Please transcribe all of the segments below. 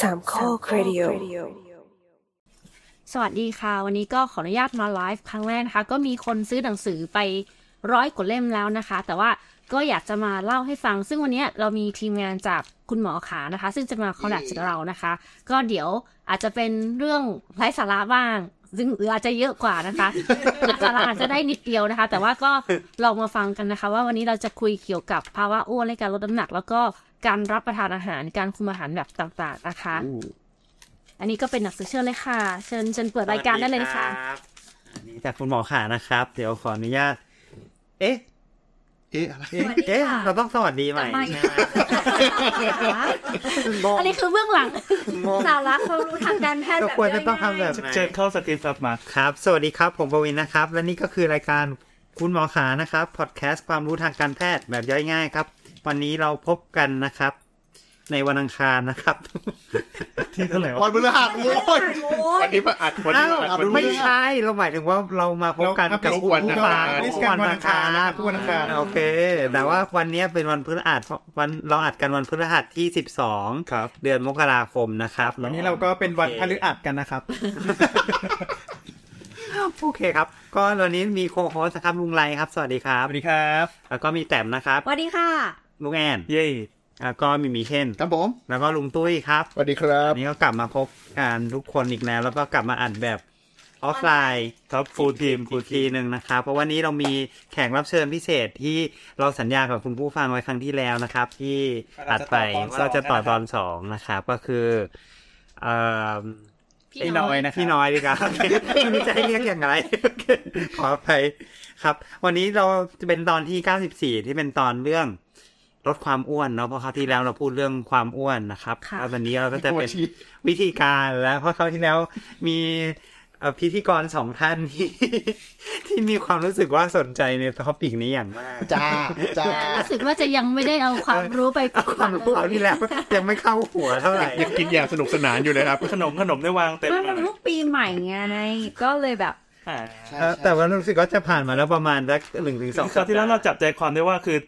สามข้อครดิโอ สวัสดีค่ะ วันนี้ก็ขออนุญาตมาไลฟ์ครั้งแรกนะคะ ก็มีคนซื้อหนังสือไปร้อยกว่าเล่มแล้วนะคะ แต่ว่าก็อยากจะมาเล่าให้ฟัง ซึ่งวันนี้เรามีทีมงานจากคุณหมอขานะคะ ซึ่งจะมาคอลแลบกับเรานะคะ ก็เดี๋ยวอาจจะเป็นเรื่องไร้สาระบ้าง ซึ่งหรืออาจจะเยอะกว่านะคะสาระอาจจะได้นิดเดียวนะคะ แต่ว่าก็ลองมาฟังกันนะคะ ว่าวันนี้เราจะคุยเกี่ยวกับภาวะอ้วนและการลดน้ำหนัก แล้วก็การรับประทานอาหารการคุมอาหารแบบต่างๆนะคะ อันนี้ก็เป็นหนังสือเชิญเลยค่ะ เชิญเชิญเปิดรายการได้เลยค่ะ อันนี้จากคุณหมอขานะครับ เดี๋ยวขออนุญาต เอ๊ะ เอ๊ะอะไร เอ๊ะ สวัสดีค่ะ เอ๊ะเราต้องสวัสดีใหม่ ไม่ ใช่ไหม อันนี้คือเบื้องหลังสาระความรู้ทางการแพทย์ ก็ แบบ ควร ย่ จะ ย ต้องทำแบบ เจนเข้าสคริปต์ครับมา ครับ สวัสดีครับผมปวินนะครับ และนี่ก็คือรายการคุณหมอขานะครับพอดแคสต์ความรู้ทางการแพทย์แบบย่อยง่ายครับ วันนี้เราพบกันนะครับ ในวันอังคารนะครับ ที่เท่าไหร่ วั วะ นพฤหัสโว้ย โอ้ย วันนี้มาอัดวันนี้ อ้าว มาอัดวัน ไม่ นี้ ใช่เราหมายถึงว่าเรามาพบกัน เราอัป กับ เดต ผู้ วันอัง ฟั คาง ร นี่ ทุก กั วัน น วัน อั อั ง ง คา คาร รนะทุกวันอังคาร โอเค แต่ว่าวันเนี้ยเป็นวันพฤหัสวันเราอัดกันวันพฤหัสที่ ครับ 12 เดือนมกราคมนะครับ วันนี้เราก็เป็นวันพฤหัสกันนะครับ โอเคครับ ก็วันนี้มีโคโฮสครับลุงไรครับ สวัสดีครั ส บ วัสดีครับ แล้วก็มีแต้มนะครับ สวัสดีค่ะ ลุงแอน เย้ แล้วก็มีมีเช่น ครับผม แล้วก็ลุงตุ้ยครับ สวัสดีครั วั บ นนี้ก็กลับมาพบกันทุกคนอีกแล้ว แล้วก็กลับมาอัดแบบออฟไลน์ ครับฟูลทีมฟู อี ล ก ที ที ม หนึ่งนะครับเพราะวันนี้เรามีแขกรับเชิญพิเศษที่เราสัญญากับคุณผู้ฟังไว้ครั้งที่แล้วนะครับ ที่อัดไปก็จะต่อตอนสองนะครับก็คือเอ่อ พี่น้อยนะ พี่น้อยดีกว่าโอเคไม่รู้จะให้เรียกอย่างไร โอเคขออภัยครับ วันนี้เราจะเป็นตอนที่ 94 ที่เป็นตอนเรื่องลดความอ้วนเนาะเพราะคราวที่แล้วเราพูดเรื่องความอ้วนนะครับ ค่ะ แล้ววันนี้เราก็จะเป็น โอ้ชี วิธีการแล้วเพราะคราวที่แล้วมีเอ่อพิธีกรสองท่าน ที่ ที่มีความรู้สึกว่าสนใจในท็อปิกนี้อย่างมาก จ้าจ้า รู้สึกว่าจะยังไม่ได้เอาความรู้ไป เอาความรู้คราวที่แล้วยังไม่เข้าหัวเท่าไหร่ ยังกินอย่างสนุกสนานอยู่เลยครับ ขนมขนมได้วางเต็ม มันเป็นทุกปีใหม่ไงก็เลยแบบ อ่า เออแต่ว่ารู้สึกว่าจะผ่านมาแล้วประมาณสักหนึ่งถึงสอง คราวที่แล้วเราจับใจความได้ว่าคือ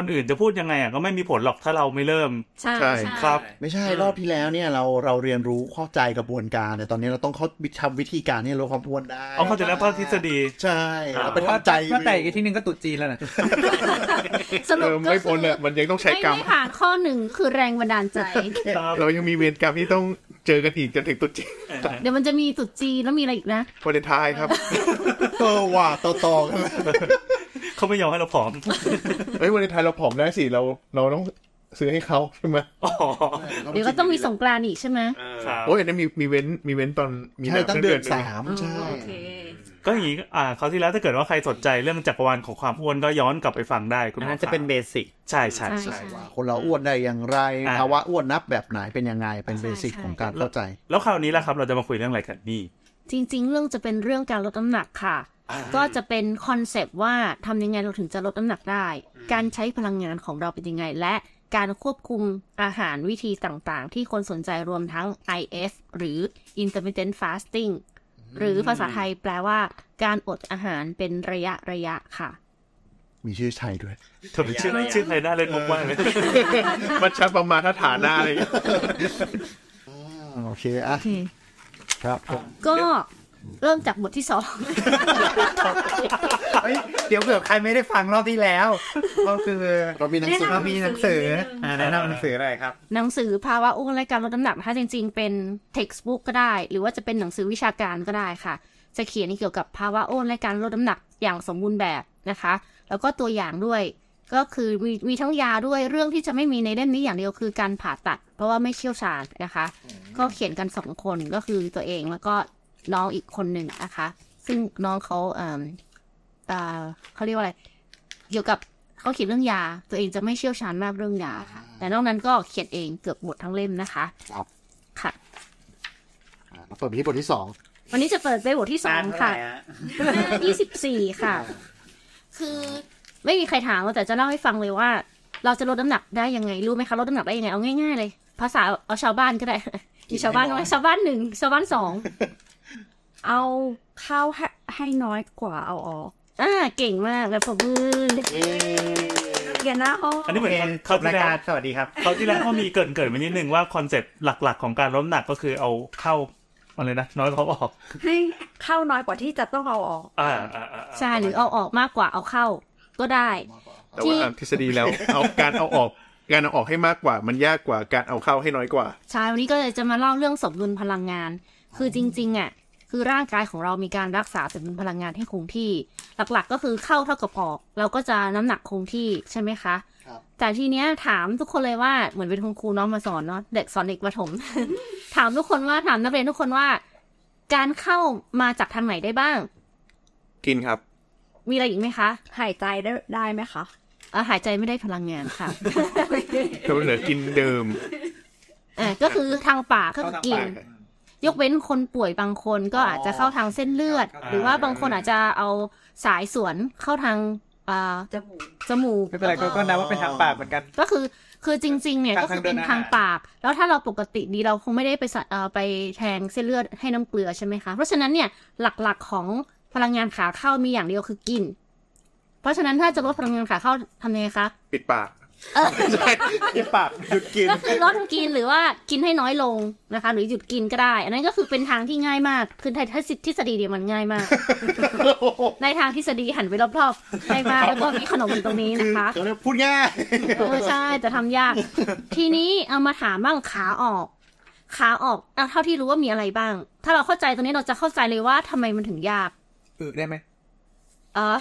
คนอื่นจะพูดยังไงอ่ะก็ไม่มีผลหรอกถ้าเราไม่เริ่ม ใช่ ใช่ ครับ ไม่ใช่รอบที่แล้วเนี่ยเราเราเรียนรู้เข้าใจกระบวนการ แต่ตอนนี้เราต้องเข้าทำวิธีการเนี่ยลดความอ้วนได้ เอาเข้าใจแล้วภาคทฤษฎี ใช่เราไปทำใจ ว่าแต่อีกที่หนึ่งก็ตุดจีนแล้วนะ สรุป เออ ก็ ไม่ คื พ้น อ อะมันยังต้องใช้ ไม่ กรรม ได้ผ่านข้อหนึ่งคือแรงบันดาลใจ ครับ เรายังมีเวรกรรมที่ต้องเจอกันอีกจนถึงตุ๊ดจีน เดี๋ยวมันจะมีตรุดจีนแล้วมีอะไรอีกนะ วันเดนทายครับเออว่าต่อต่อกันเลย เขาไม่ยอมให้เราผอม เฮ้ยวันเดนทายเราผอมได้สิเราเราต้องซื้อให้เขาใช่ไหม อ๋อ เดี๋ยวก็ต้องมีสงกรานต์อีกใช่ไหม ครับ โอ้ยอันนั้นมีมีเว้นมีเว้นตอนมี ใช่ตั้งเดือนสาม ใช่ โอเค ก็อย่างนี้อ่าคราวที่แล้วถ้าเกิดว่าใครสนใจเรื่องจักรวาลของความอ้วนก็ย้อนกลับไปฟังได้คุณหม อัน อ นั้นจะเป็นเบสิก ใช่ใช่ใช่ ว่าคนเราอ้วนได้อย่างไร อ่า ภาวะอ้วนนับแบบไหนเป็นยังไงเป็นเบสิก ใช่ ของการเข้าใจ แล้วคราวนี้ล่ะครับเราจะมาคุยเรื่องอะไรกันนี่ จริงๆ เรื่องจะเป็นเรื่องการลดน้ำหนักค่ะ ก็จะเป็นคอนเซปต์ว่าทำยังไงเราถึงจะลดน้ำหนักได้ การใช้พลังงานของเราเป็นยังไง และการควบคุมอาหารวิธีต่างๆ ที่คนสนใจรวมทั้ง IF หรือ intermittent fasting หรือภาษาไทยแปลว่า การอดอาหารเป็นระยะระยะค่ะ มีชื่อไทยด้วย เธอเป็นชื่อชื่อใครน่าเล่นมุกมากเลย มันชักประมาณฐานะอะไรโอเคอ่ะครับผม ก็เริ่มจากบทที่สอง เอ้ยเดี๋ยวเผื่อใครไม่ได้ฟังรอบที่แล้ว ก็คือ เรามีหนังสือ เรามีหนังสืออ่าแนะนำหนังสืออะไรครับ หนังสือภาวะอ้วนและการลดน้ำหนักนะคะจริงๆ เป็น textbook ก็ได้ หรือว่าจะเป็นหนังสือวิชาการก็ได้ค่ะ จะเขียนเกี่ยวกับภาวะอ้วนและการลดน้ำหนักอย่างสมบูรณ์แบบนะคะ แล้วก็ตัวอย่างด้วย ก็คือมีมีทั้งยาด้วยเรื่องที่จะไม่มีในเล่มนี้อย่างเดียวคือการผ่าตัด เพราะว่าไม่เชี่ยวชาญนะคะ ก็เขียนกันสองคนก็คือตัวเองแล้วก็น้องอีกคนหนึ่งนะคะ ซึ่งน้องเขาเอ่อเอ่อเขาเรียกว่าอะไร เกี่ยวกับเขาเขียนเรื่องยา ตัวเองจะไม่เชี่ยวชาญมากเรื่องยาค่ะ แต่นอกนั้นก็เขียนเองเกือบหมดทั้งเล่มนะคะ ครับ ค่ะ อ่ะเราเปิดไปที่บทที่สอง วันนี้จะเปิดไปบทที่สองค่ะ ยี่สิบสี่ค่ะ คือไม่มีใครถามเราแต่จะเล่าให้ฟังเลยว่า เราจะลดน้ำหนักได้ยังไงรู้ไหมคะลดน้ำหนักได้ยังไงเอาง่ายๆเลย ภาษาเอาชาวบ้าน ก็ได้ มีชาวบ้านไหมชาวบ้านหนึ่งชาวบ้านสอง เอาข้าวให้ให้น้อยกว่าเอาออก อ่าเก่งมากเลยผมมือ เย้ อย่าหน้าอ้อ อันนี้เหมือน โค เขาว จบรา ที่ ย แล้ว การสวัสดีครับ เขาวที่แล้วก็มีเกรินเกรินไว้นิดนึงว่าคอนเซ็ปต์หลักๆ ของการลดน้ำหนักก็คือเอาเข้าอะไรนะน้อยเขาออก ให้เข้าน้อยกว่าที่จะต้องเอาออก อ่าอ่าอ่า ใช่หรือเอาออกมากกว่าเอาเข้า ก็ได้ แต่ว่า ที่ ตามทฤษฎี แล้ว เอาการเอาออก การเอาออกให้มากกว่า มันยากกว่าการเอาเข้าให้น้อยกว่า ใช่วันนี้ก็เลยจะมาเล่าเรื่องสมดุลพลังงาน คือจริงๆอ่ะ คือร่างกายของเรามีการรักษาสมดุลพลังงานให้คงที่ หลักๆก็คือเข้าเท่ากับออก เราก็จะน้ำหนักคงที่ใช่ไหมคะ ครับ แต่ทีเนี้ยถามทุกคนเลยว่าเหมือนเป็นคุณครูน้องมาสอนเนาะเด็กสอนเด็กประถม ถามทุกคนว่าถามนักเรียนทุกคนว่า การเข้ามาจากทางไหนได้บ้าง กินครับ มีอะไรอีกไหมคะ หายใจได้ได้ไหมคะ อ่ะหายใจไม่ได้พลังงานค่ะ ก็เหลือกินเดิม อ่ะก็คือทางปากก็คือกิน ยกเว้นคนป่วยบางคนก็ อ๋ออ อาจจะเข้าทางเส้นเลือด ครับ หรือว่าบางคนอาจจะเอาสายสวนเข้าทางอ่า จมูก จมูก ไม่เป็นไรก็ก็นับว่าเป็นทางปากเหมือนกัน ก็คือคือจริง ๆ เนี่ย ทาง ก็คือเป็น ทางเดินอาหาร ทางปาก แล้วถ้าเราปกติดีเราคงไม่ได้ไปสะเอ่อไปแทงเส้นเลือดให้น้ำเกลือใช่ไหมคะ เพราะฉะนั้นเนี่ยหลักๆของพลังงานขาเข้ามีอย่างเดียวคือกิน เพราะฉะนั้นถ้าจะลดพลังงานขาเข้าทำยังไงคะ ปิดปาก ที่ปากหยุดกิน ก็คือ ลดกินหรือว่ากินให้น้อยลงนะคะ หรือหยุดกินก็ได้ อันนั้นก็คือเป็นทางที่ง่ายมาก คือทททฤษฎีเดียวมันง่ายมาก ในทางทฤษฎีหันไปรอบๆง่ายมากแล้วก็มีขนมอยู่ตรงนี้นะคะ เดี๋ยวนะพูดง่าย เออใช่แต่ทำยาก ทีนี้เอามาถามบ้างขาออก ขาออกเอาเท่าที่รู้ว่ามีอะไรบ้าง ถ้าเราเข้าใจตรงนี้เราจะเข้าใจเลยว่าทำไมมันถึงยาก อือได้ไหม เออ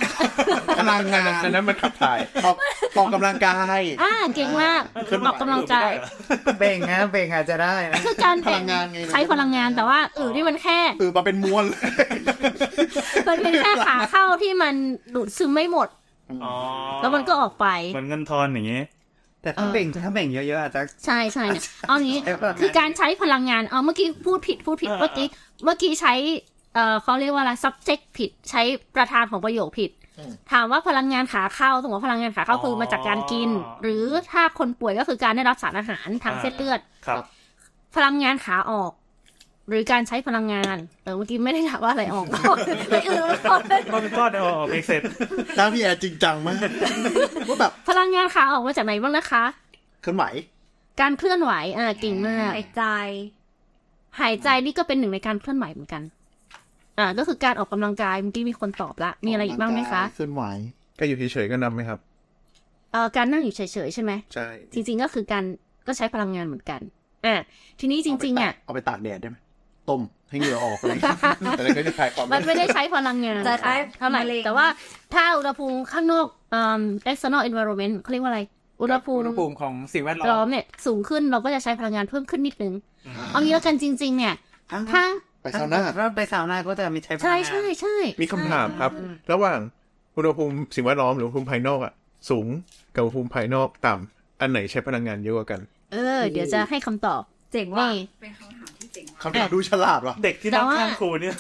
พลังงาน อันนั้นมันขับถ่าย ออกออกกำลังกาย อ่าเก่งมากออกกำลังกาย เบ่งนะเบ่งอาจจะได้นะ คือการ พ เบ่ ลังงานไงนะ ใช้พลังงานแต่ว่าเออนี่มันแค่ เออมาเป็นมวลเลย มันเป็นแค่ขาเข้าที่มันดูดซึมไม่หมด อ๋อ แล้วมันก็ออกไป เหมือนเงินทอนอย่างงี้ แต่ถ้าเบ่งถ้าเบ่งเยอะๆอาจจะ ใช่ใช่ เนี่ยเอางี้ เออเออ คือการใช้พลังงานเอาเมื่อกี้พูดผิดพูดผิด เออเออ เมื่อกี้เมื่อกี้ใช้เอ่อเขาเรียกว่าอะไร subject ผิดใช้ประธานของประโยคผิด ถามว่าพลังงานขาเข้าสมมติว่าพลังงานขาเข้าคือมาจากการกิน หรือถ้าคนป่วยก็คือการได้รับสารอาหารทางเส้นเลือด ครับ พลังงานขาออก หรือการใช้พลังงานเออเมื่อกี้ไม่ได้ถามว่าอะไรออก ไม่อื่น ไม่ออก มันเป็นก้อนเออเอ็กเซต แล้วพี่แอร์จริงจังมากว่าแบบ พลังงานขาออกมาจากไหนบ้างนะคะ เคลื่อนไหว การเคลื่อนไหวอ่าเก่งมาก หายใจ หายใจนี่ก็เป็นหนึ่งในการเคลื่อนไหวเหมือนกัน อ่า ก็คือการออกกำลังกายเมื่อกี้มีคนตอบละ มีอะไรอีกบ้างไหมคะ เคลื่อนไหว ก็อยู่เฉยๆก็นำไหมครับ เอ่อ การนั่งอยู่เฉยๆใช่ไหม ใช่ จริงๆก็คือการก็ใช้พลังงานเหมือนกัน อ่า ทีนี้จริงๆอ่ะ เอาไปตากแดดได้ไหมต้มให้เหงื่อออกอะไรอย่างเงี้ย แต่นั้นก็จะคลายความ มันไม่ได้ใช้พลังงาน จะใช้ เท่าไหร่ มะเร็ง แต่ว่าถ้าอุณหภูมิข้างนอกเอ่อ external environment เขาเรียกว่าอะไร อุณหภู อุ มิ ณหภูมิของสิ่งแวดล้ ร้ออม มเนี่ยสูงขึ้นเราก็จะใช้พลังงานเพิ่มขึ้นนิดนึง เอางี้แล้วกันจริง ๆ เนี่ย อ้าว ถ้า ไปซาวน่า ถ้ไปซาวน่าก็จะมีใช้พลัง ใช่ งาน ใช่ใช่ มีคำถามครับ ระหว่างอุณหภูมิสิ่งแวดล้อมหรืออุณหภูมิภายนอกอะสูงกับอุณหภูมิภายนอกต่ำอันไหนใช้พลังงานเยอะกว่ากัน เออ เดี๋ยวจะให้คำตอบ เจ๋งว่า นี่ คำถามดูฉลาดว่ะ เด็กที่นั่งข้างครูเนี่ย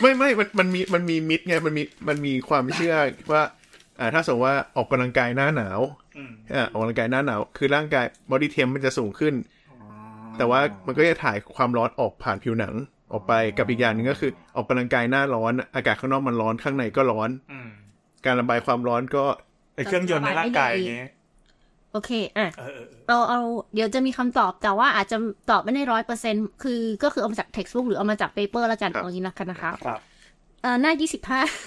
ไม่ไม่มันมันมีมันมีมิดไงมันมีมันมีความเชื่อว่าอ่าถ้าสมมติว่าออกกำลังกายหน้าหนาว อืม อ่าออกกำลังกายหน้าหนาว คือร่างกายบอดี้เทมมันจะสูงขึ้น แต่ว่ามันก็จะถ่ายความร้อนออกผ่านผิวหนังออกไปกับอีกอย่างหนึ่งก็คือออกกำลังกายหน้าร้อน อากาศข้างนอกมันร้อนข้างในก็ร้อน อืม การระบายความร้อนก็ ไอเครื่องยนต์ในร่างกายอย่างงี้ โอเค อ่ะ เออเออเออ เราเอาเดี๋ยวจะมีคำตอบแต่ว่าอาจจะตอบไม่ได้ร้อยเปอร์เซ็นคือก็คือเอามาจาก textbook หรือเอามาจาก paper แล้วกันเอาอย่างนี้นะคะนะคะ ครับ เอ่อหน้า เด็ก 25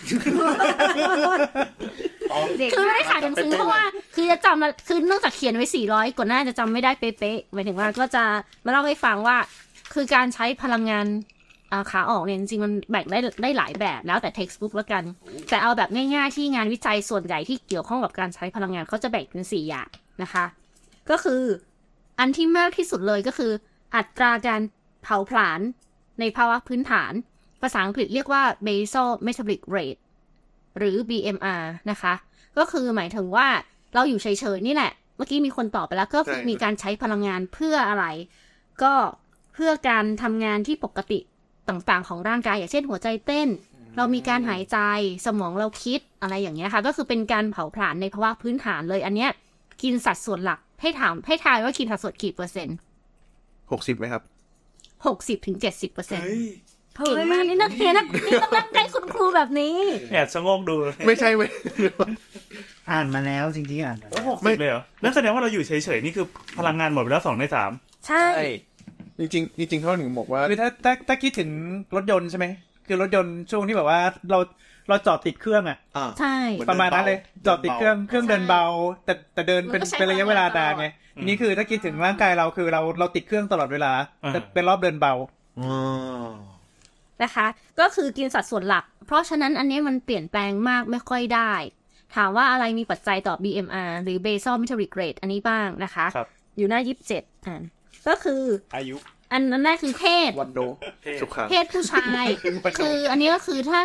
คือไม่ได้ขายหนังสือเพราะว่า คือจะจำละคือนอกจากเขียนไว้ 400 กว่าหน้าจะจำไม่ได้เป๊ะๆหมายถึงว่าก็จะมาเล่าให้ฟังว่า คือการใช้พลังงานอ่าขาออกเนี่ยจริงๆมันแบ่งได้ได้หลายแบบแล้วแต่ textbook แล้วกัน แต่เอาแบบง่ายๆที่งานวิจัยส่วนใหญ่ที่เกี่ยวข้องกับการใช้พลังงานเขาจะแบ่งเป็นสี่อย่างนะคะ ก็คืออันที่มากที่สุดเลยก็คือ อัตราการเผาผลาญในภาวะพื้นฐาน ภาษาอังกฤษเรียกว่า basal metabolic rate หรือ BMR นะคะ ก็คือหมายถึงว่าเราอยู่เฉยๆนี่แหละ เมื่อกี้มีคนตอบไปแล้วก็คือมีการใช้พลังงานเพื่ออะไร ก็เพื่อการทำงานที่ปกติต่างๆ ของร่างกาย อย่างเช่นหัวใจเต้น เรามีการหายใจสมองเราคิดอะไรอย่างเงี้ยค่ะ ก็คือเป็นการเผาผลาญในภาวะพื้นฐานเลยอันเนี้ยกินสัดส่วนหลักให้ถามให้ทายว่ากินสัดส่วนกี่เปอร์เซ็นต์ หกสิบไหมครับ หกสิบถึงเจ็ดสิบเปอร์เซ็นต์ เฮ้ย เก่งมากนี่นักเรียนนักนี่ต้องนั่งใกล้คุณครูแบบนี้ แอบชะโงกดู ไม่ใช่เว้ย อ่านมาแล้วจริงๆอ่านมาแล้ว หกสิบเลยเหรอนั่นแสดงว่าเราอยู่เฉยๆนี่คือพลังงานหมดไปแล้วสองในสาม ใช่ ใช่ จริงๆจริงๆเขาถึงบอกว่า คือถ้าถ้าถ้าคิดถึงรถยนต์ใช่ไหมคือรถยนต์ช่วงที่แบบว่าเราเราจอดติดเครื่องอะ อ่า ใช่ ประมาณนั้นเลยจอดติดเครื่องเครื่องเดินเบา แต่แต่เดินเป็น มันก็ใช้ เป็นระยะเวลา พลังงาน าน น ไงทีนี้คือถ้าคิดถึงร่างกายเราคือเราเราติดเครื่องตลอดเวลา แต่เป็นรอบเดินเบา นะคะ ก็คือกินสัดส่วนหลัก เพราะฉะนั้นอันนี้มันเปลี่ยนแปลงมากไม่ค่อยได้ ถามว่าอะไรมีปัจจัยต่อ BMR หรือ basal metabolic rate อันนี้บ้างนะคะ ครับ อยู่หน้า 27อ่านก็คือ อายุ อันนั้นแรกคือเพศ วันโด สุขะ เพศผู้ชาย คืออันนี้ก็คือถ้า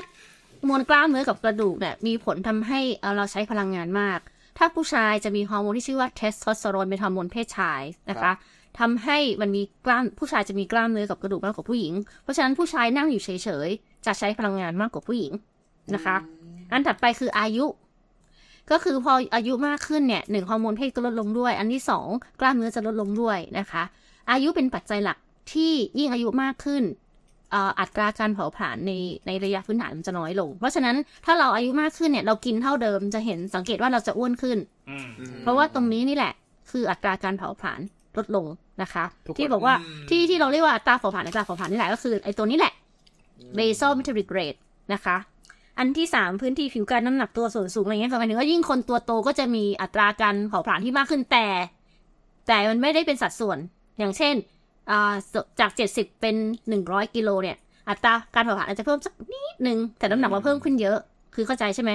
มวลกล้ามเนื้อกับกระดูกเนี่ยมีผลทำให้เอ่อเราใช้พลังงานมาก ถ้าผู้ชายจะมีฮอร์โมนที่ชื่อว่าเทสโทสเตอโรนเป็นฮอร์โมนเพศชายนะคะทำให้มันมีกล้ามผู้ชายจะมีกล้ามเนื้อกับกระดูกมากกว่าผู้หญิง เพราะฉะนั้นผู้ชายนั่งอยู่เฉยๆ จะใช้พลังงานมากกว่าผู้หญิงนะคะ อันถัดไปคืออายุ ก็คือพออายุมากขึ้นเนี่ยหนึ่งฮอร์โมนเพศก็ลดลงด้วย อันที่สองกล้ามเนื้อจะลดลงด้วยนะคะ อายุเป็นปัจจัยหลักที่ยิ่งอายุมากขึ้น เอ่ออัตราการเผาผลาญในในระยะพื้นฐานมันจะน้อยลง เพราะฉะนั้นถ้าเราอายุมากขึ้นเนี่ยเรากินเท่าเดิมจะเห็นสังเกตว่าเราจะอ้วนขึ้น อืม เพราะว่าตรงนี้นี่แหละ คืออัตราการเผาผลาญลดลงนะคะ ทุกคน ที่บอกว่า อืม ที่ที่เราเรียกว่าอัตราเผาผลาญอัตราเผาผลาญนี่แหละก็คือไอ้ตัวนี้แหละ basal metabolic rate นะคะ อันที่สามพื้นที่ผิวกายน้ำหนักตัวส่วนสูงอะไรเงี้ยหมายถึงว่ายิ่งคนตัวโตก็จะมีอัตราการเผาผลาญที่มากขึ้นแต่ แต่มันไม่ได้เป็นสัดส่วนอย่างเช่นอ่าจาก 70 เป็น 100 กิโลเนี่ย อัตราการเผาผลาญอาจจะเพิ่มสักนิดนึงแต่น้ำหนักเราเพิ่มขึ้นเยอะ คือเข้าใจใช่ไหม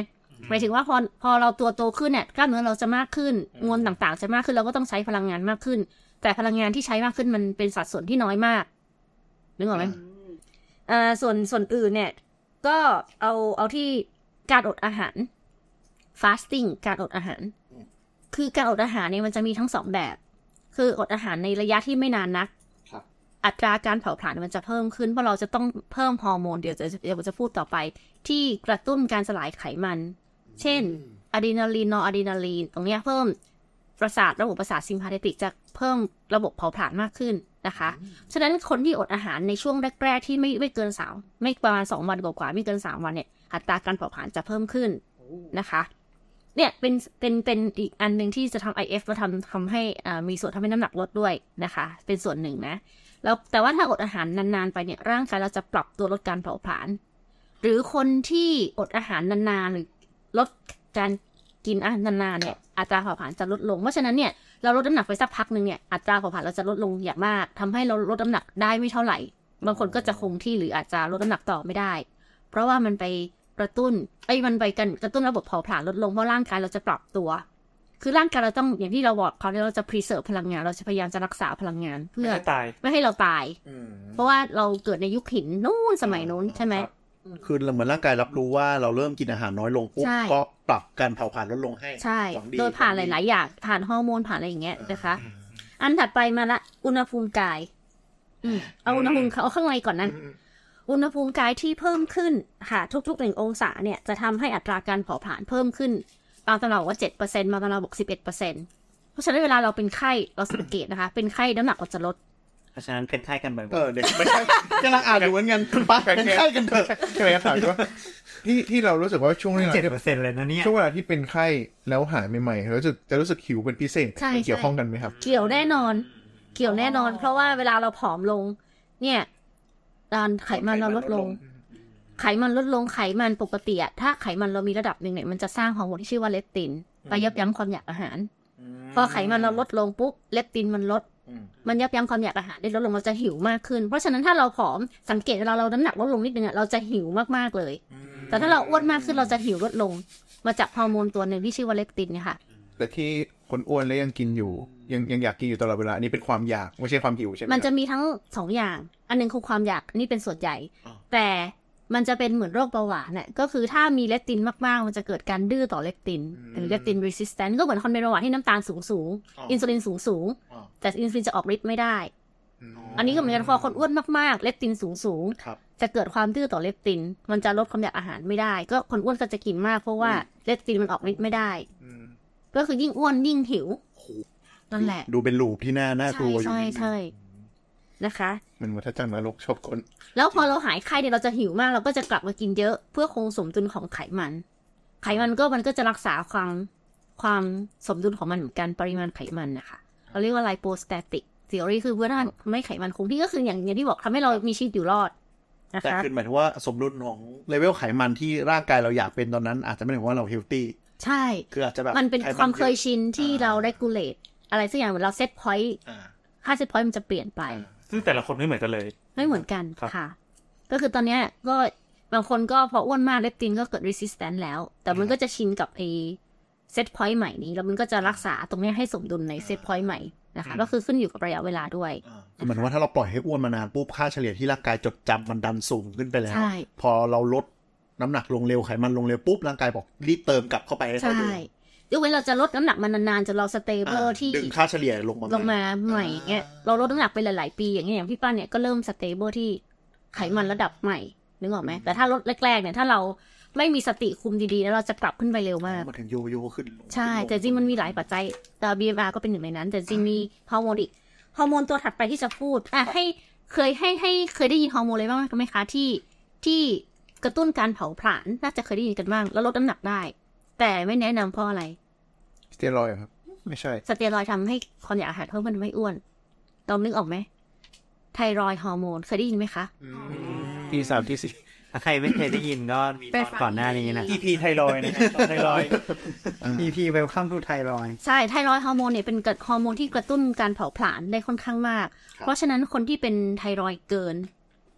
หมายถึงว่าพอพอเราตัวโตขึ้นเนี่ยกล้ามเนื้อเราจะมากขึ้นมวลต่างๆ จะมากขึ้นเราก็ต้องใช้พลังงานมากขึ้น แต่พลังงานที่ใช้มากขึ้นมันเป็นสัดส่วนที่น้อยมากนึกออกไหมเอ่อส่วนส่วนอื่นเนี่ย ก็เอาเอาที่การอดอาหาร fasting การอดอาหาร คือการอดอาหารเนี่ยมันจะมีทั้งสองแบบ คืออดอาหารในระยะที่ไม่นานนัก ครับ อัตราการเผาผลาญมันจะเพิ่มขึ้นเพราะเราจะต้องเพิ่มฮอร์โมนเดี๋ยวจะเดี๋ยวจะพูดต่อไป ที่กระตุ้นการสลายไขมัน เช่นอะดรีนาลีนนอร์อะดรีนาลีน ตรงเนี้ยเพิ่มประสาทระบบประสาทซิมพาเทติกจะเพิ่มระบบเผาผลาญมากขึ้นนะคะ ฉะนั้นคนที่อดอาหารในช่วงแรก ๆ ที่ไม่ไม่เกินสามไม่ประมาณสองวันกว่าๆไม่เกินสามวันเนี่ยอัตราการเผาผลาญจะเพิ่มขึ้นนะคะ เนี่ยเป็นเป็นเป็นอีกอันหนึ่งที่จะทำ IF มาทำทำให้อ่ามีส่วนทำให้น้ำหนักลดด้วยนะคะ เป็นส่วนหนึ่งนะแล้วแต่ว่าถ้าอดอาหารนานๆไปเนี่ยร่างกายเราจะปรับตัวลดการเผาผลาญ หรือคนที่อดอาหารนานๆหรือลดการกินอาหารนานๆเนี่ยอัตราเผาผลาญจะลดลง เพราะฉะนั้นเนี่ยเราลดน้ำหนักไปสักพักหนึ่งเนี่ยอัตราเผาผลาญเราจะลดลงอย่างมากทำให้เราลดน้ำหนักได้ไม่เท่าไหร่ บางคนก็จะคงที่หรืออาจจะลดน้ำหนักต่อไม่ได้ เพราะว่ามันไปกระตุ้นไอ้ยมันไปกันกระตุ้นระบบเผาผลาญลดลงเพราะร่างกายเราจะปรับตัว คือร่างกายเราต้องอย่างที่เราบอกเขาวที่แล้วเราจะ preserve พลังงาน เราจะพยายามจะรักษาพลังงาน เพื่อ ไม่ตาย ไม่ให้เราตาย เพราะว่าเราเกิดในยุคหินนู่นสมัยนู้นใช่ไหม คือเหมือนร่างกายรับรู้ว่าเราเริ่มกินอาหารน้อยลงปุ๊บ ใช่ ก็ปรับการเผาผลาญลดลงให้ ใช่ ของดี โดยผ่าน ของ ห ดี ลาย ๆ อย่าง ผ่านฮอร์โมน ผ่านอะไรอย่างเงี้ยนะคะ อันถัดไปมาละ อุณหภูมิกาย อืมเอาอุณหภูมิเขาเอาข้างในก่อนนั้น อุณหภูมิกายที่เพิ่มขึ้นค่ะทุกๆหนึ่งองศาเนี่ยจะทำให้อัตราการเผาผลาญเพิ่มขึ้น บางตำราบอกว่าเจ็ดเปอร์เซ็นต์บางตำราบอกสิบเอ็ดเปอร์เซ็นต์เพราะฉะนั้นเวลาเราเป็นไข้เราสังเกตนะคะ เป็นไข้น้ำหนักเราจะลด เพราะฉะนั้นเป็นไข้กันบ่อย เออเด็กไม่ใช่กำลังอ่านอยู่เหมือนกันไป้าเป็นไข้กันเถอะ ใช่ไหมถาม ว่าที่ที่เรารู้สึกว่าช่วงนี้ ๆ เรา เจ็ดเปอร์เซ็นต์เลยนะเนี่ย ช่วงเวลาที่เป็นไข้แล้วหายใหม่ๆเราจะจะรู้สึกหิวเป็นพิเศษ ใช่ มันเกี่ยวข้องกันไหมครับ เกี่ยวแน่นอน เกี่ยวแน่นอน เพราะว่าเวลาเราผอมลง เนี่ยตอนไขมันเราลดลง ไขมันลดลงไขมันปกติอะถ้าไขมันเรามีระดับหนึ่งเนี่ยมันจะสร้างฮอร์โมนที่ชื่อว่าเลปตินไปยับยั้งความอยากอาหาร พอไขมันเราลดลงปุ๊บเลปตินมันลด มันยับยั้งความอยากอาหารได้ลดลงเราจะหิวมากขึ้น เพราะฉะนั้นถ้าเราผอมสังเกตเวลาเราน้ำหนักลดลงนิดนึงอะเราจะหิวมากๆเลย แต่ถ้าเราอ้วนมากขึ้นเราจะหิวลดลง มาจากฮอร์โมนตัวหนึ่งที่ชื่อว่าเลปตินเนี่ยค่ะ แต่ที่คนอ้วนแล้วยังกินอยู่ ยังยังอยากกินอยู่ตลอดเวลาอันนี้เป็นความอยากไม่ใช่ความหิวใช่ไหม มันจะมีทั้งสองอย่าง อันหนึงคือความอยากนี่เป็นส่วนใหญ่ อ๋อ แต่มันจะเป็นเหมือนโรคเบาหวานน่ะ ก็คือถ้ามีเลปตินมากๆ มันจะเกิดการดื้อต่อเลปตินหรือเลปตินรีสิสแตนก็เหมือนคนเป็นเบาหวานที่น้ำตาลสูงสูงๆอินซูลินสูงสูงๆ อ๋อ แต่อินซูลินจะออกฤทธิ์ไม่ได้ อ๋อ อันนี้ก็เหมือนกันพอคนอ้วนมากๆ เลปตินสูงสูงๆ ครับ จะเกิดความดื้อต่อเลปติน มันจะลดความอยากอาหารไม่ได้ ก็คนอ้วนก็จะกินมากเพราะว่าเลปตินมันออกฤทธิ์ไม่ได้ ก็คือยิ่งอ้วนยิ่งหิวนั่นแหละ ดูเป็นลูปที่น่าน่ากลัวอยู่ ใช่ใช่ใช่ นะคะ มันวัฏจักรนรกชอบคน แล้วพอเราหายไข้เนี่ยเราจะหิวมากเราก็จะกลับมากินเยอะ เพื่อคงสมดุลของไขมัน ไขมันก็มันก็จะรักษาความความสมดุลของมันเหมือนกันปริมาณไขมันนะคะเราเรียกว่าไลโปสเตติกทฤษฎีคือเพื่อทำให้ไขมันคงที่ก็คืออย่างอย่างที่บอกทำให้เรามีชีวิตอยู่รอดนะ แต่ คะ คือหมายถึงว่าสมดุลของเลเวลไขมันที่ร่างกายเราอยากเป็นตอนนั้น อาจจะไม่ได้หมายความว่าเราเฮลตี้ ใช่ คืออาจจะแบบ มันเป็น ไข ความเคย อะ ชินที่ อ่า เรา regulate อะไรสักอย่างเหมือนเราเซตพอยต์ อ่า ค่าเซตพอยต์มันจะเปลี่ยนไป อ่า ซึ่งแต่ละคนไม่เหมือนกันเลย ไม่เหมือนกัน ครับ ค่ะ ก็คือตอนเนี้ยก็บางคนก็พออ้วนมากเลปตินก็เกิด resistance แล้ว แต่มันก็จะชินกับไอเซตพอยต์ใหม่นี้ แล้วมันก็จะรักษาตรงเนี้ยให้สมดุลในเซตพอยต์ใหม่นะคะ ก็คือขึ้นอยู่กับระยะเวลาด้วย อ่าคือเหมือนว่าถ้าเราปล่อยให้อ้วนมานานปุ๊บค่าเฉลี่ยที่ร่างกายจดจำมันดันสูงขึ้นไปแล้ว ใช่ พอเราลดน้ำหนักลงเร็วไขมันลงเร็วปุ๊บร่างกายบอกรีบเติมกลับเข้าไปห้เท่า ใช่ เดิม ยกเว้นเราจะลดน้ำหนักมันนานๆจนเรา อ่า stable ที่ ดึงค่าเฉลี่ยลงมา ลงมาใหม่ อ่า เงี้ยเราลดน้ำหนักไปหลาย ๆ ปีอย่างเงี้ยอย่างพี่ป้านเนี่ยก็เริ่มสเตเบิลที่ไขมันระดับใหม่นึกออกไหมแต่ถ้าลดแรก ๆ เนี่ย ถ้าเราไม่มีสติคุมดีๆแล้วเราจะกลับขึ้นไปเร็วมาก มาถึงโยโย่ขึ้นลง ใช่ ขึ้ล แต่จริงมันมีหลายปัจจัยแต่ BMR ก็เป็นหนึ่งในนั้น แต่จริงมีฮอร์โมนอีกฮอร์โมนตัวถัดไปที่จะพูดอ่ะให้เคยให้ให้เคยได้ยินฮอร์โมนอะไรบ้างไหมคะที่ที่กระตุ้นการเผาผลาญน่าจะเคยได้ยินกันบ้าง แล้วลดน้ำหนักได้ แต่ไม่แนะนำเพราะอะไร สเตียรอยด์เหรอครับ ไม่ใช่ สเตียรอยด์ทำให้ความอยากอาหารเพิ่มมันไม่อ้วนตอมนึกออกไหมไทรอยด์ฮอร์โมนเคยได้ยินไหมคะ ทีสามทีสี่ ถ้าใครไม่เคยได้ยินก็มีตอนก่อนหน้านี้นะ อีพีไทรอยด์นะไทรอยด์ EP Welcome to Thailand ใช่ ไทรอยด์ฮอร์โมนเนี่ยเป็นฮอร์โมนที่กระตุ้นการเผาผลาญได้ค่อนข้างมาก เพราะฉะนั้นคนที่เป็นไทรอยด์เกิน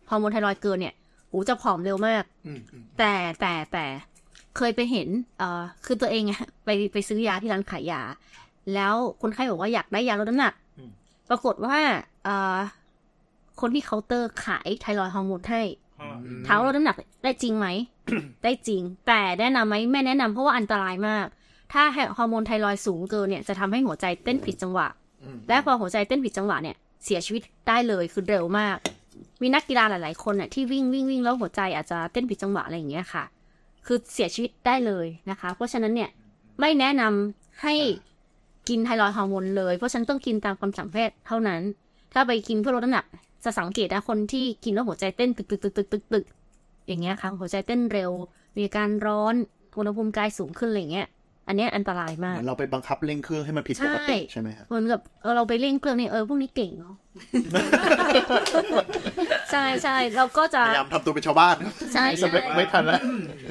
ฮอร์โมนไทรอยด์เกินเนี่ยหูจะผอมเร็วมาก อืมอืม แต่แต่แต่เคยไปเห็นเอ่อคือตัวเองอะไปไปซื้อยาที่ร้านขายยา แล้วคนไข้บอกว่าอยากได้ยาลดน้ำหนัก ปรากฏว่าเอ่อคนที่เคาน์เตอร์ขายไทรอยด์ฮอร์โมนให้ ถามว่าลดน้ำหนักได้จริงไหม ได้จริง แต่แนะนำไหมไม่แนะนำเพราะว่าอันตรายมาก ถ้าฮอร์โมนไทรอยด์สูงเกินเนี่ยจะทำให้หัวใจเต้นผิดจังหวะ อืม และพอหัวใจเต้นผิดจังหวะเนี่ยเสียชีวิตได้เลยคือเร็วมาก มีนักกีฬาหลาย ๆ คนน่ะที่วิ่งวิ่งวิ่งแล้วหัวใจอาจจะเต้นผิดจังหวะอะไรอย่างเงี้ยค่ะ คือเสียชีวิตได้เลยนะคะ เพราะฉะนั้นเนี่ยไม่แนะนำให้กินไทรอยด์ฮอร์โมนเลย เพราะฉะนันต้องกินตามคำสั่งแพทย์เท่านั้น ถ้าไปกินเพื่อลดน้ำหนักจะสังเกตนะคนที่กินแล้วหัวใจเต้นตึกตึกตึกตึกตึกตึกอย่างเงี้ยค่ะหัวใจเต้นเร็ว มีอาการร้อนอุณหภูมิกายสูงขึ้นอะไรอย่างเงี้ย อันเนี้ยอันตรายมา เห ก มือนเราไปบังคับเร่งเครื่องให้มันผิดปกติ ใช่ ใช่ไหมครับ เหมือนกับเออเราไปเร่งเครื่องเนี่ยเออพวกนี้เก่ง เนาะ ใช่ใช่เราก็จะ พยายามทำตัวเป็นชาวบ้าน ใช่ใช่ ไม่ไม่ทันละ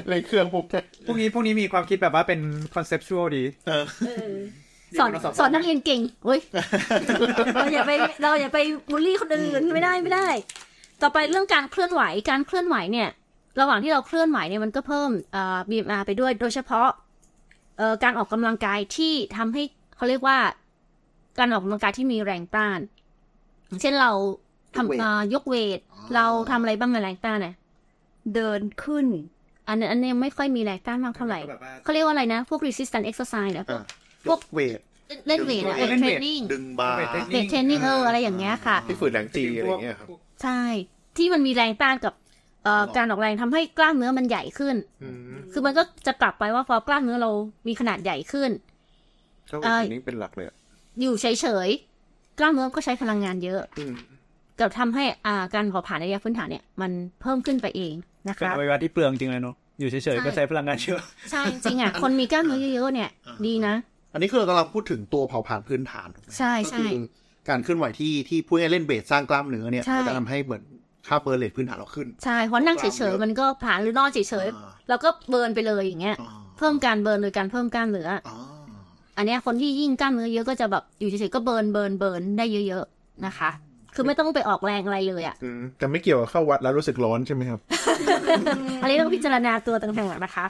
เลยเครื่องปุ๊บแค่ พวกนี้พวกนี้มีความคิดแบบว่าเป็นคอนเซปชวลดี เออสอนสอนนักเรียนเก่งเว้ย เราอย่าไปเราอย่าไปบูลลี่คนอื่นไม่ได้ไม่ได้ ต่อไปเรื่องการเคลื่อนไหวการเคลื่อนไหวเนี่ย ระหว่างที่เราเคลื่อนไหวเนี่ยมันก็เพิ่มเอ่อ BMR ไปด้วยโดยเฉพาะเอ่อการออกกำลังกายที่ทำให้เขาเรียกว่า การออกกำลังกายที่มีแรงต้านอย่างเช่นเราทำเอ่อยกเวท อ๋อ เราทำอะไรบ้างในแรงต้านเนี่ย เดินขึ้น อันนั้นอันนี้ไม่ค่อยมีแรงต้านมากเท่าไหร่ ก็แบบว่า เขาเรียกว่าอะไรนะ พวก resistance exercise เหรอ อ่ะ พวก ยเวท เล่นเวทอะ เออ เล่นเทรนนิ่ง ดึงบาร์ เวทเทรนนิ่งเอออะไรอย่างเงี้ยค่ะ ที่ฝืนแรงจีอะไรอย่างเงี้ยครับ ใช่ ที่มันมีแรงต้านกับเอ่อ หรอ การออกแรงทำให้กล้ามเนื้อมันใหญ่ขึ้น อืม คือมันก็จะกลับไปว่าพอกล้ามเนื้อเรามีขนาดใหญ่ขึ้น ก็ อ่า เป็นนี้เป็นหลักเลยอะ อยู่เฉยๆ กล้ามเนื้อก็ใช้พลังงานเยอะ อืม กับทำให้อ่าการเผาผลาญในระยะพื้นฐานเนี่ยมันเพิ่มขึ้นไปเองนะ เป็น คะ อวัยวะที่เปลืองจริงเลยเนาะอยู่เฉยๆก็ใช้พลังงานเยอะ ใช่จริงๆอ่ะคนมีกล้ามเนื้อเยอะๆเนี่ย ดีนะ อันนี้คือเรากำลังพูดถึงตัวเผาผลาญพื้นฐานถูกไหม ใช่ ก็ ใช่ คือการเคลื่อนไหวที่ที่พูดง่ายๆเล่นเบสสร้างกล้ามเนื้อเนี่ย ใช่ ก็จะทำให้เหมือนค่าเบอร์เรทพื้นฐานเราขึ้น ใช่เพราะนั่งเฉยๆมันก็ผลาญหรือนอนเฉย อ่า ๆแล้วก็เบิร์นไปเลยอย่างเงี้ย อ๋อ เพิ่มการเบิร์นโดยการเพิ่มกล้ามเนื้อ อ๋อ อันเนี้ยคนที่ยิ่งกล้ามเนื้อเยอะก็จะแบบอยู่เฉยๆก็เบิร์นเบิร์นเบิร์นได้เยอะๆนะคะ คือไม่ต้องไปออกแรงอะไรเลยอะ่ะ อืมแต่ไม่เกี่ยวกับเข้าวัดแล้วรู้สึกร้อนใช่ไหมครับ อันนี้ต้องพิจารณาตัวต่างหากนะคะ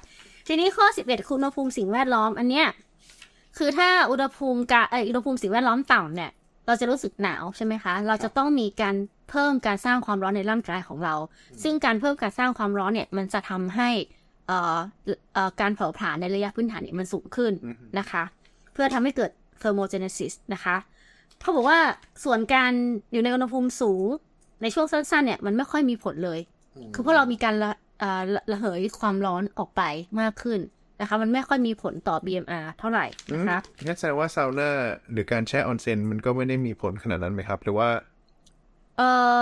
ทีนี้ข้อ 11 คุณอุณหภูมิสิ่งแวดล้อม อันเนี้ยคือถ้าอุณหภูมิกาเอออุณหภูมิสิ่งแวดล้อมต่ำเนี่ย เราจะรู้สึกหนาวใช่ไหมคะ เราจะต้องมีการเพิ่มการสร้างความร้อนในร่างกายของเรา ซึ่งการเพิ่มการสร้างความร้อนเนี่ยมันจะทำให้เอ่อเอ่อการเผาผลาญในระยะพื้นฐานเนี่ยมันสูงขึ้นนะคะ เพื่อทำให้เกิดเทอร์โมเจเนซิสนะคะเขาบอกว่าส่วนการอยู่ในอุณหภูมิสูงในช่วงสั้นๆเนี่ยมันไม่ค่อยมีผลเลย คือเพราะเรามีการละเอ่อละระเหยความร้อนออกไปมากขึ้นนะคะ มันไม่ค่อยมีผลต่อ BMR เท่าไหร่นะคะ งั้นแสดงว่าซาวน่าหรือการแช่ออนเซ็นมันก็ไม่ได้มีผลขนาดนั้นไหมครับ หรือว่า เออ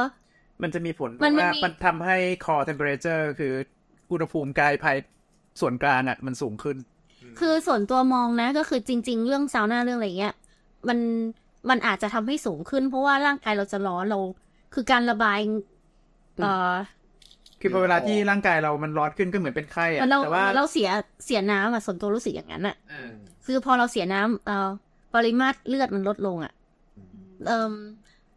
มันจะมีผลเพ มัน ราะ มัน ว่า มี มันทำให้ core temperature คืออุณหภูมิกายภายส่วนกลางอ่ะมันสูงขึ้น คือส่วนตัวมองนะก็คือจริง ๆ เรื่องซาวน่าเรื่องอะไรเงี้ยมันมันอาจจะทำให้สูงขึ้น เพราะว่าร่างกายเราจะร้อนเรา คือการระบายเอ่อ คือพอเวลาที่ร่างกายเรามันร้อนขึ้นก็เหมือนเป็นไข้ เห อะ มันเรา แต่ว่า เราเสียเสียน้ำอ่ะส่วนตัวรู้สึกอย่างนั้นอ่ะ เออ คือพอเราเสียน้ำเอ่อปริมาตรเลือดมันลดลงอะ่ะเอ่ม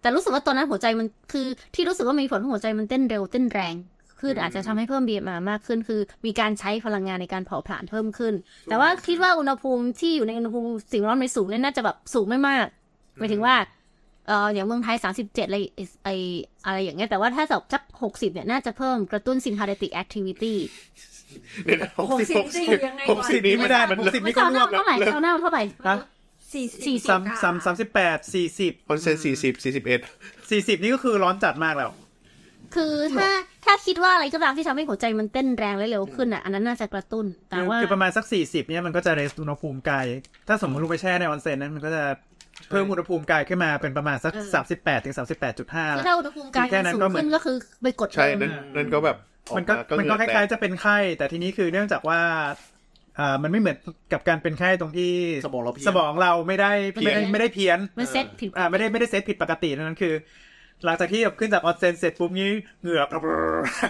แต่รู้สึกว่าตอนนั้นหัวใจมันคือ ที่รู้สึกว่ามีผลของหัวใจมันเต้นเร็วเต้นแรงคืออาจจะทำให้เพิ่ม BMR มากขึ้น คือ มีการใช้พลังงานในการเผาผลาญเพิ่มขึ้น แต่ว่าคิดว่าอุณหภูมิที่อยู่ในอุณหภูมิสิ่งแวดล้อมในสูงเนี่ยน่าจะแบบสูงไม่มากหมายถึงว่าเอออย่างเมืองไทยสามสิบเจ็ดอะไรไออะไรอย่างเงี้ยแต่ว่าถ้าสักหกสิบเนี่ยน่าจะเพิ่มกระตุ้น sympathetic activity เดี๋ยวนะหกสิบหกสิบ หกสิบยังไงวะ หกสิบนี้ไม่ได้มันเริ่ม ไม่เท่าหน้าเท่าไหร่เท่าหน้าเท่าไหร่ สี่ สี่ สี่ สามสามสามสิบแปดสี่สิบ คอนเซนสี่สิบสี่สิบเอ็ด สี่สิบนี่ก็คือร้อนจัดมากแล้ว คือถ้าถ้าคิดว่าอะไรก็ตามที่ทำให้หัวใจมันเต้นแรงและเร็วขึ้นอ่ะอันนั้นน่าจะกระตุ้น แต่ คือ ว่า คือประมาณสักสี่สิบเนี่ยมันก็จะเรสอุณหภูมิกาย ถ้าสมมติลงไปแช่ในออนเซ็นนั้นมันก็จะเพิ่มอุณหภูมิกายขึ้นมาเป็นประมาณสักสามสิบแปดถึงสามสิบแปดจุดห้า คือถ้าอุณหภูมิกาย แค่นั้น สูง ก็เหมือน ขึ้นก็คือไปกด ใช่ ล นั่ ง นนั่นก็แบบอ มันก็ อาเห มัน งื่ ก็ อ ค แต ล้ายๆจะเป็นไข้ แต่ทีนี้คือเนื่องจากว่าอ่ามันไม่เหมือนกับการเป็นไข้ตรงที่ สมองเราเพี้ยน สมองเราไม่ได้ เพี้ ไม่ ยน ได้ไม่ได้เพี้ยน มันเซตผิด อ่าไม่ได้ไม่ได้เซตผิดปกตินั้นคือ หลังจากที่แบบขึ้นจากออนเซ็นเสร็จปุ๊บนี้เหงื่อเพ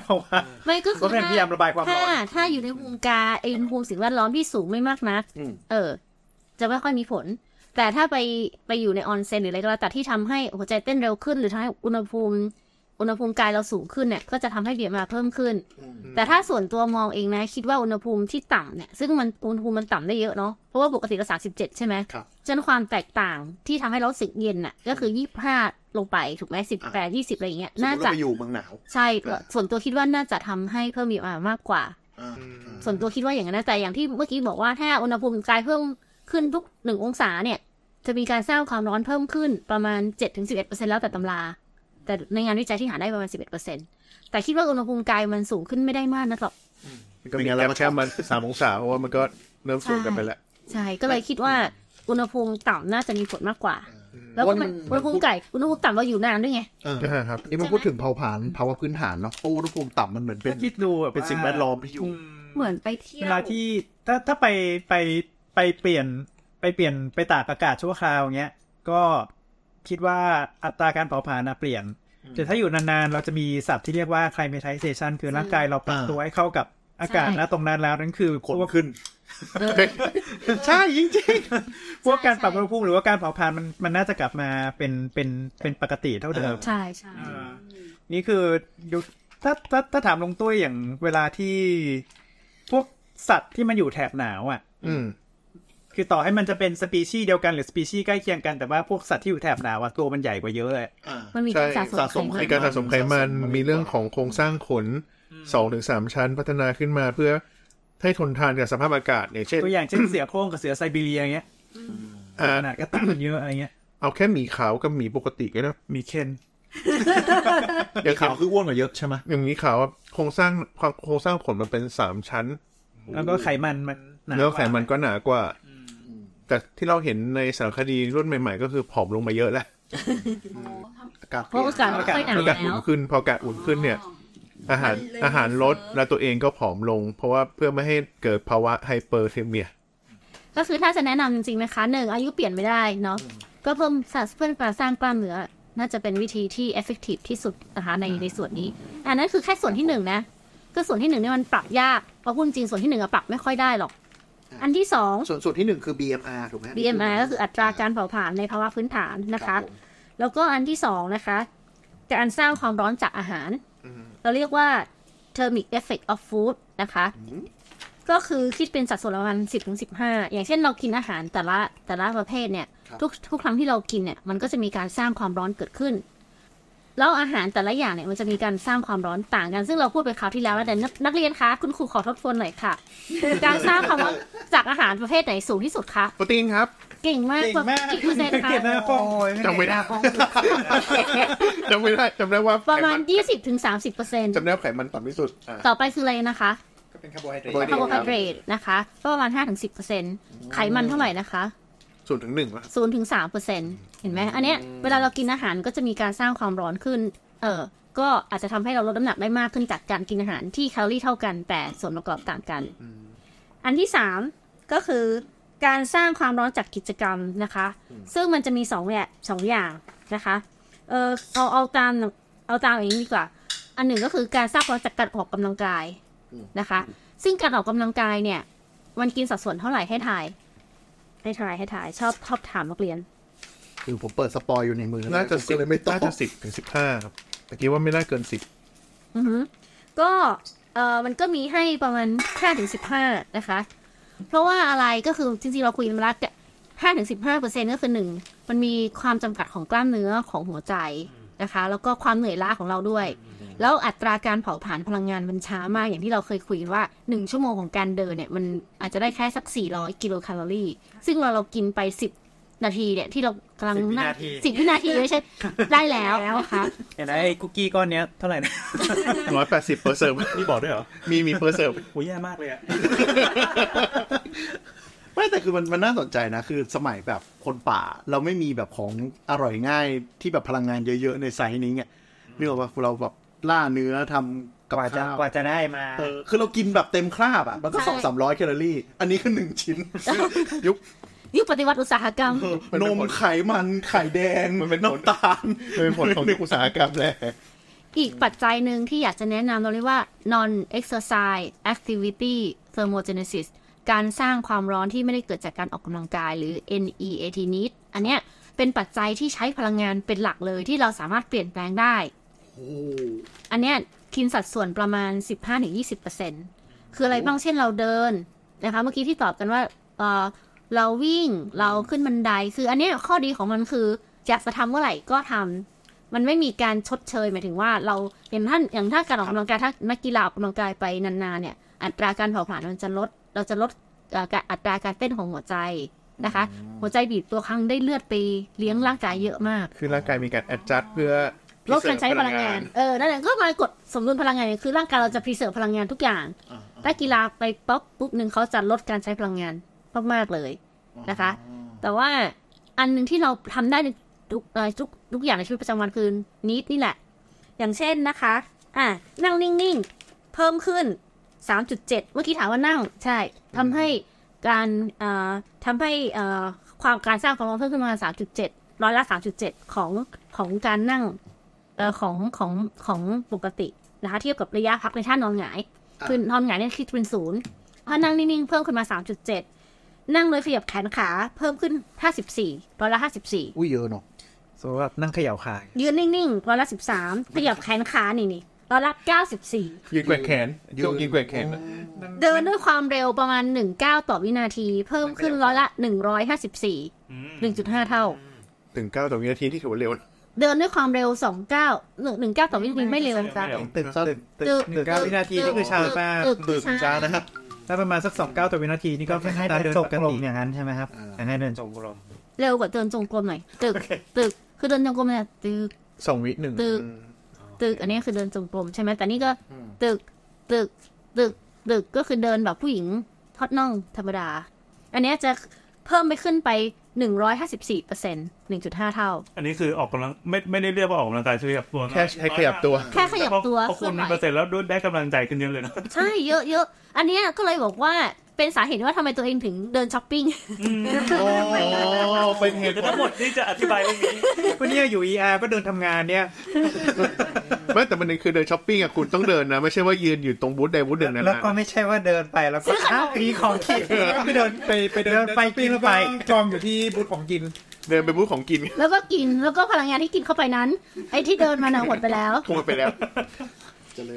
ราะว่า ไม่ก็คื ก็ อ พยายามระบายความร้อน ถ้าถ้าอยู่ในภูมิกายไออุณหภูมิสิ่งแวดล้อมที่สูงไม่มากนัก อืม เออ จะไม่ค่อยมีผล แต่ถ้าไปไปอยู่ในออนเซนหรืออะไรก็แล้วแต่ที่ทำให้หัวใจเต้นเร็วขึ้น หรือทำให้อุณหภูมิ อุณหภูมิกายเราสูงขึ้นเนี่ยก็จะทำให้เบียดมาเพิ่มขึ้น แต่ถ้าส่วนตัวมองเองนะ คิดว่าอุณหภูมิที่ต่ำเนี่ยซึ่งมันอุณหภูมิมันต่ำได้เยอะเนาะเพราะว่าปกติเราสามสิบเจ็ดใช่ไหม ครับ ฉะนั้นความแตกต่างที่ทำให้เรารู้สึกเย็นน่ะ ก็คือยี่ห้าลงไปถูกไหมสิบแปดยี่สิบอะไรอย่างเงี้ย สม น่าม ติ จะ เราไปอยู่เมืองหนาว ใช่ส่วนตัวคิดว่าน่าจะทำให้เพิ่มมีอามากกว่า อ่า ส่วนตัวคิดว่าอย่างนั้นนะแต่อย่างที่เมื่อกี้บอกว่าถ้าอุณหภูมิกายเพิ่มขึ้นทุกหนึ่งองศาเนี่ย จะมีการสร้างความร้อนเพิ่มขึ้นประมาณ 7-11%แล้วแต่ตำรา แต่ในงานวิจัยที่หาได้ประมาณ 11%แต่คิดว่าอุณหภูมิกายมันสูงขึ้นไม่ได้มากนะหรอก มันก็มีแกลบแค่มาสามองศาเพราะว่ามันก็เริ่มสูงกันไปแล้ว ใช่ก็เลยคิดว่าอุณหภูมิต่ำน่าจะมีผลมากกว่า แล้วก็มันอุณหภูมิไก่อุณหภูมิต่ำเราอยู่นานด้วยไง เออ ครับ นี่มันพูดถึงเผาผลาญภาวะพื้นฐานเนาะเพราะอุณหภูมิต่ำมันเหมือนเป็น ถ้าคิดดูบบ เป็นสิ่ง า แวดล้อมที่อยู่ อืม เหมือนไปเที่ยว เวลาที่ถ้าถ้าไปไปไปเปลี่ยนไปเปลี่ยนไปตากอากาศชั่วคราวเงี้ยก็คิดว่าอัตราการเผาผลาญนะเปลี่ยน แต่ถ้าอยู่นานๆ เราจะมีศัพท์ที่เรียกว่า climatization คือร่างกายเราปรับ อ่า ตัวให้เข้ากับอากาศ ใช่ นะตรงนั้นแล้วนั่นคือ ขน พวก ขึ้น ใช่จริงๆ พวกการปรับอุณหภูมิหรือว่าการเผาผลาญมันมันน่าจะกลับมาเป็นเป็นเป็นปกติเท่าเดิม ใช่ใช่ นี่คือดูถ้าถ้าถ้าถามลงตุ้ยอย่างเวลาที่พวกสัตว์ที่มันอยู่แถบหนาวอ่ะ อืม คือต่อให้มันจะเป็นสปีชีส์เดียวกันหรือสปีชีส์ใกล้เคียงกันแต่ว่าพวกสัตว์ที่อยู่แถบหนาวอะตัวมันใหญ่กว่าเยอะเลย อ่า มันมีการ ใช่ สะสม สะสม ไขมันไขมีการสะสมไขมันมีเรื่องของโครงสร้างขนสองถึงสามชั้นพัฒนาขึ้นมาเพื่อให้ทนทานกับสภาพอากาศเนี่ยเช่น ตัวอย่างเช่น เสือโคร่งกับเสือไซบีเรียอย่างเงี้ย อ่า ขนาดก็ต่างกันเยอะอะไรเงี้ย เอาแค่หมีขาวกับหมีปกติก็ได้ มีเคน อย่าง ขาวคืออ้วนกว่าเยอะใช่ไหม อย่างนี้ขาวอะโครงสร้างความโครงสร้างขนมันเป็นสามชั้น แล้วก็ไขมันมันหนา เนื้อไขมันก็หนากว่า แต่ที่เราเห็นในสารคดีรุ่นใหม่ ๆ ก็คือผอมลงมาเยอะแล้ว อากาศ เพราะอากาศ เปลี่ยน ค่อยหนา อากาศ แล้ว อุ่นขึ้น พออากาศอุ่นขึ้นเนี่ย อาหารอาหารลดแล้วตัวเองก็ผอมลง เพราะว่าเพื่อไม่ให้เกิดภาวะไฮเปอร์เทเมีย ก็คือถ้าจะแนะนำจริงๆนะคะหนึ่งอายุเปลี่ยนไม่ได้เนาะก็เพิ่มสะเพิ่มการสร้างกล้ามเนื้อน่าจะเป็นวิธีที่ effective ที่สุดนะคะในในส่วนนี้ อันนั้นคือแค่ส่วนที่หนึ่งนะก็ส่วนที่หนึ่งเนี่ยมันปรับยากเพราะพูดจริงส่วนที่หนึ่งอะปรับไม่ค่อยได้หรอก อันที่สอง ส่วนส่วนที่หนึ่งคือ BMR ถูกไหม BMI ก็คืออัตราการเผาผลาญในภาวะพื้นฐานนะคะ รับผม แล้วก็อันที่สองนะคะการสร้างความร้อนจากอาหาร เราเรียกว่า thermic effect of food นะคะ ก็คือคิดเป็นสัดส่วนประมาณ10ถึง15 อย่างเช่นเรากินอาหารแต่ละแต่ละประเภทเนี่ย ทุกทุกครั้งที่เรากินเนี่ย มันก็จะมีการสร้างความร้อนเกิดขึ้น แล้วอาหารแต่ละอย่างเนี่ย มันจะมีการสร้างความร้อนต่างกัน ซึ่งเราพูดไปคราวที่แล้วแล้วแต่นักนักเรียนคะ คุณครูขอทบทวนหน่อยค่ะ การสร้างความร้อนจากอาหารประเภทไหนสูงที่สุดคะ โปรตีนครับ เก่งมาก เก่งมาก กี่เปอร์เซ็นต์คะ เก่งมากโอ้ย จำไม่ได้ จำไม่ได้จำได้ว่าไข ประมาณ น 20-30%เปอร์เซ็นต์ จำได้ว่าไขมันต่ำที่สุดอ่า ต่อไปคืออะไรนะคะ ก็เป็นคาร์โบไฮเดรต คาร์ คาร์ โบ โบ ไฮ ไฮ เด เด ร ร ต ตนะคะก็ประมาณ 5-10%ไขมันเท่าไหร่นะคะ ศูนย์ถึงหนึ่งครับ ศูนย์ถึงสามเปอร์เซ็นเห็นไหมอันเนี้ยเวลาเรากินอาหารก็จะมีการสร้างความร้อนขึ้น เออก็อาจจะทำให้เราลดน้ำหนักได้มากขึ้นจากการกินอาหารที่แคลอรี่เท่ากัน แต่ส่วนประกอบต่างกัน อันที่สามก็คือการสร้างความร้อนจากกิจกรรมนะคะ ซึ่งมันจะมีสองแบบสองอย่างนะคะ เออเอาเอาตามเอาตามอย่างนี้ดีกว่า อันหนึ่งก็คือการสร้างร้อนจากการออกกำลังกาย อืม นะคะ ซึ่งการออกกำลังกายเนี่ยมันกินสัดส่วนเท่าไหร่ให้ทาย ให้ทายให้ทายชอบชอบถามนักเรียน คือผมเปิดสปอยอยู่ในมือ น่าจะ ผม สิ ก็ บ เลยไม่ต้อง น่าจะสิบถึงสิบห้าครับแต่คิดว่าไม่น่าเกินสิบ อือหือก็เออมันก็มีให้ประมาณ5ถึง15 นะคะ เพราะว่าอะไรก็คือจริงๆ เราคุยกันมาแล้วห้าถึงสิบห้าเปอร์เซ็นก็คือหนึ่งมันมีความจำกัดของกล้ามเนื้อของหัวใจนะคะ แล้วก็ความเหนื่อยล้าของเราด้วย แล้วอัตราการเผาผลาญพลังงานมันช้ามากอย่างที่เราเคยคุยกันว่าหนึ่งชั่วโมงของการเดินเนี่ย มันอาจจะได้แค่สักสี่ร้อยกิโลแคลอรี่ ซึ่งเราเรากินไปสิบนาทีเนี่ยที่เรากำลัง 10วินาที สิบวินาทีไม่ใช่ได้แล้วนะคะ เห็นไอ้คุกกี้ก้อนเนี้ยเท่าไหร่นะ ร้อยแปดสิบเปอร์เซ็นต์ นี่บอกด้วยเหรอ มีมีเปอร์เซ็นต์ โอ้ยแย่มากเลยอะ ไม่แต่คือมันมันน่าสนใจนะ คือสมัยแบบคนป่าเราไม่มีแบบของอร่อยง่ายที่แบบพลังงานเยอะๆในไซส์นี้ไงนี่บอกว่าเราแบบล่าเนื้อทำกับ กว่าจะ ข้าว กว่าจะได้มา เออคือเรากินแบบเต็มคราบอ่ะมันก็สองสามร้อยแคลอรี่ อันนี้คือหนึ่ง ชิ้น ยุค ยุคปฏิวัติอุตสาหกรรม นมไขมันไข่แดงมันเป็นน้ำตาล เป็นผลของอุตสาหกรรมแหละ อีกปัจจัยหนึ่งที่อยากจะแนะนำเราเรียกว่า non exercise activity thermogenesis การสร้างความร้อนที่ไม่ได้เกิดจากการออกกำลังกายหรือ NEAT need อันเนี้ยเป็นปัจจัยที่ใช้พลังงานเป็นหลักเลยที่เราสามารถเปลี่ยนแปลงได้ โอ้โห อันเนี้ยกินสัดส่วนประมาณ 15-20%คืออะไรบ้างเช่นเราเดินนะคะเมื่อกี้ที่ตอบกันว่าเอ่อเราวิ่งเราขึ้นบันไดคืออันเนี้ยข้อดีของมันคืออยากจะทำเมื่อไหร่ก็ทำมันไม่มีการชดเชยหมายถึงว่าเราอย่างท่านอย่างถ้าการออกกำลังกายถ้านักกีฬาออกกำลังกายไปนานๆเนี่ยอัตราการเผาผลาญมันจะลด เราจะลดเอ่อการอัตราการเต้นของหัวใจนะคะ หัวใจบีบตัวครั้งได้เลือดไปเลี้ยงร่างกายเยอะมาก คือร่างกายมีการแอดจัดเพื่อ ลดการใช้พลังงาน เออ นั่นแหละก็มากดสมดุลพลังงาน คือร่างกายเราจะพรีเซิร์ฟพลังงานทุกอย่าง ถ้ากีฬาไปป๊อปปุ๊บหนึ่งเขาจะลดการใช้พลังงานมากๆเลยนะคะ แต่ว่าอันหนึ่งที่เราทำได้ในทุกเอ่อทุกทุกอย่างในชีวิตประจำวันคือนิดนี่แหละ อย่างเช่นนะคะ อ่ะ นั่งนิ่งๆ เพิ่มขึ้น 3.7 เมื่อกี้ถามว่านั่ง ใช่ทำให้การเอ่อทำให้เอ่อความการสร้างความร้อนเพิ่มขึ้นประมาณ3.7 ร้อยละ 3.7 ของของการนั่ง เออของของของปกตินะคะเทียบกับระยะพักในท่านอนหงาย คือนอนหงายเนี่ยคิดเป็นศูนย์ถ้านั่งนิ่งๆเพิ่มขึ้นมา 3.7 นั่งโดยขยับแขนขาเพิ่มขึ้น 54ร้อยละ อุ้ยเยอะเนาะ สำหรับนั่งเขย่าคาย 54 ยืนนิ่งๆร้อยละ 13 ขยับแขนขานี่นี่ร้อยละ 94 ยืนแกว่งแขนยืนยืนแกว่งแขนนะ เดินด้วยความเร็วประมาณ 19 ต่อวินาที เพิ่มขึ้นร้อยละ 154 1.5 เท่า ถึงเก้าต่อวินาทีที่ถือว่าเร็วนะ เดินด้วยความเร็ว 29 19 ต่อวินาทีไม่เร็วจ้ะ เต็มซะเต็มเต็ม หนึ่งเก้าวินาทีนี่คือชาป้า เออคือช้า ช้านะครับ ถ้าประมาณสักสองเก้าต่อวินาทีนี่ก็ ก็ให้ ตา เดิ เดิ น น จ ป ง ก กร ติ มอย่างนั้นใช่ไหมครับ อ่า ให้เดินจ จ ง งกรม เร็วกว่าเดินจงกรมหน่อย ตึก ตึก คือเดินจงกรมเนี่ยตึก สองวิหนึ่ง ตึก ตึกอันนี้คือเดินจงกรมใช่ไหมแต่นี่ก็ตึกตึกตึกตึกก็คือเดินแบบผู้หญิงทอดน่องธรรมดา อันเนี้ยจะเพิ่มไปขึ้นไป 154เปอร์เซ็นต์1.5 เท่า อันนี้คือออกกำลังไม่ไม่ได้เรียกว่าออกกำลังกายใช่ไหมครับตัว แค่ใช้ขยับตัว แค่ขยับตัว เพราะ เค คุ ลื่อ ณ น มี ไห เป ว อร์เซ็นต์แล้วด้วยได้กำลังใจขึ้นเยอะเลยนะ ใช่เยอะเยอะอันเนี้ยก็เลยบอกว่าเป็นสาเหตุว่าทำไมตัวเองถึงเดินช้อปปิ้ง อ๋อ เป็นเหตุ แต่ทั้งหมดนี่จะอธิบายเรื่องนี้ วันนี้อยู่เออาร์ก็เดินทำงานเนี่ย ไม่แต่มันคือเดินช้อปปิ้งอะคุณต้องเดินนะ ไม่ใช่ว่ายืนอยู่ตรงบูธใดบูธหนึ่งนะ แล้วก็ไม่ใช่ว่าเดินไปแล้วก็อ้าวมีของกิน ไปเดินไปไปเดินไปกินแล้วไปกองอยู่ที่บูธของกิน เดินไปบูธของกิน แล้วก็กินแล้วก็พลังงานที่กินเข้าไปนั้น ไอ้ที่เดินมาน่ะหมดไปแล้ว คงไปแล้ว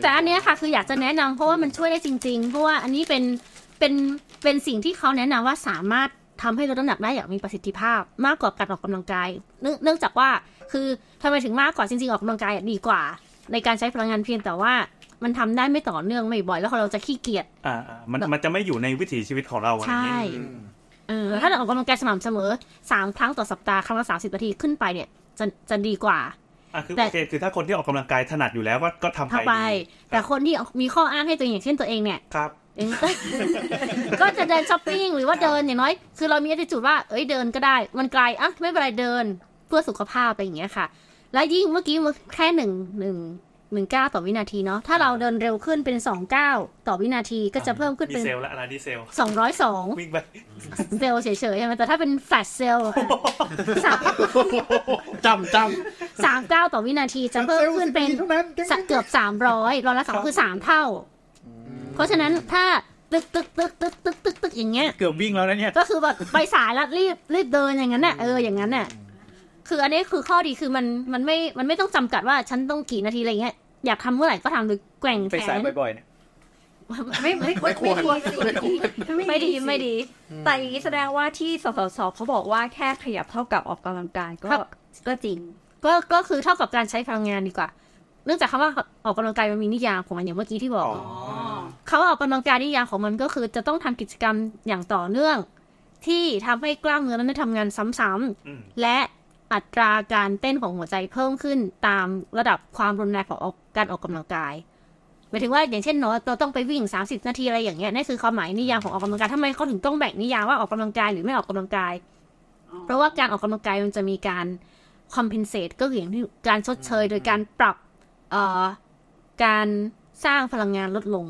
แต่อันเนี้ยค่ะคืออยากจะแนะนำเพราะว่ามันช่วยได้จริงๆ เพราะว่าอันนี้เป็นเป็นเป็นสิ่งที่เขาแนะนำว่าสามารถทำให้ลดน้ำหนักได้อย่างมีประสิทธิภาพ มากกว่าการออกกำลังกายเนื่องเนื่องจากว่าคือทำไมถึงมากกว่าจริงๆออกกำลังกายอะดีกว่า ในการใช้พลังงานเพียงแต่ว่ามันทำได้ไม่ต่อเนื่องไม่บ่อยแล้วเราจะขี้เกียจ อ่าอ่ามันมันจะไม่อยู่ในวิถีชีวิตของเราอะไรอย่าง ใช่ นี้ เออถ้าเราออกกำลังกายสม่ำเสมอสามครั้งต่อสัปดาห์ครั้งละสามสิบนาทีขึ้นไปเนี่ยจะจะดีกว่า อ่ะคือ แต่ โอเคคือถ้าคนที่ออกกำลังกายถนัดอยู่แล้วก็ก็ทำ เท่า ไป ไป แต่คนที่มีข้ออ้างให้ตัวเองอย่างเช่นตัวเองเนี่ย ครับ เ เอง ก็จะเดินช้อปปิ้งหรือว่าเดินอย่างน้อย คือเรามี attitude ว่าเอ้ยเดินก็ได้ มันไกลอ่ะไม่เป็นไรเดินเพื่อสุขภาพอะไรอย่างเงี้ยค่ะ และยิ่งเมื่อกี้แค่หนึ่งหนึ่งหนึ่งก้าวต่อวินาทีเนาะถ้าเราเดินเร็วขึ้นเป็นสองก้าวต่อวินาทีก็จะเพิ่มขึ้น ดี เป็น เซลละนะดีเซล สองร้อยสอง วิ่งไป เซลล์เฉยๆใช่ไหมแต่ถ้าเป็นแฟลชเซลล์อะสาม จำจ สามก้าวต่อวินาทีจะเพิ่มขึ้นเป็น เท่านั้น สักเกือบสามร้อยร้อยละสองคือสามเท่า เพราะฉะนั้นถ้าตึกตึกตึกตึกตึกตึกตึกอย่างเงี้ย เกือบวิ่งแล้วนะเนี่ย ก็คือแบบไปสายแล้วรีบรีบเดินอย่างนั้นน่ะเอออย่างนั้นน่ะ คืออันนี้คือข้อดีคือมันมันไม่มันไม่ต้องจำกัดว่าฉันต้องกี่นาทีอะไรเงี้ยอยากทำเมื่อไหร่ก็ทำหรือแกว่ง ไป แข สาย น บ่อยๆเนี่ย ไม่ไม่ ไม่ควรไม่ควร ไม่ดีไม่ดี แต่อย่างนี้แสดงว่าที่สสสเขาบอกว่าแค่ขยับเท่ากับออกกำลังกายก็ ครับ ก็จริง ก็ก็คือเท่ากับการใช้พลังงานดีกว่า เนื่องจากคำว่าออกกำลังกายมันมีนิยามของมันอย่างเมื่อกี้ที่บอก เขาออกกำลังกายนิยามของมันก็คือจะต้องทำกิจกรรมอย่างต่อเนื่อง ที่ทำให้กล้ามเนื้อนั้นได้ทำงานซ้ำ อืม ๆและอัตราการเต้นของหัวใจเพิ่มขึ้นตามระดับความรุนแรงของออกการออกกำลังกายหมายถึงว่าอย่างเช่นเนาะเราต้องไปวิ่ง 30 นาทีอะไรอย่างเงี้ยนั่นคือความหมายนิยามของออกกำลังกายทำไมเขาถึงต้องแบ่งนิยามว่าออกกำลังกายหรือไม่ออกกำลังกาย เพราะว่าการออกกำลังกายมันจะมีการ compensate ก็คืออย่างที่การชดเชย โดยการปรับเอ่อการสร้างพลังงานลดลง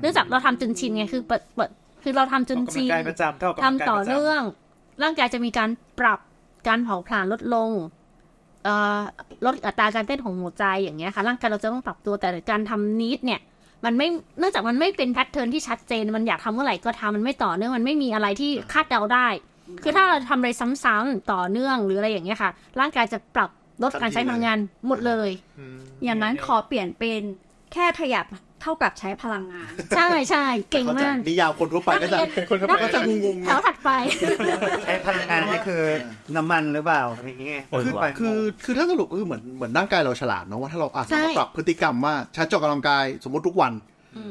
เนื่องจากเราทำจนชินไงคือเปิดเปิดคือเราทำจน ออกกำลั ชิ ง น กายประจำก็ออกกำลั ทำ งกาย ต่อ ประจำ เนื่อง ร่างกายจะมีการปรับการเผาผลาญลดลงเอ่อลดอัตราการเต้นของหัวใจอย่างเงี้ยค่ะ ร่างกายเราจะต้องปรับตัวแต่การทำนิดเนี่ย มันไม่เนื่องจากมันไม่เป็นแพทเทิร์นที่ชัดเจน มันอยากทำเมื่อไหร่ก็ทำมันไม่ต่อเนื่องมันไม่มีอะไรที่คาดเดาได้ คือถ้าเราทำอะไรซ้ำๆต่อเนื่องหรืออะไรอย่างเงี้ยค่ะ ร่างกายจะปรับลดการใช้พลังงานหมดเลย อย่างนั้นขอเปลี่ยนเป็นแค่ขยับเท่ากับใช้พลังงาน ใช่ใช่เก่งมาก นิยามคนทั่วไปก็จะ นักเรียน คนทั่วไปก็จะงงๆ แถ นะ วถัด ไป ใช้พลังงานนี่คือน้ำมันหรือเปล่าอะไรเงี้ย คือ ไป คือคือถ้าสรุปก็คือเหมือนเหมือนร่างกายเราฉลาดเนาะว่าถ้าเราอาจ ใช่ จะปรับพฤติกรรมว่าฉันจะออกกำลังกายสมมติทุกวัน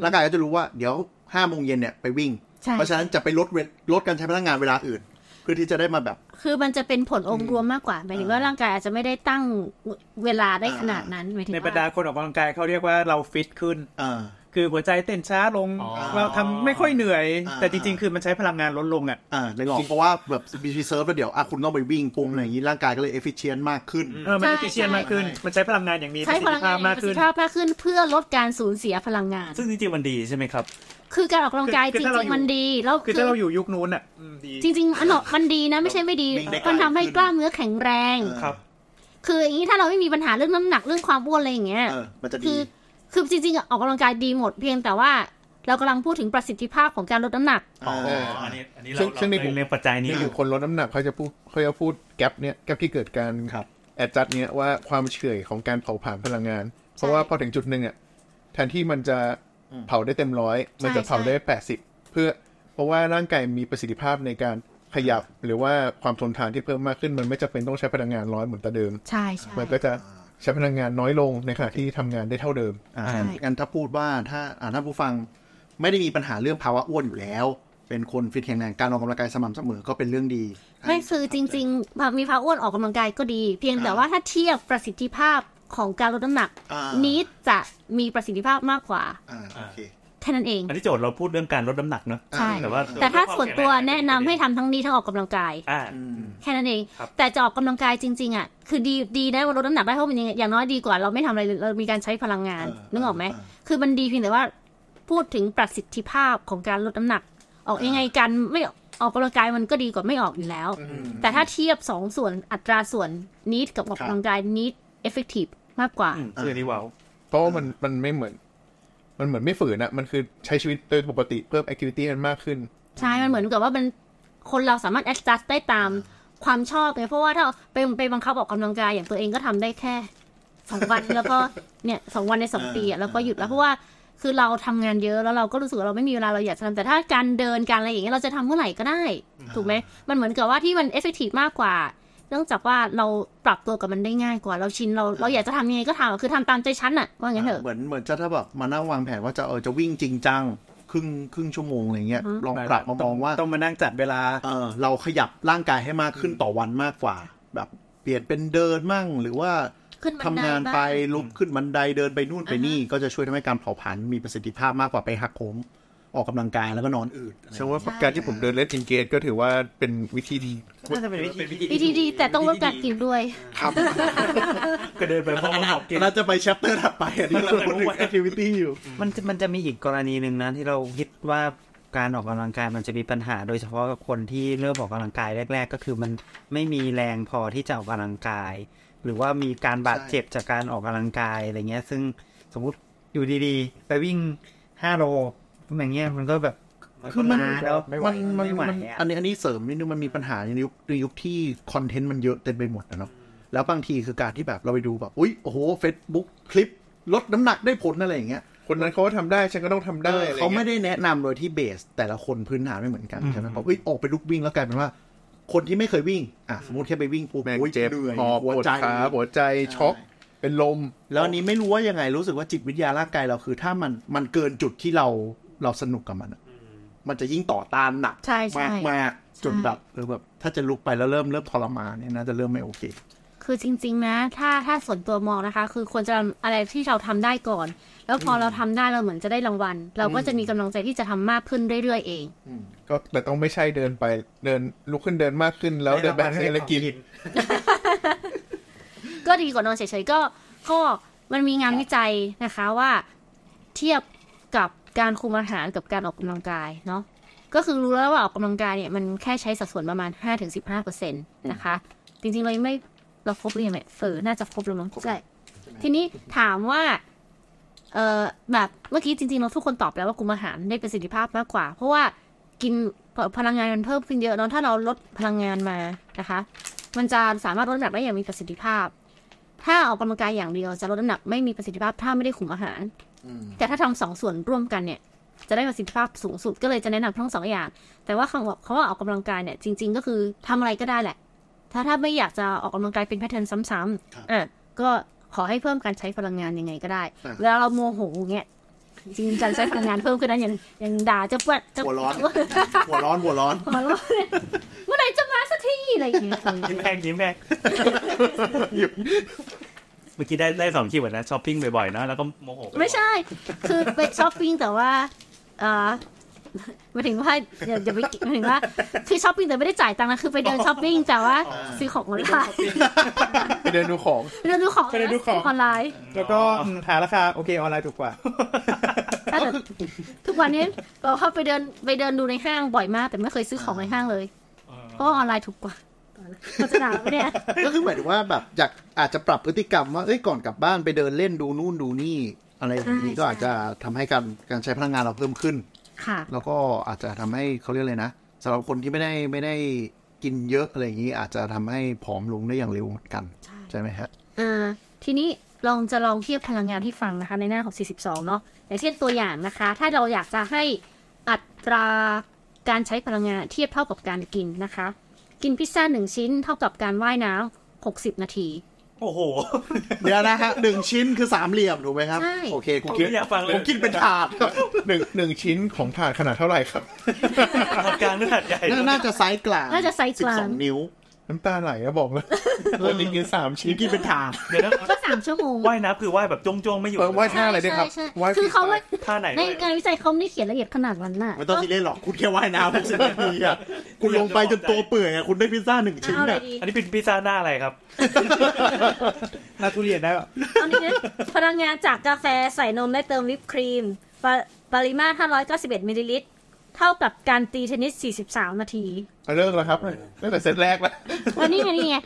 ร่างกายก็จะรู้ว่าเดี๋ยวห้าโมงเย็นเนี่ยไปวิ่ง ใช่ เพราะฉะนั้นจะไปลดเวลลดการใช้พลังงานเวลาอื่น เพื่อที่จะได้มาแบบ คือมันจะเป็นผลองค์รวมมากกว่าหมายถึงว่าร่างกายอาจจะไม่ได้ตั้งเวลาได้ขนาดนั้นหมายถึง ใน ว่า บรรดาคนออกกำลังกายเขาเรียกว่าเราฟิตขึ้น เออ คือหัวใจเต้นช้าลง อ๋อ เราทำไม่ค่อยเหนื่อย อ่า แต่จริง ๆ คือมันใช้พลังงานลดลงอ่ะ อ่าในหลอกเพราะว่าแบบบีชีเซิร์ฟแล้วเดี๋ยวอ่ะคุณต้องไปวิ่งปุ่มอะไรอย่างนี้ร่างกายก็เลยเอฟฟิเชนมากขึ้น เออมันเอฟฟิเชียนมากขึ้น มันใช้พลังงานอย่างมีป ใช้ ระสิท พลั ธิ งงา ภาน พ มี มาก ประสิท ขึ้น ธิภาพมากขึ้นเพื่อลดการสูญเสียพลังงาน ซึ่งจริงๆมันดีใช่ไหมครับ คือการออกกำลังกาย คือ จ ถ้าเรา ริ องยู่ๆมันดีแล้ว คือถ้าเราอยู่ยุคนู้นอ่ะอืมดี จริงๆอันเนอะมันดีนะไม่ใช่ไม่ดี วิ่งได้ไกล มันทำให้ ขึ้น กล้ามเนื้อแข็งแรง ครับ คืออย่างนี้ถ้าเราไม่มีปัญหาเรื่องน้ำหนักเรื่องความอ้วนอะไรอย่างเงี้ย เออมันจะ คื ดี อคือจริงๆอะออกกำลังกายดีหมดเพียงแต่ว่าเรากำลังพูดถึงประสิทธิภาพของการลดน้ำหนัก เออ อันนี้อันนี้ ซึ่ เรา งซึ่งใน เรา ผม เรื่องปัจจัยนี้ นี่ อ คื ยู่ อคนลดน้ำหนักเขาจะพูดเขาจะพูดแกลบเนี้ยแกลบที่เกิดการ ครับ แอดจัดเนี้ยว่าความเฉื่อยของการเผาผลาญพลังงาน เพราะว่าพอถึงจุดหนึ่งอ่ะแทนที่มันจะเผาได้เต็มร้อยมันจะเผาได้แปดสิบเพื่อเพราะว่าร่างกายมีประสิทธิภาพในการขยับหรือว่าความทนทานที่เพิ่มมากขึ้นมันไม่จำเป็นต้องใช้พลังงานร้อยเหมือนแต่เดิม ใช่ใช่ มันก็จะใช้พลังงานน้อยลงในขณะที่ทำงานได้เท่าเดิม อ่า ใช่ งั้นถ้าพูดว่าถ้าอ่าท่านผู้ฟังไม่ได้มีปัญหาเรื่องภาวะอ้วนอยู่แล้ว เป็นคนฟิตแข็งแรงการออกกำลังกายสม่ำเสมอก็เป็นเรื่องดี ไม่คือจริงๆพอมีภาวะอ้วนออกกำลังกายก็ดี เพียงแต่ว่าถ้าเทียบประสิทธิภาพของการลดน้ำหนัก อ่า นี้จะมีประสิทธิภาพมากกว่า อ่าโอเค แค่นั้นเอง อันนี้โจทย์เราพูดเรื่องการลดน้ำหนักเนอะ ใช่ แต่ว่า แต่ถ้าส่วนตัวแนะนำให้ทำทั้งนี้ทั้งออกกำลังกาย อ่า อืม แค่นั้นเอง ครับ แต่จะออกกำลังกายจริงๆอ่ะคือดีดีนะว่าลดน้ำหนักได้เพราะมันยังอย่างน้อยดีกว่าเราไม่ทำอะไรเลยเรามีการใช้พลังงานนึกออกไหม คือมันดีเพียงแต่ว่าพูดถึงประสิทธิภาพของการลดน้ำหนัก ออกยังไงกันไม่ออกกำลังกายมันก็ดีกว่าไม่ออกอยู่แล้ว อืม แต่ถ้าเทียบสองส่วนอัตราส่วนนิดกับออก ครับ กำลังกายนิดเอฟเฟกตีฟมากกว่า อืมคืออนนี้ว้าว เพราะว่ามันมันไม่เหมือน มันเหมือนไม่ฝืนอะมันคือใช้ชีวิตโดยปกติเพิ่มแอคทิวิตี้มันมากขึ้น ใช่ มันเหมือนกับว่ามันคนเราสามารถ adjust ได้ตามความชอบไงเพราะว่าถ้าไปไปบังคับออกกำลังกายอย่างตัวเองก็ทำได้แค่สองวัน แล้วก็เนี่ยสองวันในสองปีอะแล้วก็หยุดแล้วเพราะว่าคือเราทำงานเยอะแล้วเราก็รู้สึกว่าเราไม่มีเวลาเราอยากจะทำแต่ถ้าการเดินการอะไรอย่างเงี้ยเราจะทำเมื่อไหร่ก็ได้ ถูกไหมมันเหมือนกับว่าที่มัน effective มากกว่า เนื่องจากว่าเราปรับตัวกับมันได้ง่ายกว่า เราชินเราเราอยากจะทำยังไงก็ทำอะคือทำตามใจฉันอะว่างั้นเถอะ เหมือนเหมือนจะถ้าแบบมานั่งวางแผนว่าจะเออจะวิ่งจริงจังครึ่งครึ่งชั่วโมงอะไรเงี้ย อือฮึ ลองปรับมามองว่า ต้องมานั่งจัดเวลา เออเราขยับร่างกายให้มากขึ้นต่อวันมากกว่า แบบเปลี่ยนเป็นเดินมั่ง หรือว่า ขึ้นบั ทำ นได งาน บ้าง ไปลุกขึ้นบันไดเดินไปนู่นไปนี่ ก็จะช่วยทำให้การเผาผลาญมีประสิทธิภาพมากกว่าไปหักโหม ออกกำลังกายแล้วก็นอนอืดอะไร ฉันว่าการที่ผมเดินเล่นอินเกตก็ถือว่าเป็นวิธีดี น่าจะเป็นวิธี วิธีดีแต่ต้องลดการกินด้วย ก็เดินไปเพราะว่าเขากิน เราจะไปแชปเตอร์ถัดไปอันนี้เราพูดถึง แอคทิวิตี้อยู่ มันจะมันจะมีอีกกรณีหนึ่งนะ ที่เราคิดว่าการออกกำลังกายมันจะมีปัญหา โดยเฉพาะกับคนที่เริ่มออกกำลังกายแรก ๆ ก็คือมันไม่มีแรงพอที่จะออกกำลังกาย หรือว่ามีการบาดเจ็บจากการออกกำลังกายอะไรเงี้ย ซึ่งสมมุติอยู่ดีๆ ไปวิ่งห้าโลอย่างเงี้ยมันก็แบบ คือมัน ล้าแล้ว มันมัน ไไหว มัน อะ อันนี้อันนี้เสริมนิดนึงมันมีปัญหาในยุคในยุคที่คอนเทนต์มันเยอะเต็มไปหมดนะเนาะแล้วบางทีคือการที่แบบเราไปดูแบบอุ้ยโอ้โหเฟซบุ๊กคลิปลดน้ำหนักได้ผลอะไรอย่างเงี้ย คนนั้นเขาก็ทำได้ฉันก็ต้องทำได้อะไร เขาไม่ เงี้ย ได้แนะนำโดยที่เบส แต่ละคนพื้นฐานไม่เหมือนกันใช่ไหมเพราะอุ้ยออกไปลุกวิ่งแล้วกลายเป็นว่า คนที่ไม่เคยวิ่งอ่ะสมมติแค่ไปวิ่งปุ๊บ แม่ง อุ้ย เจ็บ เหนื่อย หอบป หัว วด ใจ ขาปวดใจช็อกเป็นลม แล้วอันนี้ไม่รู้ว่ายังไงรู้สึกว่าจิตวิทยาร่างกายเราคือถ้ามันมันเกินจุดที่เราเราสนุกกับมันอะมันจะยิ่งต่อต้านหนัก ใช่ใช่ มากมาก ใช่ จนแบบเออแบบถ้าจะลุกไปแล้วเริ่มเริ่มทรมานเนี่ยน่าจะเริ่มไม่โอเค คือจริง ๆ นะ ถ้าถ้าส่วนตัวมองนะคะ คือควรจะทำอะไรที่เราทำได้ก่อน แล้วพอเราทำได้เราเหมือนจะได้รางวัล เราก็จะมีกำลังใจที่จะทำมากขึ้นเรื่อยๆเอง ก็แต่ต้องไม่ใช่เดินไปเดินลุกขึ้นเดินมากขึ้นแล้วเดินแบบนี้แล้วกิน ก็ดีกว่านอนเฉยๆก็ก็มันมีงานวิจัยนะคะว่าเทียบกับการคุมอาหารกับการออกกำลังกายเนาะก็คือรู้แล้วว่าออกกำลังกายเนี่ยมันแค่ใช้สัดส่วนประมาณ 5-15%นะคะ จริงๆ เรายังไม่เราครบหรือยังเนี่ยเออน่าจะครบแล้วเน้องใช่ทีนี้ถามว่าเออแบบเมื่อกี้จริงๆเราทุกคนตอบแล้วว่าคุมอาหารได้ประสิทธิภาพมากกว่า เพราะว่ากินพลังงานมันเพิ่มขึ้นเยอะเนาะถ้าเราลดพลังงานมานะคะ มันจะสามารถลดน้ำหนักได้อย่างมีประสิทธิภาพ ถ้าออกกำลังกายอย่างเดียวจะลดน้ำหนักไม่มีประสิทธิภาพถ้าไม่ได้คุมอาหาร แต่ถ้าทำสองส่วนร่วมกันเนี่ย จะได้ประสิทธิภาพสูงสุดก็เลยจะแนะนำทั้งสองอย่าง แต่ว่าคำว่าคำว่าออกกำลังกายเนี่ยจริง ๆ ก็คือทำอะไรก็ได้แหละ ถ้าถ้าไม่อยากจะออกกำลังกายเป็นแพทเทิร์นซ้ำ ครับ ๆอ่ะก็ขอให้เพิ่มการใช้พลังงานยังไงก็ได้ เวลาเราโมโหเงี้ยจริงๆการใช้พลังงานเพิ่มขึ้นนั้นอย่างอย่างด่าจะปวดจะ หัวร้อน หัวร้อนหัวร้อน หัวร้อนเมื่อไหร่จะมาสักทีอะไรอย่างเงี้ย ยิ้มแพงยิ้มแพงเมื่อกี้ได้ได้สองคีย์เวิร์ดนะช้อปปิ้งบ่อยๆนะแล้วก็โมโหบ่อยๆ ไม่ใช่ คือไปช้อปปิ้งแต่ว่า เออหมายถึงว่าอย่าอย่าไปหมายถึงว่า คือช้อปปิ้งแต่ไม่ได้จ่ายตังค์นะ คือไปเดินช้อปปิ้งแต่ว่าซื้อของออนไลน์ ไปเดินดูของ ไปเดินดูของ ไปเดินดูของ ออนไลน์ แล้วก็อืมหาราคาโอเคออนไลน์ถูกกว่า แต่ทุกวันนี้เราเข้าไปเดินไปเดินดูในห้างบ่อยมาก แต่ไม่เคยซื้อของในห้างเลย เพราะว่าออนไลน์ถูกกว่าเขาจะด่าไหมเนี่ย ก็คือหมายถึงว่าแบบอยากอาจจะปรับพฤติกรรมว่าเอ้ยก่อนกลับบ้านไปเดินเล่นดูนู่นดูนี่ อะไรแบบนี้ ใช่ ก็อาจจะทำให้การการใช้พลังงานเราเพิ่มขึ้น ค่ะ แล้วก็อาจจะทำให้เขาเรียกเลยนะสำหรับคนที่ไม่ได้ไม่ได้กินเยอะอะไรอย่างนี้ อาจจะทำให้ผอมลงได้อย่างเร็วเหมือนกัน ใช่ ใช่ไหมฮะ อ่าทีนี้ลองจะลองเทียบพลังงานที่ฟังนะคะ ในหน้าของ 42 เนาะอย่างเช่นตัวอย่างนะคะ ถ้าเราอยากจะให้อัตราการใช้พลังงานเทียบเท่ากับการกินนะคะ กินพิซซ่าหนึ่งชิ้นเท่ากับการว่ายน้ำ60 นาที โอ้โห เดี๋ยวนะฮะหนึ่งชิ้นคือสามเหลี่ยม ถูกไหมครับ ใช่ โอเคกู ผม กิน ไม่อยากฟังเลย ผมกินเป็นถาดครับ หนึ่งหนึ่งชิ้นของถาดขนาดเท่าไหร่ครับ หัดกลางหรือหัดใหญ่ น่าน่าจะไซส์กลาง น่าจะไซส์กลาง สิบสองนิ้ว น้ำตาไหลอะบอก เลยวันนี้กินสามชิ้น กินเป็นถาด เดี๋ยวนะ ก็สามชั่วโมง ว่ายน้ำคือว่ายแบบจ้องๆไม่หยุด เออไหว่ายท่าอะไรด้วยครับ ใช่ ไหว่าย ใช่คือเขาว่า ท่าไหน ใน ด้วย การวิจัยเขาไม่ได้เขียนละเอียดขนาดนั้นน่ะ ไม่ต้องซีเรียสหรอก คุณแค่ว่ายน้ำหกสิบนาที อะคุณลงไปจนตัวเปื่อยอะคุณได้พิซซ่าหนึ่งชิ้น เอาอะไร อะ ดี อันนี้เป็นพิซซ่าหน้าอะไรครับ น่าทุเรียนได้ปะ ตอนนี้นะพลังงานจากกาแฟใส่นมและเติมวิปครีมปริปริมาตร591มิลลิลิตรเท่ากับการตีเทนนิส 43 นาที เอาเลิกแล้วครับตั้งแต่เซตแรกแล้ว วันนี้ไงนี่ไง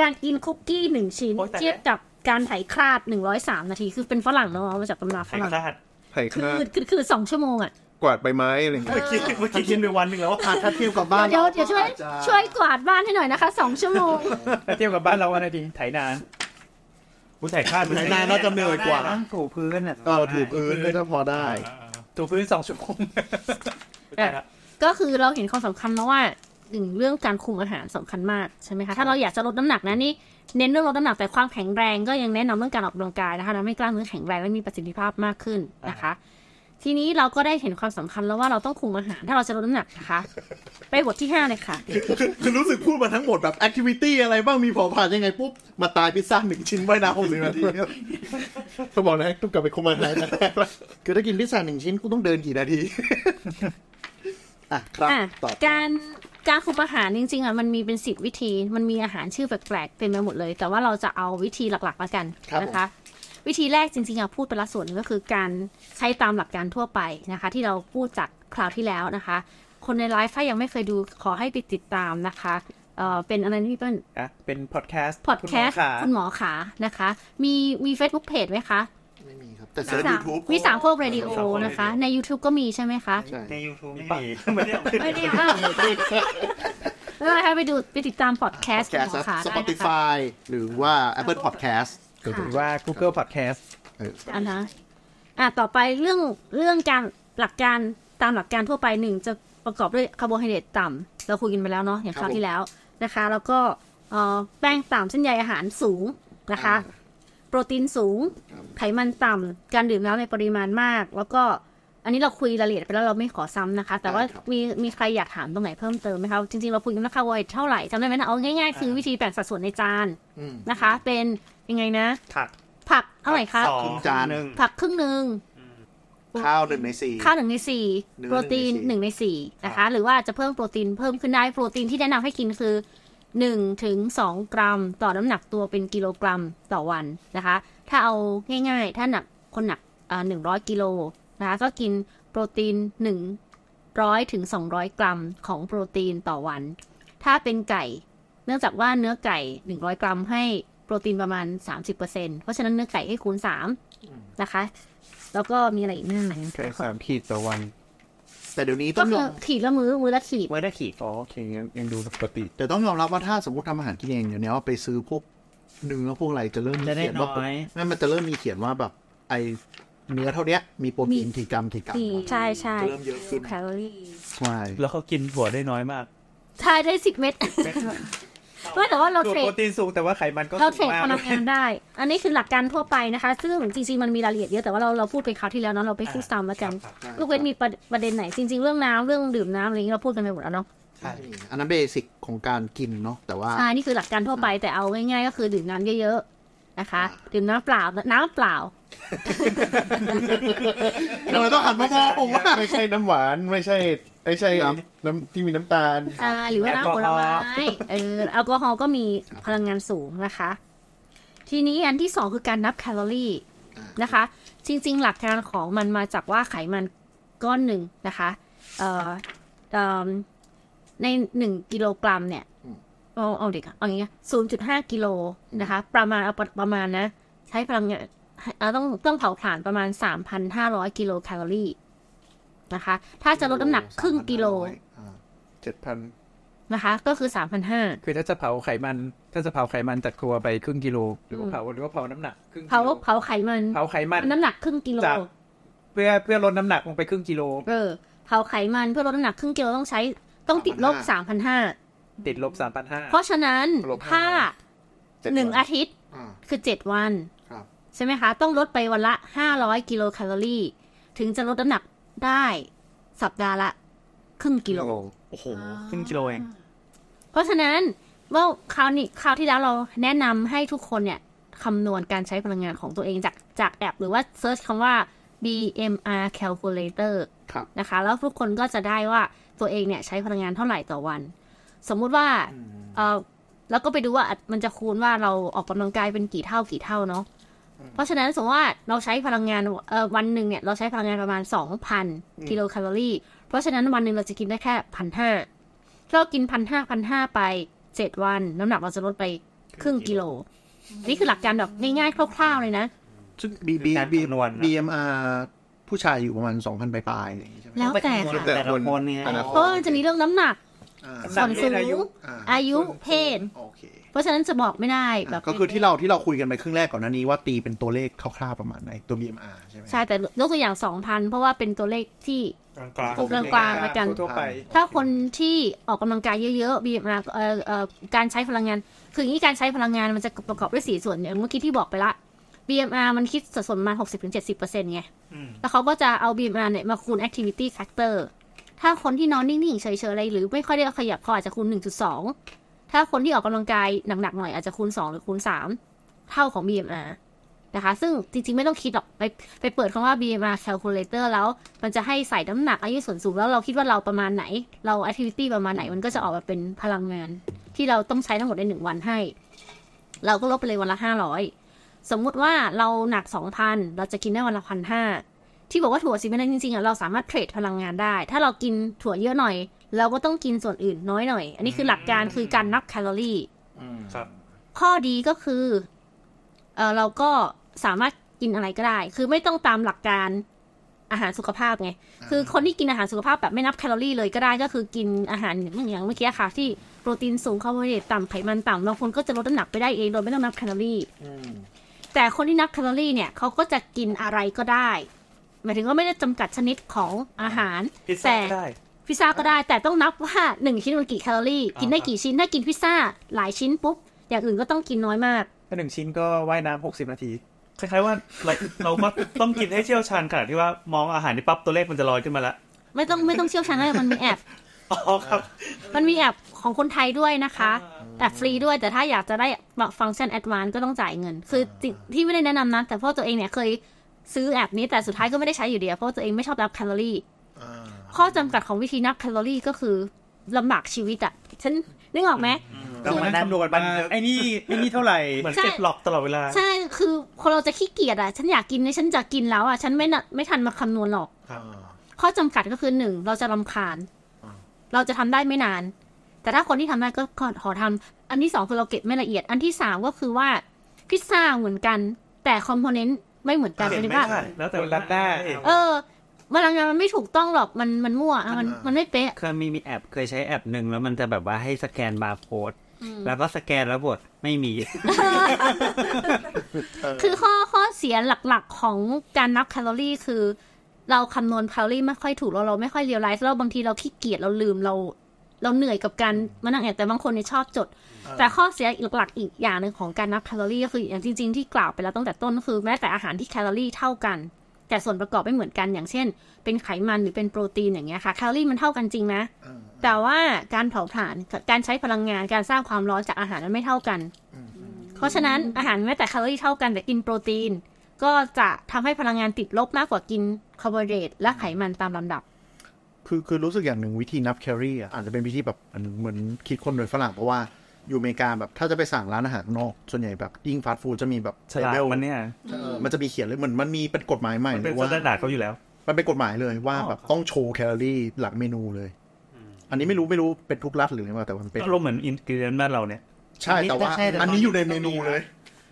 การกินคุกกี้หนึ่งชิ้น โอ๊ยตายแล้ว เทียบกับการไถคลาดหนึ่งร้อยสามนาทีคือเป็นฝรั่งเนาะเอามาจากตำราฝ ไข่ รั่ง คลาด ไถ่ คื ข้า อคือคือสองชั่วโมงอ่ะ กวาดใบไม้อะไรอย่างเงี้ย เมื่อกี้เมื่อกี้กินไปวันหนึ่งแล้ว อ่ะถ้าเทียบกับบ้าน เดี๋ยว รา เดี๋ยวช่วย อาจจะ ช่วยกวาดบ้านให้หน่อยนะคะสองชั่วโมง แล้วเทียบกับบ้านเราอะไรดีไถนาน คุณไข่คลาด ไหนนานน่าจะเหนื่อยกว่า ต้องถูพื้นอ่ะ เออถูกเออน่าจะพอได้ ถูพื้นสองชั่วโมง ได้ละ ก็คือเราเห็นความสำคัญแล้วว่าหนึ่งเรื่องการคุมอาหารสำคัญมากใช่ไหมคะถ้าเราอยากจะลดน้ำหนักนะนี่เน้นเรื่องลดน้ำหนักแต่ความแข็งแรงก็ยังแนะนำเรื่องการออกกำลังกายนะคะทำให้กล้ามเนื้อแข็งแรงและมีประสิทธิภาพมากขึ้นนะคะ ทีนี้เราก็ได้เห็นความสำคัญแล้วว่าเราต้องคุมอาหารถ้าเราจะลดน้ำหนักนะคะ ไปบทที่ห้าเลยค่ะ คือรู้สึกพูดมาทั้งหมดแบบแอคทิวิตี้อะไรบ้างมีเผาผ่านยังไงปุ๊บ มาตายพิซซ่าหนึ่งชิ้นไว้นะหกสิบนาที เขาบอกนะต้องกลับไปคุมอาหารนะ คือถ้ากินพิซซ่าหนึ่งชิ้นกูต้องเดินกี่นาที อ่ะครับ อ่ะ ต่อ การการคุมอาหารจริงๆอ่ะมันมีเป็นสิบวิธี มันมีอาหารชื่อแปลกๆเต็มไปหมดเลย แต่ว่าเราจะเอาวิธีหลักๆแล้วกันนะคะ วิธีแรกจริงๆอ่ะพูดไปละส่วนหนึ่งก็คือการใช้ตามหลักการทั่วไปนะคะ ที่เราพูดจากคราวที่แล้วนะคะ คนในไลฟ์ถ้ายังไม่เคยดูขอให้ไปติดตามนะคะเอ่อเป็นอะไรนะพี่เปิ้ล อ่ะเป็นพอดแคสต์ พอดแคสต์ ขา คุณหมอขานะคะ มีมี Facebook Page ไหมคะ ไม่มีครับ แต่เซิร์ช สา ยู ม ทูบ มีสามโคกเรดิโอนะคะ ใน YouTube ก็มีใช่ไหมคะ ใน YouTube ไม่มีไม่ได้เอาขึ้น ไม่ได้เอาไม่เป็นไรค่ะไปดูไปติดตามพอดแคสต์ แค คุณ ส หมอขา ส ได้ ปอติ นะคะ ฟาหรือว่า Apple Podcast ค่ะ หรือว่า Google Podcast อันนะอ่ะต่อไปเรื่องเรื่องการหลักการตามหลักการทั่วไปหนึ่งจะประกอบด้วยคาร์โบไฮเดรตต่ำเราคุยกันไปแล้วเนาะอย่างคราวที่แล้วนะคะ แล้วก็เอ่อแป้งต่ำเส้นใยอาหารสูงนะคะ โปรตีนสูง ไขมันต่ำการดื่มน้ำในปริมาณมาก แล้วก็อันนี้เราคุยรายละเอียดไปแล้วเราไม่ขอซ้ำนะคะ แต่ว่า ได้ครับ มีมีใครอยากถามตรงไหนเพิ่มเติมไหมคะจริงๆเราคุยกันว่าคาร์โบไฮเดรตเท่าไหร่จำได้ไหมนะเอาง่ายๆคือวิธีแบ่งสัดส่วนในจานนะคะ เป็นยังไงนะ ผัก ผักเท่าไหร่คะ สอง ครึ่งจาน หนึ่ง ผักครึ่งหนึ่ง ข้าวหนึ่งในสี่ ข้าวหนึ่งในสี่ เนื้อ โปรตีนห หนึ่ นึ่ง ง ใน ในสี่ สี่นะคะ หรือว่าจะเพิ่มโปรตีนเพิ่มขึ้นได้โปรตีนที่แนะนำให้กินคือหนึ่งถึงสองกรัม ต่อน้ำหนักตัวเป็นกิโลกรัมต่อวันนะคะ ถ้าเอาง่ายๆ ถ้าหนักคนหนักหนึ่งร้อยกิโลนะคะก็กินโปรตีนหนึ่งร้อยถึงสองร้อยกรัมของโปรตีนต่อวัน ถ้าเป็นไก่ เนื่องจากว่าเนื้อไก่หนึ่งร้อยกรัมให้โปรตีนประมาณสามสิบเปอร์เซ็นเพราะฉะนั้นเนื้อไก่ให้คูณสามนะคะ แล้วก็มีอะไรอีกนะ แค่สามขีดต่อวัน แต่เดี๋ยวนี้ ก็ ต้องย คือ อ ม ขีดละมือมือละขีด เมื่อได้ขีด อ๋อโอเคงั้นยังดูปกติ แต่ต้องยอมรับว่าถ้าสมมติทำอาหารกินเองเดี๋ยวนี้ว่าไปซื้อพวกเนื้อพวกอะไรจะเริ่มมี จะได้ เขียนว่า น้อย นั่นมันจะเริ่มมีเขียนว่าแบบไอเนื้อเท่าเนี้ยมีโปรตีนกี่กรัมกี่กรัม ขีดใช่ใช่ จะเริ่มเยอะขึ้น แคลอรี่ ใช่ แล้วเขากินหัวได้น้อยมาก ใช่ได้สิบเม็ดเพื่อแต่ว่าเรา ตัว เทร โป ด รตีนสูงแต่ว่าไขมันก็ เราเทร สูง ด มา พลัง ก งานได้ อันนี้คือหลักการทั่วไปนะคะ ซึ่งจริงๆมันมีรายละเอียดเยอะแต่ว่าเราเราพูดไปคราวที่แล้วเนาะเราไปพูดซ้ำแล้วกันลูกเว้นมีประประเด็นไหนจริงๆเรื่องน้ำเรื่องดื่มน้ำอะไรอย่างนี้เราพูดกันไปหมดแล้วเนาะ อันนั้นเบสิกของการกินเนาะแต่ว่า ใช่นี่คือหลักการทั่วไปแต่เอาง่ายๆ ก็คือดื่มน้ำเยอะๆนะคะ ดื่มน้ำเปล่าน้ำเปล่า ทำไมต้องหันมามองผมว่า ไม่ใช่น้ำหวานไม่ใช่ไม่ใช่ ครับ น้ำที่มีน้ำตาล อ่าหรือว่าน้ำผล แอลกอฮอล์ ไม้เออแอลกอฮอล์ก็มีพลังงานสูงนะคะ ทีนี้อันที่สองคือการนับแคลอรี่นะคะ จริงๆ หลักการของมันมาจากว่าไขมันก้อนหนึ่งนะคะเอ่อเอิ่มในหนึ่งกิโลกรัมเนี่ยเอาเอาเด็กอะเอาอย่างเงี้ยศูนย์จุดห้ากิโลนะคะ ประมาณเอาประมาณนะ ใช้พลังงานเอาต้องต้องเผาผลาญประมาณสามพันห้าร้อยกิโลแคลอรี่นะคะ ถ้าจะลดน้ำหนักครึ่งกิโล อ่า เจ็ดพัน นะคะ ก็คือ 3,500 คือถ้าจะเผาไขมันถ้าจะเผาไขมันจากตัวไปครึ่งกิโล หรือว่าเผาหรือว่าเผาน้ำหนักครึ่งกิ เผา โล เผาไขมัน เผาไขมัน น้ำหนักครึ่งกิโล จาก เพื่อเพื่อลดน้ำหนักลงไปครึ่งกิโล เออเผาไขมันเพื่อลดน้ำหนักครึ่งกิโลต้องใช้ต้องติดลบ 3,500 ติดลบสามพันห้า เพราะฉะนั้นถ้า เจ็ด หนึ่ง วัน อาทิตย์ อ่า คือ 7 วัน ครับ ใช่ไหมคะ ต้องลดไปวันละ 500 กิโลแคลอรี่ ถึงจะลดน้ำหนักได้สัปดาห์ละครึ่งกิโล โอ้โหครึ่งกิโลเอง เพราะฉะนั้นเมื่อคราวนี้คราวที่แล้วเราแนะนำให้ทุกคนเนี่ยคำนวณการใช้พลังงานของตัวเองจากจากแอป หรือว่าเซิร์ชคำว่า BMR calculator ครับ นะคะ แล้วทุกคนก็จะได้ว่าตัวเองเนี่ยใช้พลังงานเท่าไหร่ต่อวัน สมมุติว่าเออแล้วก็ไปดูว่ามันจะคูณว่าเราออกกำลังกายเป็นกี่เท่ากี่เท่าเนาะเพราะฉะนั้นสมมติว่าเราใช้พลังงานเอ่อวันหนึ่งเนี่ยเราใช้พลังงานประมาณ 2,000กิโลแคลอรี่ เพราะฉะนั้นวันหนึ่งเราจะกินได้แค่พันห้า เรากินพันห้าพันห้าไปเจ็ดวัน น้ำหนักเราจะลดไปครึ่งกิโล นี่คือหลักการแบบง่ายๆคร่าวๆเลยนะ ซึ่ง B B การ B คำนวณนะ B M R ผู้ชายอยู่ประมาณสองพันปลายๆอะไรอย่างงี้ใช่ไหม แล้วแต่ค่ะ แต่ละคนเนี่ย แต่ละ เพ ค ราะว่ามันจะมีเรื่องน้ำหนัก อ่า น้ำห ส่วนนักสูเรื่องอายุ ง อ่า อายุเพศ โอเค เพราะฉะนั้นจะบอกไม่ได้แบบ ก็คือที่เราที่เราคุยกันไปครึ่งแรกก่อนหน้านี้ว่าตีเป็นตัวเลขคร่าวๆประมาณไหนตัว BMR ใช่ไหม ใช่แต่ยกตัวอย่างสองพันเพราะว่าเป็นตัวเลขที่ กลาง กลางๆละกัน ทั่วไป ถ้าคนที่ออกกำลังกายเยอะๆ BMR เอ่อเอ่อการใช้พลังงาน คืออย่างนี้การใช้พลังงานมันจะประกอบด้วยสี่ส่วนอย่างเมื่อกี้ที่บอกไปละ BMR มันคิดสัดส่วนประมาณ60-70%ไง อืม แล้วเขาก็จะเอา BMR เนี่ยมาคูณ activity factor ถ้าคนที่นอนนิ่ง ๆ เฉย ๆ อะไรหรือไม่ค่อยได้ขยับเขาอาจจะคูณ 1.2 ถ้าคนที่ออกกำลังกายหนัก ๆ หน่อยอาจจะคูณ 2 หรือคูณ 3 เท่าของ BMR นะคะ ซึ่งจริง ๆ ไม่ต้องคิดหรอก ไปไปเปิดคำว่า BMR calculator แล้ว มันจะให้ใส่น้ำหนักอายุส่วนสูงแล้วเราคิดว่าเราประมาณไหน เรา activity ประมาณไหนมันก็จะออกมาเป็นพลังงาน ที่เราต้องใช้ทั้งหมดในหนึ่งวันให้ เราก็ลบไปเลยวันละ 500 สมมุติว่าเราหนัก 2,000 เราจะกินได้วันละพันห้า ที่บอกว่าถั่วสีเมล็ดจริงๆอ่ะเราสามารถเทรดพลังงานได้ ถ้าเรากินถั่วเยอะหน่อย เราก็ต้องกินส่วนอื่นน้อยหน่อย อันนี้คือหลักการคือการนับแคลอรี่ ครับ ข้อดีก็คือเออเราก็สามารถกินอะไรก็ได้ คือไม่ต้องตามหลักการอาหารสุขภาพไง คือคนที่กินอาหารสุขภาพแบบไม่นับแคลอรี่เลยก็ได้ ก็คือกินอาหารอย่างเมื่อกี้ค่ะที่โปรตีนสูงคาร์โบไฮเดรตต่ำไขมันต่ำบางคนก็จะลดน้ำหนักไปได้เองโดยไม่ต้องนับแคลอรี่ แต่คนที่นับแคลอรี่เนี่ยเขาก็จะกินอะไรก็ได้ หมายถึงว่าไม่ได้จำกัดชนิดของอาหาร พิซ แต่ ซ่าก็ได้ พิซซ่าก็ได้แต่ต้องนับว่าหนึ่งชิ้นมันกี่แคลอรี่ กินได้กี่ชิ้นถ้ากินพิซซ่าหลายชิ้นปุ๊บอย่างอื่นก็ต้องกินน้อยมาก ถ้าหนึ่งชิ้นก็ว่ายน้ำหกสิบนาที คล้ายๆว่าเราเราก็ต้องกินให้เชี่ยวชาญขนาดที่ว่ามองอาหารนี่ปั๊บตัวเลขมันจะลอยขึ้นมาละ ไม่ต้องไม่ต้องเชี่ยวชาญอะไรมันมีแอป อ๋อครับ มันมีแอปของคนไทยด้วยนะคะ แต่ฟรีด้วยแต่ถ้าอยากจะได้ฟังก์ชันแอดวานก็ต้องจ่ายเงิน คือจริงที่ไม่ได้แนะนำนะ แต่เพราะตัวเองเนี่ยเคยซื้อแอปนี้แต่สุดท้ายก็ไม่ได้ใช้อยู่ดีอะเพราะตัวเองไม่ชอบนับแคลอรี่ ข้อจำกัดของวิธีนับแคลอรี่ก็คือลำบากชีวิตอะฉันนึกออกไหม ต้องมานั่งคำนวณมาไอ้นี่ไอ้นี่เท่าไหร่ เหมือน ใช่ เก็บหลอกตลอดเวลา ใช่ คือคนเราจะขี้เกียจอะฉันอยากกินเนี่ยฉันจะกินแล้วอะฉันไม่น่ะไม่ทันมาคำนวณหรอก ข้อจำกัดก็คือหนึ่งเราจะรำคาญ เราจะทำได้ไม่นาน แต่ถ้าคนที่ทำได้ก็ขอขอทำอันที่สองคือเราเก็บไม่ละเอียด อันที่สามก็คือว่าพิซซ่าเหมือนกัน แต่คอมโพเนนต์ไม่เหมือนกัน เก็บ เป็น ไม่ ว่า ได้แล้วแต่ คนรัดได้ เออพลังงานมันไม่ถูกต้องหรอกมันมันมั่วอะมันมันไม่เป๊ะ เคยมีมีแอปเคยใช้แอปหนึ่งแล้วมันจะแบบว่าให้สแกนบาร์โค้ดแล้วก็สแกนแล้วบทไม่มี คือข้อข้อเสียหลักๆของการนับแคลอรี่คือ เราคำนวณแคลอรี่ไม่ค่อยถูกเราเราไม่ค่อยเรียลไลซ์เราบางทีเราขี้เกียจเราลืมเรา เราเหนื่อยกับการมานั่งแอบแต่บางคนเนี่ยชอบจด แต่ข้อเสียหลักๆอีกอย่างหนึ่งของการนับแคลอรี่ก็คืออย่างจริง ๆ ที่กล่าวไปแล้วตั้งแต่ต้นก็คือแม้แต่อาหารที่แคลอรี่เท่ากัน แต่ส่วนประกอบไม่เหมือนกันอย่างเช่น เป็นไขมันหรือเป็นโปรตีนอย่างเงี้ยค่ะแคลอรี่มันเท่ากันจริงนะแต่ว่าการเผาผลาญการใช้พลังงานการสร้างความร้อนจากอาหารมันไม่เท่ากัน เพราะฉะนั้นอาหารแม้แต่แคลอรี่เท่ากันแต่กินโปรตีน ก็จะทำให้พลังงานติดลบมากกว่ากินคาร์โบไฮเดรตและไขมันตามลำดับ คือคือรู้สึกอย่างหนึ่งวิธีนับแคลอรี่อ่ะอาจจะเป็นวิธีแบบเหมือนคิดคนโดยฝรั่งเพราะว่าอยู่อเมริกาแบบถ้าจะไปสั่งร้านอาหารข้างนอก ส่วนใหญ่แบบยิ่งฟาสต์ฟู้ดจะมีแบบ ฉลาด เบ มันเนี่ย เออมันจะมีเขียนเลยเหมือนมันมีเป็นกฎหมายใหม่ มัน เล เป็น ย ส ว่า แตนดาร์ดเขาอยู่แล้ว มันเป็นกฎหมายเลยว่า อ๋อ แบบต้องโชว์แคลอรี่หลังเมนูเลย อันนี้ไม่รู้ไม่รู้เป็นทุกรัฐหรือไงว่าแต่มันเป็น อารมณ์เหมือนอินกิเดียนบ้านเราเนี่ย ใช่แต่ว่า ใช่แต่ว่า อันนี้อยู่ในเมนูเลย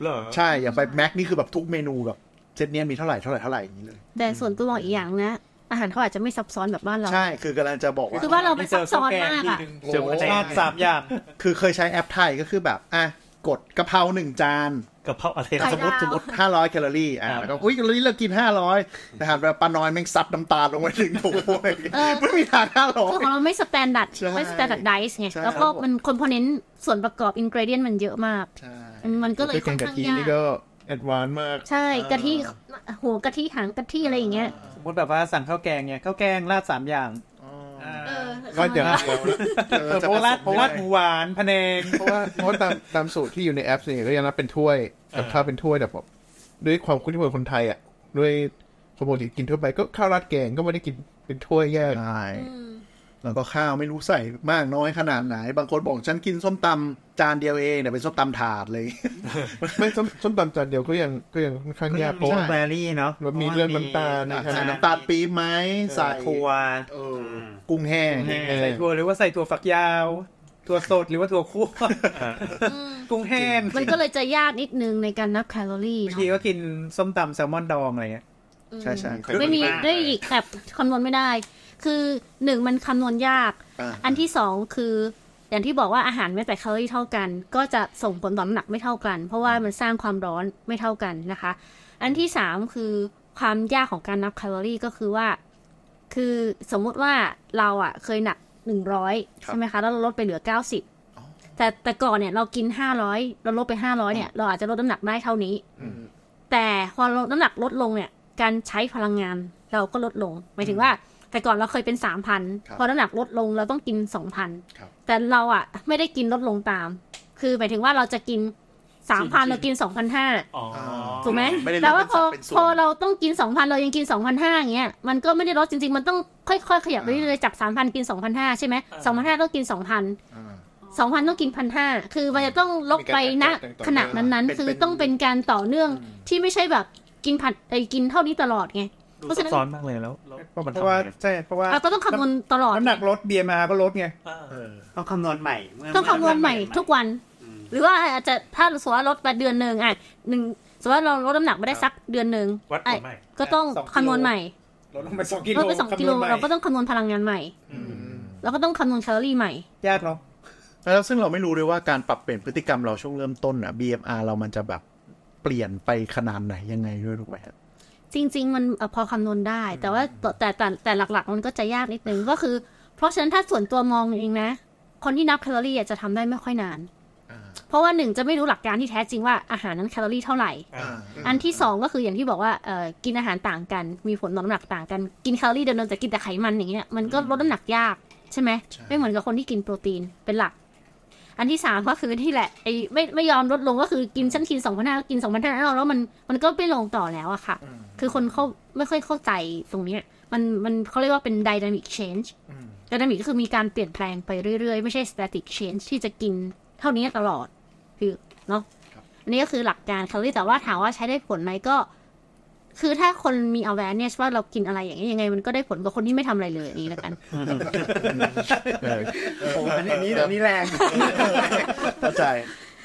เหรอ ใช่อย่างไปแม็กนี่คือแบบทุกเมนูแบบเซตเนี้ยมีเท่าไหร่เท่าไหร่เท่าไหร่อย่างนี้เลย แต่ส่วนตัวบอกอีกอย่างนะ อาหารเขาอาจจะไม่ซับซ้อนแบบบ้านเรา ใช่คือกำลังจะบอกว่า คือบ้านเราเป็นซับซ้อนมากอะ เจอว่า ชาติสามอย่าง คือเคยใช้แอปไทยก็คือแบบอ่ะกดกะเพราหนึ่งจาน กับเพราะอะไร ส นะ มมติสมมติห้าร้อยแคลอรี่ อ่า ครับ แล้วก็อุ้ยแคลอรี่เรากินห้าร้อยแต่หันไปป้าน้อยแม่งซับน้ำตาลลงไปถึงโถ เลยไม่มีทางห้าร้อ คือยของเราไม่สแตนดาร์ด ใช่ ไม่สแตนดาร์ดไดส์ไง ใช่ แล้วก็มันคอมโพเนนต์ส่วนประกอบอินกรเดียนมันเยอะมาก ใช่ มันก็เลย ด้วย ค่อกัน น กะ ข้าง ทิ ยา นี่ ก ก็แอดวานซ์มาก ใช่กะทิหัวกะทิหางกะทิอะไรอย่างเงี้ย สมมติแบบว่าสั่งข้าวแกงเนี่ยข้าวแกงราดสามอย่าง เออ ก็เดี๋ยว เออ เออ จะ เพราะว่าราด ผสม เพราะว่า ได้ หมูหวานพะเนง เพราะว่าเพราะว่าตามตามสูตรที่อยู่ในแอปเนี่ยก็ยังนับเป็นถ้วยกับข้าวเป็นถ้วยแต่แบบด้วยความคุ้นเคยคนไทยอ่ะด้วยคนปกติกินทั่วไปก็ข้าวราดแกงก็ไม่ได้กินเป็นถ้วยแยก ใช่แล้วก็ข้าวไม่รู้ใส่มากน้อยขนาดไหน บางคนบอกฉันกินส้มตำจานเดียวเองแต่เป็นส้มตำถาดเลย ไม่ส้มส้มตำจานเดียวก็ยังก็ยังค่อนข้างยากเพราะ ใช่ ว่า แบรี่เนาะ มันมีเรื่องน้ำตาลนะ ใส่น้ำตาลปี๊บไหมใส่ ครัว เออกุ้งแห้ง ใส่ถั่วหรือว่าใส่ถั่วฝักยาว ถั่วสดหรือว่าถั่วคั่วกุ้งแห้ง มันก็เลยจะยากนิดนึงในการนับแคลอรี่ บางที เนาะ ก็กินส้มตำแซลมอนดองอะไรเงี้ย ใช่ใช่เคย ไม่มีด้วยอีกแบบคำนวณไม่ได้ คือหนึ่งมันคำนวณยาก อ่ะ อันที่สองคืออย่างที่บอกว่าอาหารแม้แต่แคลอรี่เท่ากัน ก็จะส่งผลต่อน้ำหนักไม่เท่ากัน เพราะว่ามันสร้างความร้อนไม่เท่ากันนะคะ อันที่สามคือความยากของการนับแคลอรี่ก็คือว่า คือสมมุติว่าเราอะเคยหนักหนึ่งร้อยใช่ไหมคะ แล้วเราลดไปเหลือเก้าสิบแต่แต่ก่อนเนี่ยเรากินห้าร้อยเราลดไปห้าร้อยเนี่ยเราอาจจะลดน้ำหนักได้เท่านี้ แต่พอเราน้ำหนักลดลงเนี่ย การใช้พลังงานเราก็ลดลง หมายถึงว่า แต่ก่อนเราเคยเป็นสามพัน ครับ พอน้ำหนักลดลงเราต้องกินสองพัน ครับ แต่เราอ่ะไม่ได้กินลดลงตาม คือหมายถึงว่าเราจะกินสามพันเรากินสองพันห้า อ๋อ ถูกไหม ไม่ได้นับ แต่ว่าพอ เป็นสัดเป็นส่วน พอเราต้องกิน 2,000 เรายังกิน 2,500อย่างเงี้ย มันก็ไม่ได้ลดจริง ๆ มันต้องค่อยๆ ขยับไปเรื่อยๆ จาก 3,000 กิน 2,500 ใช่ไหม2,500 ต้องกิน 2,000 อ่า 2,000 ต้องกิน 1,500 คือมันจะต้องลดไปณ มีการต่อเนื่อง ขณะนั้น เป็น ๆ คือ เป็น ต้องเป็นการต่อเนื่องที่ไม่ใช่แบบกินผัดไอ้ยกินเท่านี้ตลอดไง ดู เพราะ ซั ฉะ บ นั้น ซ้อนมากเลยแล้วแล้ว เพราะว่าใช่เพราะว่า เราต้องคำนวณตลอด น้ำหนักลด BMR ก็ลดไง อ่า ต้องคำนวณใหม่เมื่ ต้องคำนวณใหม่ทุกวัน หรือว่าอาจจะถ้าสมมติว่าลดไปเดือนหนึ่งอ่ะหนึ่งสมมติว่าเราลดน้ำหนักไม่ได้สักเดือนหนึ่ง วัดผลใหม่ อ่ะก็ต้อง สองกิโล คำนวณใหม่ ลดลงไปสองกิโล ลดไปสองกิคำนโลวณใหม่ เราก็ต้องคำนวณพลังงานใหม่ แล้วก็ต้องคำนวณแคลอรี่ใหม่ ยากเนาะ แล้วซึ่งเราไม่รู้ด้วยว่าการปรับเปลี่ยนพฤติกรรมเราช่วงเริ่มต้นอ่ะ BMR เรามันจะแบบเปลี่ยนไปขนาดไหนยังไงด้วยถูกไหมครับ จริง ๆ มันเอ่อพอคำนวณได้ แต่ว่าแต่แต่แต่แต่หลักๆ มันก็จะยากนิดนึงก็คือ เพราะฉะนั้นถ้าส่วนตัวมองเองนะ คนที่นับแคลอรี่อ่ะจะทำได้ไม่ค่อยนาน เพราะว่าหนึ่งจะไม่รู้หลักการที่แท้จริงว่าอาหารนั้นแคลอรี่เท่าไหร่ อ่า อันที่สองก็คืออย่างที่บอกว่าเอ่อกินอาหารต่างกัน มีผลต่อน้ำหนักต่างกัน กินแคลอรี่เดิมๆแต่กินแต่ไขมันอย่างเงี้ยมันก็ลดน้ำหนักยากใช่ไหม ใช่ ไม่เหมือนกับคนที่กินโปรตีนเป็นหลัก อันที่สามก็คือที่แหละไอ้ไม่ไม่ยอมลดลงก็คือกินฉันกินสองพันห้ากินสองพันห้าแล้วมันมันก็ไม่ลงต่อแล้วอะค่ะ คือคนเขาไม่ค่อยเข้าใจตรงเนี้ยมันมันเขาเรียกว่าเป็น dynamic change dynamic ก็คือมีการเปลี่ยนแปลงไปเรื่อยๆ ไม่ใช่ static change ที่จะกินเท่านี้ตลอดคือเนาะอันนี้ก็คือหลักการแคลอรี่แต่ว่าถามว่าใช้ได้ผลไหมก็ คือถ้าคนมี awareness ว่าเรากินอะไรอย่างเงี้ยยังไง มันก็ได้ผลกว่าคนที่ไม่ทำอะไรเลยอย่างนี้แล้วกัน โอ้โหอันนี้อันนี้อันนี้แรง เข้าใจ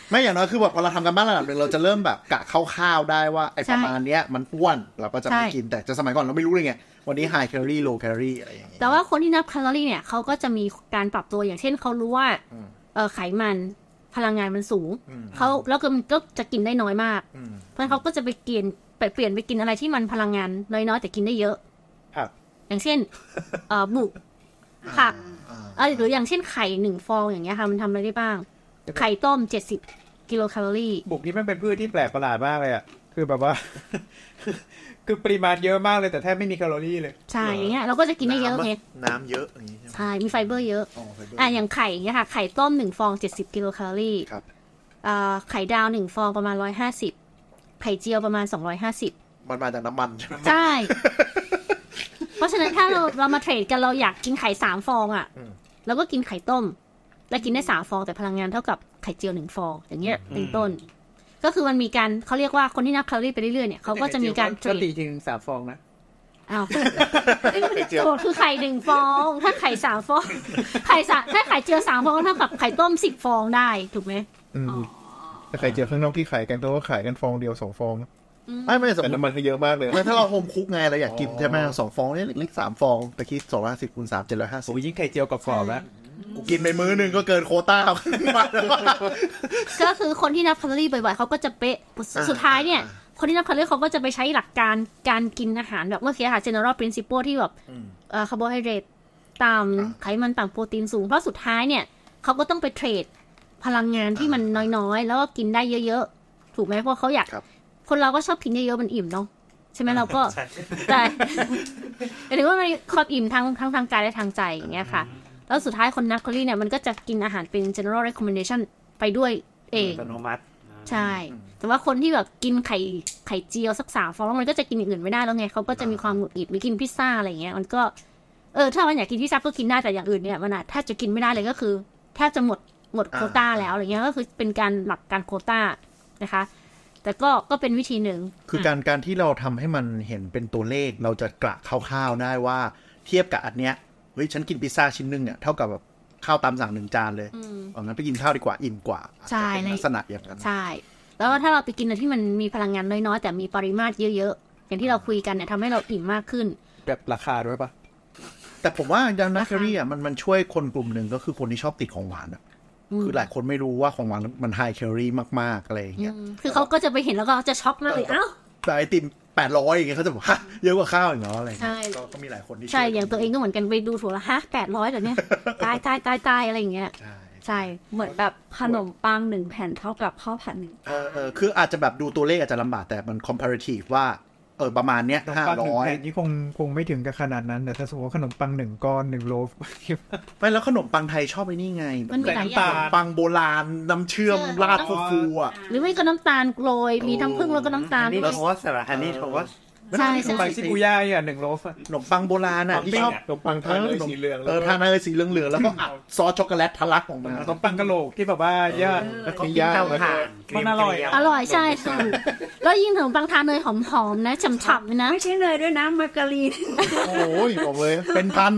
ไม่อย่างน้อยคือแบบพอเราทำกันบ้านระดับหนึ่งเราจะเริ่มแบบกะคร่าวๆได้ว่าไอ้ ใช่ ประมาณเนี้ยมันอ้วนเราก็จะไม่ ใช่ กินแต่จะสมัยก่อนเราไม่รู้เลยไง วันนี้ high calorie low calorie อะไรอย่างเงี้ย แต่ว่าคนที่นับแคลอรี่เนี่ยเขาก็จะมีการปรับตัวอย่างเช่นเขารู้ว่า อืม เออไขมันพลังงานมันสูง อืม เขาแล้วก็มันก็จะกินได้น้อยมาก อืม เพราะฉะนั้นเขาก็จะไปเปลี่ยนไปเปลี่ยนไปกินอะไรที่มันพลังงานน้อยๆแต่กินได้เยอะ ครับ อย่างเช่น เอ่อบุกผักเอ้ยหรืออย่างเช่นไข่หนึ่งฟองอย่างเงี้ยค่ะมันทำอะไรได้บ้าง ไข่ต้มเจ็ดสิบกิโลแคลอรี่ บุกนี่มันเป็นพืชที่แปลกประหลาดมากเลยอ่ะ คือ แบบว่า คือปริมาณเยอะมากเลยแต่แทบไม่มีแคลอรี่เลย ใช่อย่างเงี้ยเราก็จะกินได้เยอะไง น้ำเยอะอย่างนี้ใช่ไหม ใช่มีไฟเบอร์เยอะ อ๋อไฟเบร์ อ่ะอย่างไข่อย่างเงี้ยค่ะ ไข่ต้มหนึ่งฟองเจ็ดสิบกิโลแคลอรี่ ครับ เอ่อไข่ดาวหนึ่งฟองประมาณร้อยห้าสิบไข่เจียวประมาณสองร้อยห้า สิบ มันมาจากน้ำมันใช่ไหม ใช่ เพราะฉะนั้นถ้าเราเรามาเทรดกันเราอยากกินไข่สามฟองอ่ะเราก็กินไข่ต้ม แล้วกินได้สามฟองแต่พลังงานเท่ากับไข่เจียวหนึ่งฟอง อย่างเงี้ยเป็นต้น ก็คือมันมีการเขาเรียกว่าคนที่นับแคลอรี่ไปเรื่อยๆเนี่ยเขาก็จะมีการเทร ก็ ด ตีจริงสามฟองนะ อ้าวโจทย์คือไข่หนึ่งฟอง ถ้าไข่สามฟอง ไข่สามถ้าไข่เจียวสามฟองเท่ากับไข่ต้มสิบฟองได้ ถูกไหม อืมแต่ไข่เจียวข้างนอกที่ขายกันเขาก็ขายกันฟองเดียวสองฟองนะ ไม่ไม่สมมแต่ติ น้ำมันเขาเยอะมากเลย ไม่ถ้าเราโฮมคุกไงเราอยากกินใช่ไหมสองฟองเนี่ยเล็กๆสามฟองแต่คิดสองร้อยสิบคูณสามเจ็ดร้อยห้าสิบ โอ้ยยิ่งไข่เจียวกรอบๆแล้ว กูกินไปมื้อหนึงก็เกินโควต้าขึ้นมาแล้ว ก็คือคนที่นับแคลอรี่บ่อยๆเขาก็จะเป๊ะ สุดท้ายเนี่ย คนที่นับแคลอรี่เขาก็จะไปใช้หลักการการกินอาหารแบบเมื่อกี้ค่ะ general principle ที่แบบคาร์โบไฮเดรตต่ำไขมันต่ำโปรตีนสูง เพราะสุดท้ายเนี่ยเขาก็ต้องไปเทรดพลังงานที่มันน้อยๆ แล้วก็กินได้เยอะๆ ถูกไหมเพราะเขาอยาก ครับ คนเราก็ชอบกินเยอะๆ มันอิ่มเนาะใช่ไหมเราก็ ใช่ แต่หมายถึงว่ามันความอิ่มทางทั้งทางกายและทางใจอย่างเงี้ยค่ะ แล้วสุดท้ายคนนักคอรี่เนี่ยมันก็จะกินอาหารเป็น general recommendation ไปด้วยเอง อัตโนมัติ ใช่ แต่ว่าคนที่แบบกินไข่ไข่เจียวสักสามฟองแล้วมันก็จะกินอย่างอื่นไม่ได้แล้วไงเขาก็จะมีความหงุดหงิดหรือกินพิซซ่าอะไรอย่างเงี้ยมันก็เออถ้ามันอยากกินพิซซ่าก็กินได้แต่อย่างอื่นเนี่ยมันอาจแทบจะกินไม่ได้เลยก็คือแทบจะหมดหมดโควต้าแล้วอะไรเงี้ยก็คือเป็นการหลักการโควต้านะคะ แต่ก็ก็เป็นวิธีหนึ่ง คือการการที่เราทำให้มันเห็นเป็นตัวเลขเราจะกระคร่าวๆได้ว่าเทียบกับอันเนี้ยเฮ้ยฉันกินพิซซ่าชิ้นหนึ่งเนี่ยเท่ากับแบบข้าวตามสั่งหนึ่งจานเลยเอางั้นไปกินข้าวดีกว่าอิ่มกว่า ใช่ อาจจะเป็นลักษณะอย่างนั้น ใช่ แล้วถ้าเราไปกินอะไรที่มันมีพลังงานน้อยๆ แต่มีปริมาตรเยอะๆ อย่างที่เราคุยกันเนี่ยทำให้เราอิ่มมากขึ้น แบบราคาด้วยปะ แต่ผมว่าดานาคารีอ่ะมันมันช่วยคนกลุ่ม หนึ่งก็คือคนที่ชอบติดของหวานอะคือหลายคนไม่รู้ว่าของหวานมันไฮแคลอรี่มากๆอะไรอย่างเงี้ย คือเขาก็จะไปเห็นแล้วก็จะช็อกมาก เลย เอ้า แต่ไอติมแปดร้อยอย่างเงี้ยเขาจะบอกฮะ เยอะกว่าข้าวอีกเนาะอะไรอย่างเงี้ย ใช่ ก็ก็มีหลายคนที่ ใช่ ช่ว อย่างตัวเองก็เหมือนกันไปดูถั่วละฮะแปดร้อยแบบเนี้ย ตายตายตายตายอะไรอย่างเงี้ย ใช่ ใช่ เหมือนแบบขนมปังหนึ่งแผ่นเท่ากับข้าวผัดหนึ่ง เออเออคืออาจจะแบบดูตัวเลขอาจจะลำบากแต่มัน comparative ว่า เออประมาณเนี้ยห้า ขนมปังหนึ่ ร้ ง อย แผ่นนี่คงคงไม่ถึงกับขนาดนั้น แต่ถ้าสมมติว่าขนมปังหนึ่งก้อนหนึ่งโล ไม่แล้วขนมปังไทยชอบไอ้นี่ไง มันมีหลายอย่าง ปังโบราณน้ำเชื่อม เชื่อม ราดฟูๆอ่ะ หรือไม่ก็น้ำตาลโกรยมีทั้งพึ่งแล้วก็น้ำตาล ฮันนี่ ด้วย โทสต์เหรอฮันนี่โทสต์ ใช่ ขน ใช่ ม ไป ปัง ซิกุย่าเนี่ยหนึ่งโลฟอะ ขนมปังโบราณอ่ะที่ชอบ ขนมปังทานเลยสีเหลือง เอ แล้อวก็ ทานอะไรสีเหลืองๆแล้วก็อัดซอสช็อกโกแลตทะลักออกมา ขนมปังกะโหลกที่แบบว่าย่า แล้วก็ มี กิน ย่าง เตา แล้วก็ ถ่าน มันอร่อย เกลีว อร่อยใช่ถู กแล้วยิ่งขนมปังทานเนยหอมๆนะฉ่ำๆเลยนะ ไม่ใช่เนยด้วยนะมาการีน โอ้ยบอกเลย เป็นพัน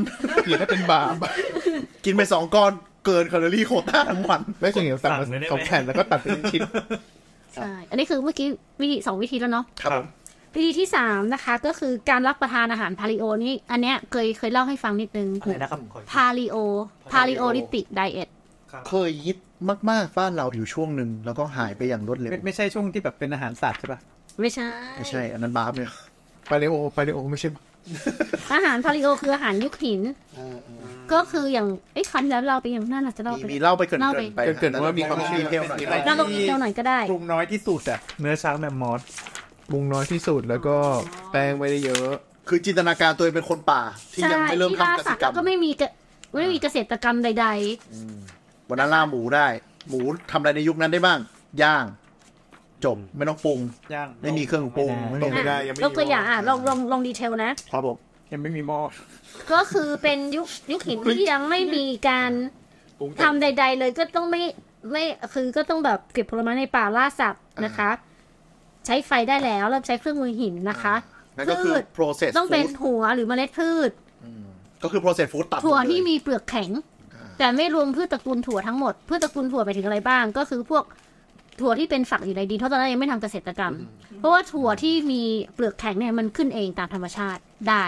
กินได้เป็นบาป กินไปสองก้อนเกินแคลอรี่โควต้าทั้งวัน ไม่ใช่เหนียวสั่งมา สั่งเลยได้ไหม สองแผ่นแล้วก็ตัดเป็นชิ้น ใช่ อันนี้คือเมื่อกี้วิธีสองวิธีแล้วเนาะ ครับผม วิธีที่สามนะคะก็คือการรับประทานอาหารพาลิโอนี่ อันเนี้ยเคยเคยเล่าให้ฟังนิดนึง อะไรนะครับผมขอ พาลิโอพาลิโอลิติกไดเอท เคยฮิตมากๆบ้านเราอยู่ช่วงหนึ่งแล้วก็หายไปอย่างรวดเร็ว ไม่ไม่ใช่ช่วงที่แบบเป็นอาหารสัตว์ใช่ปะ ไม่ใช่ ไม่ใช่ อันนั้นบาปเนี่ย ไปเลโอไปเลโอไม่ใช่ อาหารพาลิโอคืออาหารยุคหิน ก็คืออย่างไอ้ยครั้งแล้วเราไปยังน่าจะเล่า มี ไป มีเล่าไปเกิน เล่าไป ๆไป เกิดว่ามีความเชื่อ ดีเทลหน่อย เราลงดีเทลหน่อยก็ได้ ปรุงน้อยที่สุดอะ เนื้อช้างแมมมอส ปรุงน้อยที่สุดแล้วก็แป้งไม่ได้เยอะ คือจินตนาการตัวเองเป็นคนป่า ที่ ใช่ ยังไม่เริ่ม ที่ล่า ทำก สั สิ ตว์ กร แล้ รม วก็ไม่มีเกไม่มีเกษตรกรรมใด วันนั้นล่าหมูได้ หมูทำอะไรในยุคนั้นได้บ้าง ย่าง จบไม่ต้องปรุง ย่าง ไม่มีเครื่องปรุงไม่มี ไม่ได้ยังไม่ ๆ ยกตัวอย่างอ่ะลองลองลองดีเทลนะ ครับผม ยังไม่มีหม้อ ก็คือเป็นยุคยุคหินที่ยังไม่มีการทำใด ๆ เลยก็ต้องไม่ไม่คือก็ต้องแบบเก็บผลไม้ในป่าล่าสัตว์นะคะ ใช้ไฟได้แล้วเริ่มใช้เครื่องมือหินนะคะ นั่นก็คือ พืช process ต้องเป็น food หัวหรือเมล็ดพืช ก็คือ process food ตัด ถั่ว หดเลย ที่มีเปลือกแข็ง แต่ไม่รวมพืชตระกูลถั่วทั้งหมดพืชตระกูลถั่วไปถึงอะไรบ้าง ก็คือพวกถั่วที่เป็นฝักอยู่ในดินเพราะตอนนั้นยังไม่ทำเกษตรกรรม เพราะว่าถั่วที่มีเปลือกแข็งเนี่ยมันขึ้นเองตามธรรมชาติได้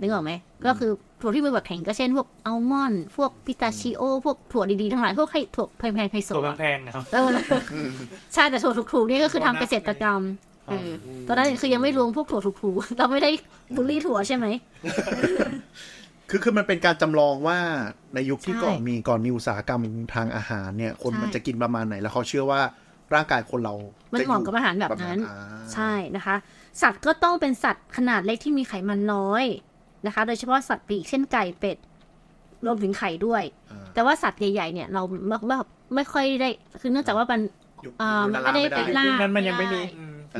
นึกออกไหมก็คือถั่วที่มีเปลือกแข็งก็เช่น พวกอัลมอนด์พวกพิตาชิโอ พวกถั่วดีๆทั้งหลายพวกไข่ถั่วแพงๆไฮโซ ตัว อะ แพงๆนะครับ เออใช่แต่ถั่วถูกๆนี่ก็คือทำเกษตรกรรมเออตอนนั้นคือยังไม่รวมพวกถั่วถูกๆเราไม่ได้บูลลี่ถั่วใช่ไหม คือคือมันเป็นการจำลองว่าในยุคที่ ใช่ ก่อนมีก่อนมีอุตสาหกรรมทางอาหารเนี่ย คน ใช่ มันจะกินประมาณไหน แล้วเขาเชื่อว่าร่างกายคนเรา มัน จะ เหมาะ ยู่ กับอาหารแบบนั้น อ่า ใช่นะคะ สัตว์ก็ต้องเป็นสัตว์ขนาดเล็กที่มีไขมันน้อยนะคะ โดยเฉพาะสัตว์ปีกเช่นไก่เป็ดรวมถึงไข่ด้วย อ่า แต่ว่าสัตว์ใหญ่ๆเนี่ยเราไม่ไม่ไม่ค่อยได้คือเนื่องจากว่ามัน ยุค อ่า นั้น ไม่ได้ไปล่า ยุคนั้นมันยังไม่มี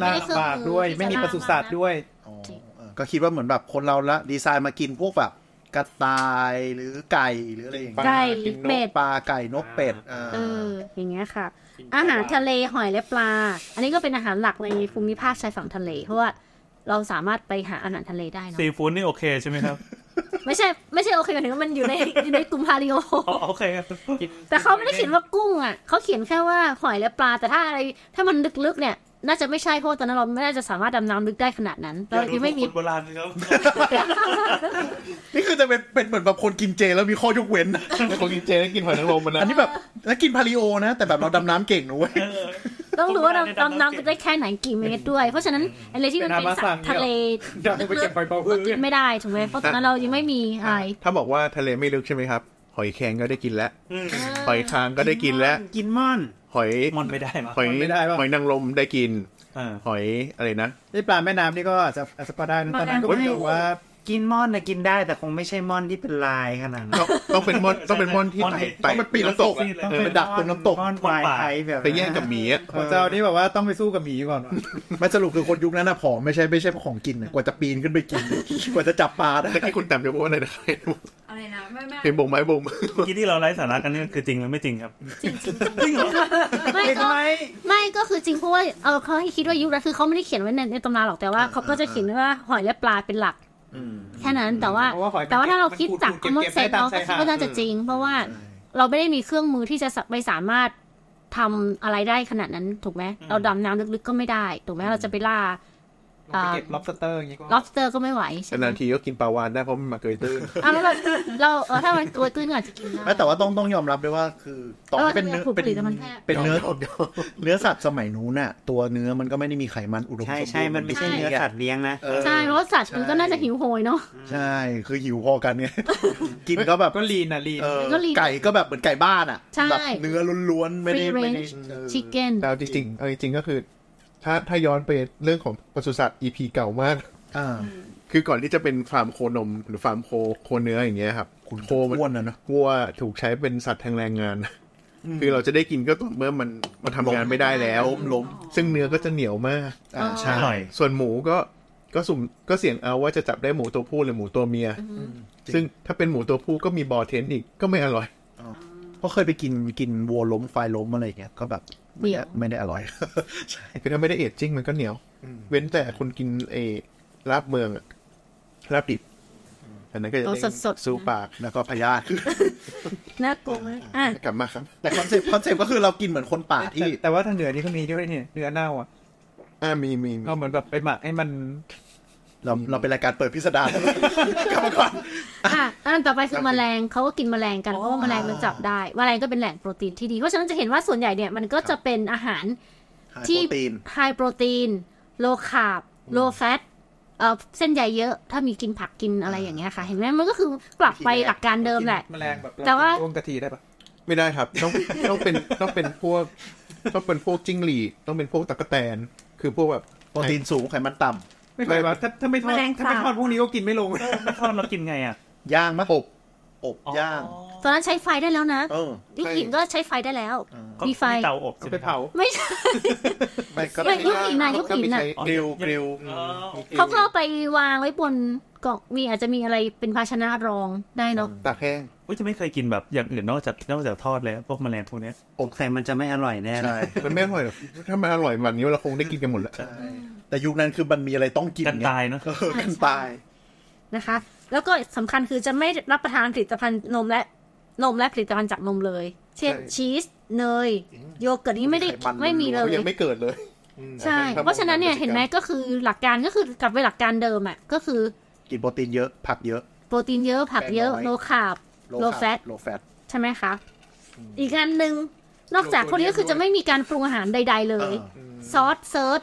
ด้ ล่า ล่าลำบากด้วย ไม่ ไม่ ได้เคมีรื่องมือ ปศุสัตว์ด้วย อ๋อเออก็คิดว่าเหมือนแบบคนเราละดีไซน์มากินพวกแบบกระต่ายหรือไก่หรืออะไรอย่างเงี้ย ไก่ กินนก เป็ด ปลาไก่นกเป็ดา เออ อย่างเงี้ยค่ะ อาหารทะเลหอยและปลา อันนี้ก็เป็นอาหารหลักในภูมิภาคชายฝั่งทะเล เพราะว่าเราสามารถไปหาอาหารทะเลได้เนาะ ซีฟู้ดนี่โอเคใช่ไหมครับ ไม่ใช่ไม่ใช่โอเคหมายถึงว่ามันอยู่ในอยู่ในกลุ่มพาลิโอ อ๋อโอเคครับ แต่เขาไม่ได้เขียนว่ากุ้งอ่ะเขาเขียนแค่ว่าหอยและปลา แต่ถ้าอะไรถ้ามันลึกๆเนี่ย น่าจะไม่ใช่เพราะว่าตอนนั้นเราไม่น่าจะสามารถดำน้ำลึกได้ขนาดนั้นเรายังไม่มี คนโบราณสิ ครับ นี่คือจะเป็นเป็นเหมือนแบบคนกินเจแล้วมีข้อยกเว้นนะ แล้วคนกินเจแล้วกินหอยนางรมมันนะ อันนี้แบบแล้วกินพาริโอนะ แต่แบบเราดำน้ำเก่งนะเว้ย ต้องรู้ว่า คนโบราณ ดำน้ำ ได้ดำน้ำ ได้แค่ไหนกี่เมตรด้วย เพราะฉะนั้นอะไรที่มันเป็น เป็นอามา สั ซั ต ง ว์ เนี่ย ทะเล อยากไปเก็บไปเบาเพื่ เรากินไม่ได้ถูกไหมเพราะตอนนั้นเรายังไม่มีอะไร ถ้าบอกว่าทะเลไม่ลึกใช่ไหมครับ หอยแครงก็ได้กินแล้ว หอยคางก็ได้กินแล้ว กินม่อน หอย มอนไม่ได้มา หอย มันไม่ได้ปะ หอยนางรมได้กิน เออ หอยอะไรนะ ไอ้ปลาแม่น้ำนี่ก็อาจจะอาจจะพอได้นะตอนนั้นก็ไม่รู้ว่า กินม่อนนะกินได้แต่คงไม่ใช่ม่อนที่เป็นลายขนาดนั้น ต้องต้องเป็นม่อนต้องเป็นม่อนที่ไต่ไต่ ต้องเป็นปีน้ำตกอะ เออ เป็นดักตรงน้ำตก ม่อนควายไทยแบบ ไปแย่งกับหมีอะ พระเจ้านี่แบบว่าต้องไปสู้กับหมีก่อนว่ะ มันสรุปคือคนยุคนั้นนะผอมไม่ใช่ไม่ใช่เพราะของกินนะกว่าจะปีนขึ้นไปกิน กว่าจะจับปลาได้ แต่ที่คุณแต้มจะพูดว่าอะไรนะ อะไรนะไม่ไม่ เห็นบงไม้ บงมือ เมื่อกี้ที่เราไลฟ์สาระกันนี่คือจริงหรือไม่จริงครับ จริงเหรอ ไม่ก็ไม่ก็คือจริงเพราะว่าเออเขาให้คิดว่ายุคนั้นคือเขาไม่ได้เขียนไว้ในในตำราหรอกแต่ว่าเขาก็จะเขียนไว้ว่าหอยและปลาเป็นหลักแค่นั้นแต่ว่า เพระว่หอย แต่ว่าถ้าเราคิดจาก มั คำว่าเซต ตม เรา ช ก็ ย คิดหด ว่าน่าจะจริง เพราะว่าเราไม่ได้มีเครื่องมือที่จะไปสามารถทำอะไรได้ขนาดนั้นถูกไหมเราดำน้ำลึกๆก็ไม่ได้ ถูกไหมเราจะไปล่า ลงไปเก็บ lobster อย่างเงี้ยก็ lobster ก็ไม่ไหวใช่ไหม นานๆทีก็กินปลาวานได้เพราะมันมาเกยตื้น อ้าวแล้วเราเราเออถ้ามันตัวตื้นก็อาจจะกินได้ ไม่แต่ว่าต้องต้องยอมรับด้วยว่าคือต่อให้เป็นเนื้อ เออ เป็น ผลิตภัณฑ์แพทย์ เป็นเนื้อเนื้อสัตว์สมัยนู้นน่ะ ตัวเนื้อมันก็ไม่ได้มีไขมันอุดมสม ใช่ บูรณ์ ใช่มันไม่ใช่เนื้อสัตว์เลี้ยงนะ เออ ใช่เพราะว่าสัตว์มันก็น่าจะหิวโหยเนาะ ใช่คือหิวพอกันเนี่ย กินก็แบบ ก็ลีนอ่ะลีน เออ ก็ลีน ไก่ก็แบบเหมือนไก่บ้านอ่ะ ใช่ แบบเนื้อล้วนๆไม่ได้ free ไม่ได้ range เออ chicken แต่เอาจริงๆเอาจริงๆก็คือ ถ้าถ้าย้อนไปเรื่องของปศุสัตว์ EP เก่ามาก อ่า คือก่อนที่จะเป็นฟาร์มโคนมหรือฟาร์มโคโคเนื้ออย่างเงี้ยครับ คุณ โค โค มัน อ้วนนะเนาะ วัวถูกใช้เป็นสัตว์ทางแรงงาน คือเราจะได้กินก็ต่อเมื่อมันมันทำงานไม่ได้แล้ว ล้มล้ม ซึ่งเนื้อก็จะเหนียวมาก อ่าใช่ อร่อย ส่วนหมูก็ก็สุ่มก็เสี่ยงเอาว่าจะจับได้หมูตัวผู้หรือหมูตัวเมีย ซึ่งถ้าเป็นหมูตัวผู้ก็มีบอเทนอีกก็ไม่อร่อย เพราะเคยไปกินกินวัวล้มควายล้มอะไรอย่างเงี้ยก็แบบไม่ได้ไม่ได้อร่อย ใช่ คือถ้าไม่ได้เอจจิ้งมันก็เหนียว เว้นแต่คุณกินเอลาบเมืองอะลาบดิบ อันนั้นก็จะ เอา เด้ง สดๆนะ สู้ปาก แล้วก็พยาธิ น่ากลัวมากอ่ะ กลับมาครับ แต่คอนเซ็ปต์คอนเซ็ปต์ก็คือเรากินเหมือนคนป่าที่ แต่แต่ว่าทางเหนือนี่ก็มีด้วยเนี่ยเนื้อเน่าอ่ะ อ่ามีมีมี เอาเหมือนแบบไปหมักให้มัน เราเราเป็นรายการเปิดพิสดาร กลับมาก่อน อ่ะอันต่อไปคือแมลงเขาก็กินแมลงกันเพราะว่าแมลงมันจับได้แมลงก็เป็นแหล่งโปรตีนที่ดีเพราะฉะนั้นจะเห็นว่าส่วนใหญ่เนี่ยมันก็จะเป็นอาหาร ที่ ที่โปรตีน ไฮโปรตีน โลคาร์บโลแฟตเอ่อเส้นใยเยอะ ถ้ามีกินผักกินอะไรอย่างเงี้ยค่ะ เห็นไหมมันก็คือกลับไปหลักการเดิมแหละ แมลงแบบ แต่ว่า รวงกะทิได้ปะ ไม่ได้ครับ ต้องต้องเป็นต้องเป็นพวกต้องเป็นพวกจิ้งหรีดต้องเป็นพวกตะกแตน คือพวกแบบ โปรตีนสูงไขมันต่ำ ไม่เคยว่าถ้าถ้าไม่ทอด แมลงสาบ ถ้าไม่ทอดพวกนี้ก็กินไม่ลง ไม่ทอดแล้วกินไงอ่ะ ย่างมะอบอบย่าง ตอนนั้นใช้ไฟได้แล้วนะ เออ ยุคหินก็ใช้ไฟได้แล้ว ก็ มีไฟ เตาอบ ก็ ใช่ไปหมครับ เผา ไม่ใช่ ไม่ก็ ไม่ยุคหินนะยุคหินน่ะ ก็มีใช้ กริลกริล เออโอเค เขาก็เอาไปวางไว้บนกล่องมีอาจจะมีอะไรเป็นภาชนะรองได้เนาะ ตากแห้ง อุ๊ยจะไม่เคยกินแบบอย่างอื่นนอกจากนอกจากทอดแล้วพวกแมลงพวกเนี้ย อกใส่มันจะไม่อร่อยแน่ ใช่ มันไม่อร่อยหรอกถ้ามันอร่อยแบบนี้เราคงได้กินกันหมดแล้ว แต่ยุคนั้นคือมันมีอะไรต้องกิน กันตายเนอะ ออกันตาย นะคะ แล้วก็สำคัญคือจะไม่รับประทานผลิตภัณฑ์นมและนมและผลิตภัณฑ์จากนมเลย เช่น ใช่ ชีสเนยโยเกิร์ตนี่ไม่ได้ ไขมัน ไม่มีเล เขา ย ยังไม่เกิดเลย ใช่ เพราะฉะนั้นเนี่ยเห็นไหมก็คือหลักการก็คือกลับไปหลักการเดิมอ่ะก็คือ กินโปรตีนเยอะ ผักเยอะ โปรตีนเยอะผักเยอะ แป้งน้อย โลคาร์บ low low carb fat low fat ใช่ไหมคะ อีกอันหนึ่งนอกจากพวกนี้ก็คือจะไม่มีการปรุงอาหารใด ๆ เลย ซอสเซิร์ช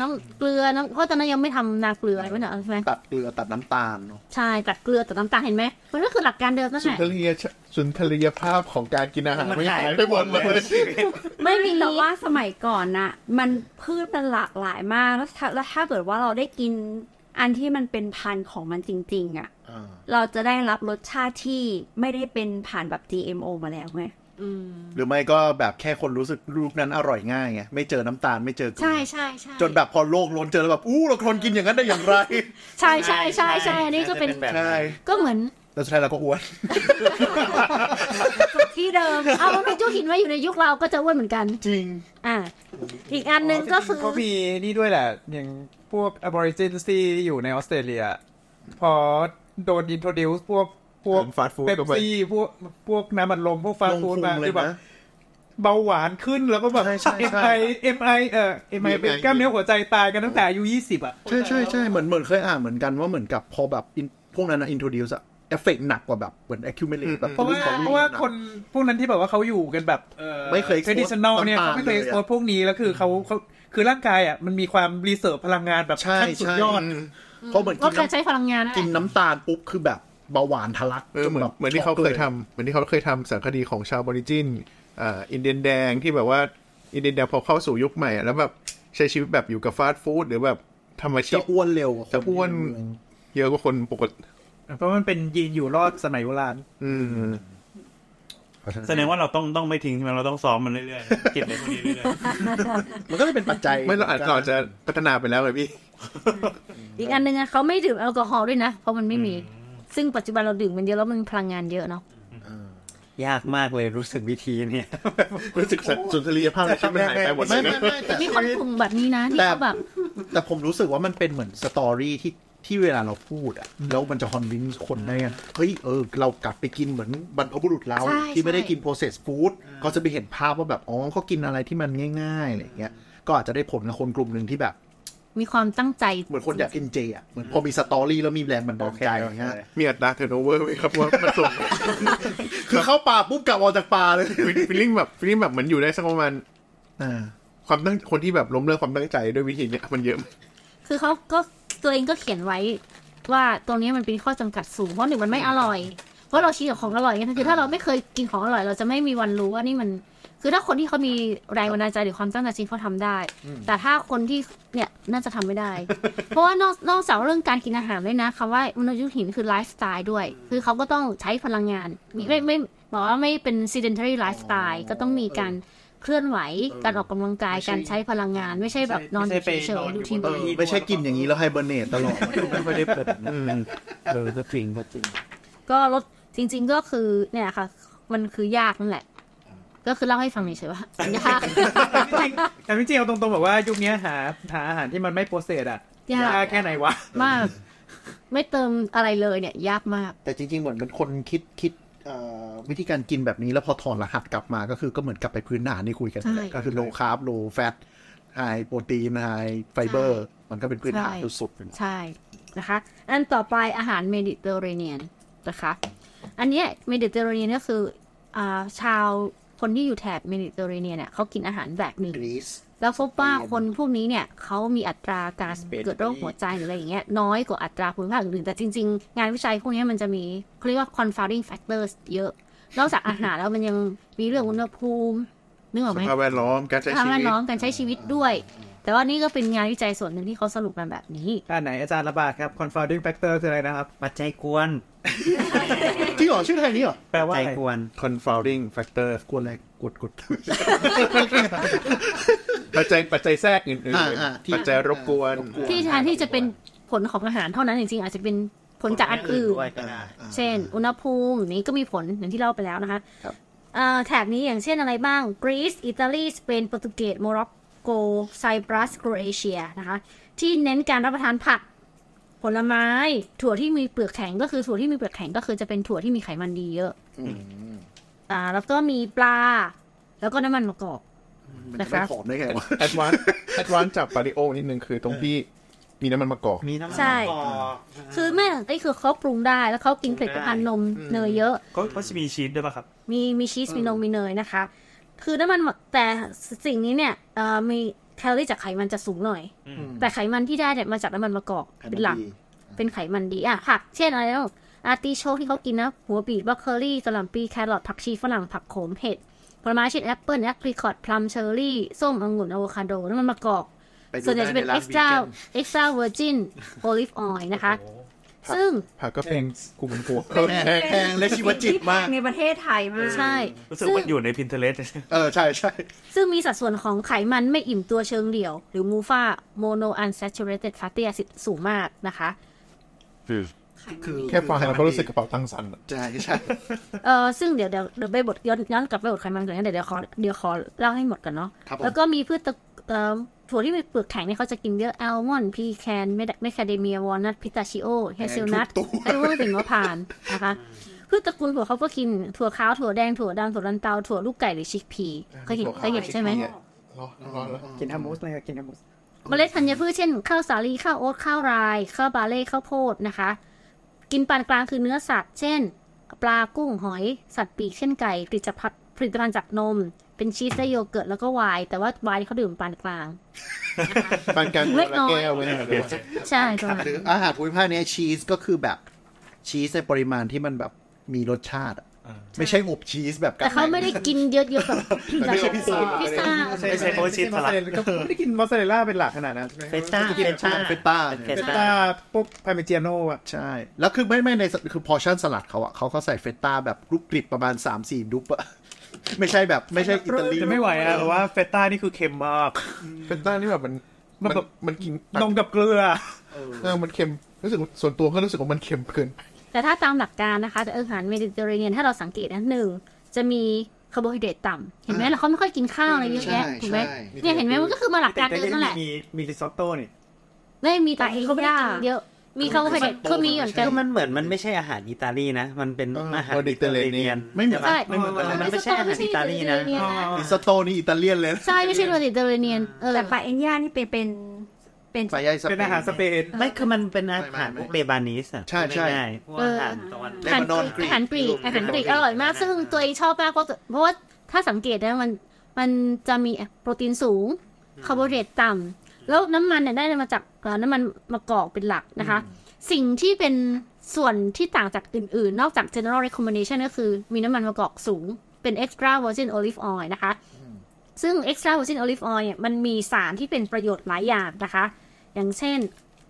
น้ำเกลือน้ำเพราะตอนนั้นยังไม่ทำนาเกลืออะไรไม่เนอะใช่ไหม ตัดเกลือตัดน้ำตาลเนอะ ใช่ตัดเกลือตัดน้ำตาลเห็นไหมมันก็คือหลักการเดิมนั่น สุ แห น ละ ทรียชสุนทรียภาพของการกินอาหาร มัน ไม่ หาย หายไปหมดเลย ไม่มี แต่ว่าสมัยก่อนน่ะ มันพืชมันหลากหลายมาก แล้วถ้าแล้วถ้าเกิดว่าเราได้กินอันที่มันเป็นพันธุ์ของมันจริง ๆ อ่ะ อ่า เราจะได้รับรสชาติที่ไม่ได้เป็นผ่านแบบ GMO มาแล้วไง อืม หรือไม่ก็แบบแค่คนรู้สึกลูกนั้นอร่อยง่ายไงไม่เจอน้ำตาลไม่เจอเกลื ใช่ใช่ใช่ จนแบบพอโลกล้นเจอแล้วแบบอู้เราคนกินอย่างนั้นได้อย่างไร ใช่ใช่ใช่ใช่อันนี้ก็เป็น ใช่ ก็เหมือน แล้วสุดท้ายเราก็อ้วน ที่เดิ ม เอาแล้วยุคหินไว้อยู่ในยุคเราก็จะอ้วนเหมือนกัน จริง อ่า อีกอันหนึ่งก็คือ เขามีนี่ด้วยแหละ อย่างพวก Aborigines ที่อยู่ในออสเตรเลีย พอโดน introduce พวกพวก fast food เป๊ป เข้าไป ซี่พวกพวกน้ำมันลม พวกฟาสต์ฟู้ด ลงพุง มา เลยนะ คือแบบเบาหวานขึ้นแล้วก็แบบ ใช่ใช่ใช่ MI MI เอ่อ MI เป็นกล้ามเนื้อหัวใจตายกันตั้งแต่อายุยี่สิบอ่ะ ใช่ใช่ใช่เหมือนเหมือนเคยอ่านเหมือนกันว่าเหมือนกับพอแบบ in- พวกนั้นนะ introduce อะเอฟเฟกหนักกว่าแบบเหมือน accumulate แบบ เพราะว่า ของ เพราะว่า หก คนพวกนั้นที่แบบว่าเขาอยู่กันแบบ ไม่เคย เทดิชแนลเนี่ย ต่างๆ เขาไม่เคย เลยอะ โพสพวกนี้แล้วคือเขาเขาคือร่างกายอ่ะมันมีความรีเสิร์ฟพลังงานแบบ ใช่ ขั้นสุด ใช่ ยอด เพราะเหมือน ก็ กิน การ น้ำ ใช้พลังงานนั่นแห กิน ละ น้ำตาลปุ๊บคือแบบเบาหวานทะลัก เออเหมือน แบบ เหมือนที่เขาเคยทำเหมือนที่เขาเคยทำสารคดีของชาวบอริจินอ่าอินเดียนแดงที่แบบว่าอินเดียนแดงพอเข้าสู่ยุคใหม่อะแล้วแบบใช้ชีวิตแบบอยู่กับฟาสต์ฟู้ดหรือแบบทำอาชี จะ พ อ้วนเร็วกว่าค จะอ้วน เยอะกว่าคนปกติ เพราะมันเป็นยีนอยู่รอดสมัยโบราณ อืม แสดงว่าเราต้องต้องไม่ทิ้งใช่ไหมเราต้องซ้อมมันเรื่อยๆกินอะไรพวกนี้เรื่อย มันก็เลยเป็นปัจจัย ไม่เราอาจเราอาจจะพัฒนาไปแล้วเลยพี่ อีกอันหนึ่งอะเขาไม่ดื่มแอลกอฮอล์ด้วยนะ เพราะมันไม่มี ซึ่งปัจจุบันเราดื่มมันเยอะแล้วมันพลังงานเยอะเนาะ ยากมากเลยรู้สึกวิธีเนี่ย รู้สึกสุนทรียภาพในชีวิตมันหายไปหมดเล ไม่ ยนะ ไม่ไม่แต่ มีคนกลุ่มแบบนี้นะที่ แต่ เขาแบบ แต่ผมรู้สึกว่ามันเป็นเหมือนสตอรี่ที่ที่เวลาเราพูดอะแล้วมันจะคอนวินคนได้ไงเฮ้ยเออเรากลับไปกินเหมือนบรรพบุรุษเรา ใช่ ที่ไม่ได้ ใช่ กิน processed food เขาจะไปเห็นภาพว่าแบบอ๋อเขากินอะไรที่มันง่ายๆอะไรอย่างเงี้ยก็อาจจะได้ผลกับคนกลุ่มหนึ่งที่แบบ มีความตั้งใจ เหมือนคนอยากกินเจอ่ะเหมือนพอมีสตอรี่แล้วมีแรงบันดาลใจอย่างเงี้ย มีอัตราเทอร์โนเวอร์ไหมครับว่ามันส่ ง คือเข้าป่าปุ๊บกลับออกจากป่าเลย ฟีลลิ่งแบบฟีลลิ่งแบบเหมือนอยู่ได้สักประมาณ อ่า ความตั้งคนที่แบบล้มเลิกความตั้งใจด้วยวิธีเนี้ยมันเยอะ คือเขาก็ตัวเองก็เขียนไว้ว่าตรงนี้มันเป็นข้อจำกัดสูง เพราะหนึ่งมันไม่อร่อย เพราะเราชินกับของอร่อยไงคือถ้าเราไม่เคยกินของอร่อย เราจะไม่มีวันรู้ว่านี่มัน คือถ้าคนที่เขามีแรงบันดาลใจหรือความตั้งใจจริงเขาทำได้ แต่ถ้าคนที่เนี่ยน่าจะทำไม่ได้ เพราะว่านอกนอกจากเรื่องการกินอาหารเลยนะคำว่ามนุษย์ยุคหินคือไลฟ์สไตล์ด้วย คือเขาก็ต้องใช้พลังงานมีไม่ไม่บอกว่าไม่เป็น sedentary lifestyle ก็ต้องมีการเคลื่อนไหวการออกกำลังกาย ไม่ใช่ การใช้พลังงาน ไม่ใช่แบบนอน ไม่ใช่ไป เฉ นอย น ๆ อดูยู่บน ที เก้า วี อี้ ไม่ใช่กินอย่างนี้แล้วไฮเบอร์เนตตลอด ไม่ได้เป็นแบบนั้นเออจะจริงก็จริง ก็ลดจริง ๆก็คือเนี่ยค่ะ มันคือยากนั่นแหละ ก็คือเล่าให้ฟังเฉยๆว่ามันยาก แต่จริงๆเอาตรงๆแบบว่ายุคเนี้ยหาหาอาหารที่มันไม่โปรเซสอะ ยาก แค่ไหนวะ มาก ไม่เติมอะไรเลยเนี่ย ยากมาก แต่จริงๆ เหมือนเป็นคนคิดคิดเอ่อวิธีการกินแบบนี้แล้วพอถอนรหัสกลับมาก็คือก็เหมือนกลับไปพื้นฐานที่คุยกัน ใช่ นั่นแหละก็คือโลคาร์บโลแฟตไฮโปรตีนไฮไฟเบอร์ มันก็เป็นพื้นฐาน ใช่ สุดๆเลยนะ ใช่นะคะ อันต่อไปอาหารเมดิเตอร์เรเนียนนะคะ อันเนี้ยเมดิเตอร์เรเนียนก็คืออ่าชาวคนที่อยู่แถบเมดิเตอร์เรเนียนเนี่ยเขากินอาหารแบบหนึ่ง กรีซ แล้วพบว่าคนพวกนี้เนี่ยเขามีอัตราการเกิดโรคหัวใจหรืออะไรอย่างเงี้ยน้อยกว่าอัตราภูมิภาคอื่นๆแต่จริง ๆ งานวิจัยพวกเนี้ยมันจะมีเขาเรียกว่า confounding factors เยอะ นอกจากอาหารแล้วมันยังมีเรื่องอุณหภูมินึกออก ส ไหม ภาพแวดล้อมการใช้ ทำ ชี ให้ วิต น้องการใช้ชีวิตด้วย แต่ว่านี่ก็เป็นงานวิจัยส่วนหนึ่งที่เขาสรุปมาแบบนี้ อ่าไหนอาจารย์ระบาดครับ confounding factor คืออะไรนะครับ ปัจจัยกวน จริงเหรอ ชื่อไทยนี่เหรอ แปล ปัจ ว่า จัย อะไร กวน คอนฟ o u n d i n g factor กวนอะไรกดกด ปัจจัยปัจจัยแทรกอื่น อ่าอ่าที่ ๆปัจจัยรบกวน รบกว ที่แทนที่จะเป็นผลของอาหารเท่านั้นจริงๆอาจจะเป็นผลจากอันอื่น ด้วยก็ได้ เช่น อุณหภูมินี้ก็มีผลอย่างที่เล่าไปแล้วนะคะ ครับ เอ่อแถบนี้อย่างเช่นอะไรบ้างกรีซอิตาลีสเปนโปรตุเกสโมร็อกโกไซปรัสโครเอเชียนะคะ ที่เน้นการรับประทานผัก ผลไม้ ถั่วที่มีเปลือกแข็งก็คือถั่วที่มีเปลือกแข็งก็คือจะเป็นถั่วที่มีไขมันดีเยอะอ่าแล้วก็มีปลา แล้วก็น้ำมันมะกอก มัน นะ จะ ครั ไม่ บ ผอมได้ไงวะ แอดวานซ์แอดวานซ์จากปาริโอนิดนึงคือตรงที่มีน้ำมันมะกอก มีน้ำมัน ใช่ มะกอก คือแม่ไอ้คือเขาปรุงได้แล้วเขากินผลิตภัณฑ์นมเนยเยอะ ก็ก็จะมีชีสด้วยป่ะครับ มีมีชีสมีนมมีเนยนะคะ คือน้ำมันหมดแต่สิ่งนี้เนี่ยเอ่อมีแคลอรี่จากไขมันจะสูงหน่อย แต่ไขมันที่ได้เนี่ยมาจากน้ำมันมะกอกเป็นหลัก เป็นไขมันดีอ่ะผักเช่นอะไรบ้างอาร์ติโชคที่เขากินนะ หัวบีดบรอกโคลีสลัมปีแครอทผักชีฝรั่งผักโขมเห็ดผลไม้เช่นแอปเปิลแอปริคอตพลัมเชอร์รี่ ส้มองุ่นอะโวคาโดน้ำมันมะกอก ไปดู ส่วนใหญ่ ได้ จะเป็น ในร้าน เอ็กซ์ตร้า vegan เอ็กซ์ตร้าเวอร์จินโอลิฟออยล์นะคะ ซึ่ง ผักก็เป็นกลุ่มพวก แพงแพงและชีวจิตมาก ในประเทศไทยมาก ใช่ รู้สึก ซึ่ง ว่าอยู่ใน Pinterest เออ ใช่ใช่ ซึ่งมีสัดส่วนของไขมันไม่อิ่มตัวเชิงเดี่ยว หรือมูฟ่าโมโนอัน a ซ u r a t e d fatty acid สูงมากนะคะ คือ แค่ฟังแล้วก็รู้สึกกระเป๋าตังค์สั่นอะ ใช่ใช่ เออซึ่งเดี๋ยวเดี๋ยวเดี๋ยวไปบทย้อนย้อนกลับไปบทไขมันก่อนนะเดี๋ยวเดี๋ยวขอเดี๋ยวขอเล่าให้หมดก่อนเนาะ ครับผ แล้ว ม ก็มีพืชตระเอ่อถั่วที่มีเปลือกแข็งเนี่ยเขาจะกินเยอะอัลมอนด์พีแคนเมคาเดเมียวอลนัทพิตาชิโอเฮเซลนัทไอเวอร์เป็นมะพร้านต์นะคะพืชตระกูลถั่วเขาก็กินถั่วขาวถั่วแดงถั่วดำถั่วลันเตาถั่วลูกไก่หรือชิกพีเคยเห็นเคยเห็นใช่ไหม ร้อนร้อนแล้ว กินฮัมมูสเลยกินฮัมมูส เมล็ดธัญพืชเช่นข้าวสาลีข้าวโอ๊ตข้าวราย ข้าวบาเล่ข้าวโพดนะคะ กินปานกลางคือเนื้อสัตว์ เช่น ปลากุ้งหอย สัตว์ปีกเช่นไก่ผลิตภัณฑ์ผลิตภัณฑ์จากนม เป็นชีสและโยเกิร์ตแล้วก็ไวน์แต่ว่าไวน์เขาดื่มปานกลาง ปานกลาง เล็กน้อย แก้วไว้หนะเดี๋ยว ใช่ตรงนั้น หรืออาหารภูมิภาคเนี้ยชีสก็คือแบบชีสในปริมาณที่มันแบบมีรสชาติอะไม่ใช่อบชีสแบบกลับ แต่เขาไม่ได้กินเยอะๆแบบ แต่ไม่ใช่พิซซ่า พิซซ่า ไม่ใช่เขาว่าชีส ไม่ ส ใช่ ลัด mozzarella ก็ไม่ได้กินมอสซาเรลล่าเป็นหลักขนาดนั้นใช่ไหม เฟสต้าเฟสต้า เฟตต้าเนี่ย เฟส เฟส ต้า ต้าพวกพาเมเจียโน่อะ ใช่ แล้วคือไม่ไม่ในคือพอชั่นสลัดเขาอะเขาก็ใส่เฟตต้าแบบกรุบกริบประมาณ 3 4 ดุปอะ ไม่ใช่แบบไม่ใช่ อิตาลี จะไม่ไหวอะเพราะว่าเฟสต้านี่คือเค็มมาก เป็นต้านี่แบบมัน มั มัน นแบบ มันกิน นมกับเกลือ เออมันเค็มรู้สึกส่วนตัวก็รู้สึกว่ามันเค็มเกิน แต่ถ้าตามหลักการนะคะแต่อาหารเมดิเตอร์เรเนียนถ้าเราสังเกตนะหนึ่งจะมีคาร์โบไฮเดรตต่ำเห็นไหมแล้วเขาไม่ค่อยกินข้าวอะไรเยอะแยะถูกไหมเนี่ยเห็นไหมมันก็คือมาหลัก แต่ การ แต่ เดิม ก็ นั่นแหละ มีมีริซอตโต้นี่ ได้มีแต่เขาไม่ได้กินเยอะ มีคาร์โบไฮเดรตก็มีเหมือนกัน คือมันเหมือนมันไม่ใช่อาหารอิตาลีนะ มันเป็นอาหารอิตาเลียน ไม่เหมือน ใช่ ไม่เหมือนกันเลย มันไม่ใช่อาหารอิตาลีนะ อิสโตนี่อิตาเลียนเลยนะ ใช่ไม่ใช่เมดิเตอร์เรเนียนเออ แต่ปลาเอ็นย่านี่เป็นเป็น เป็น สายใยสเปน เป็นอาหารสเปน ไม่คือมันเป็นอาหารพวไม่ไม่กไม่ เลบานีสอะ ใช่ใช่ ง่ายๆพวก เออออาหารตะวัน เลบานอนกอารีกหารกรีกอาหารกรีกอร่อยมาก ซึ่งตัวเองชอบมากเพราะเพราะว่าถ้าสังเกตนะมันมันจะมีโปรตีนสูงคาร์โบไฮเดรตต่ำแล้วน้ำมันเนี่ยได้มาจากเอ่อน้ำมันมะกอกเป็นหลักนะคะ สิ่งที่เป็นส่วนที่ต่างจากอื่นๆ นอกจาก general recommendation ก็คือมีน้ำมันมะกอกสูง เป็น extra virgin olive oil นะคะ ซึ่ง extra virgin olive oil เนี่ยมันมีสารที่เป็นประโยชน์หลายอย่างนะคะ อย่างเช่น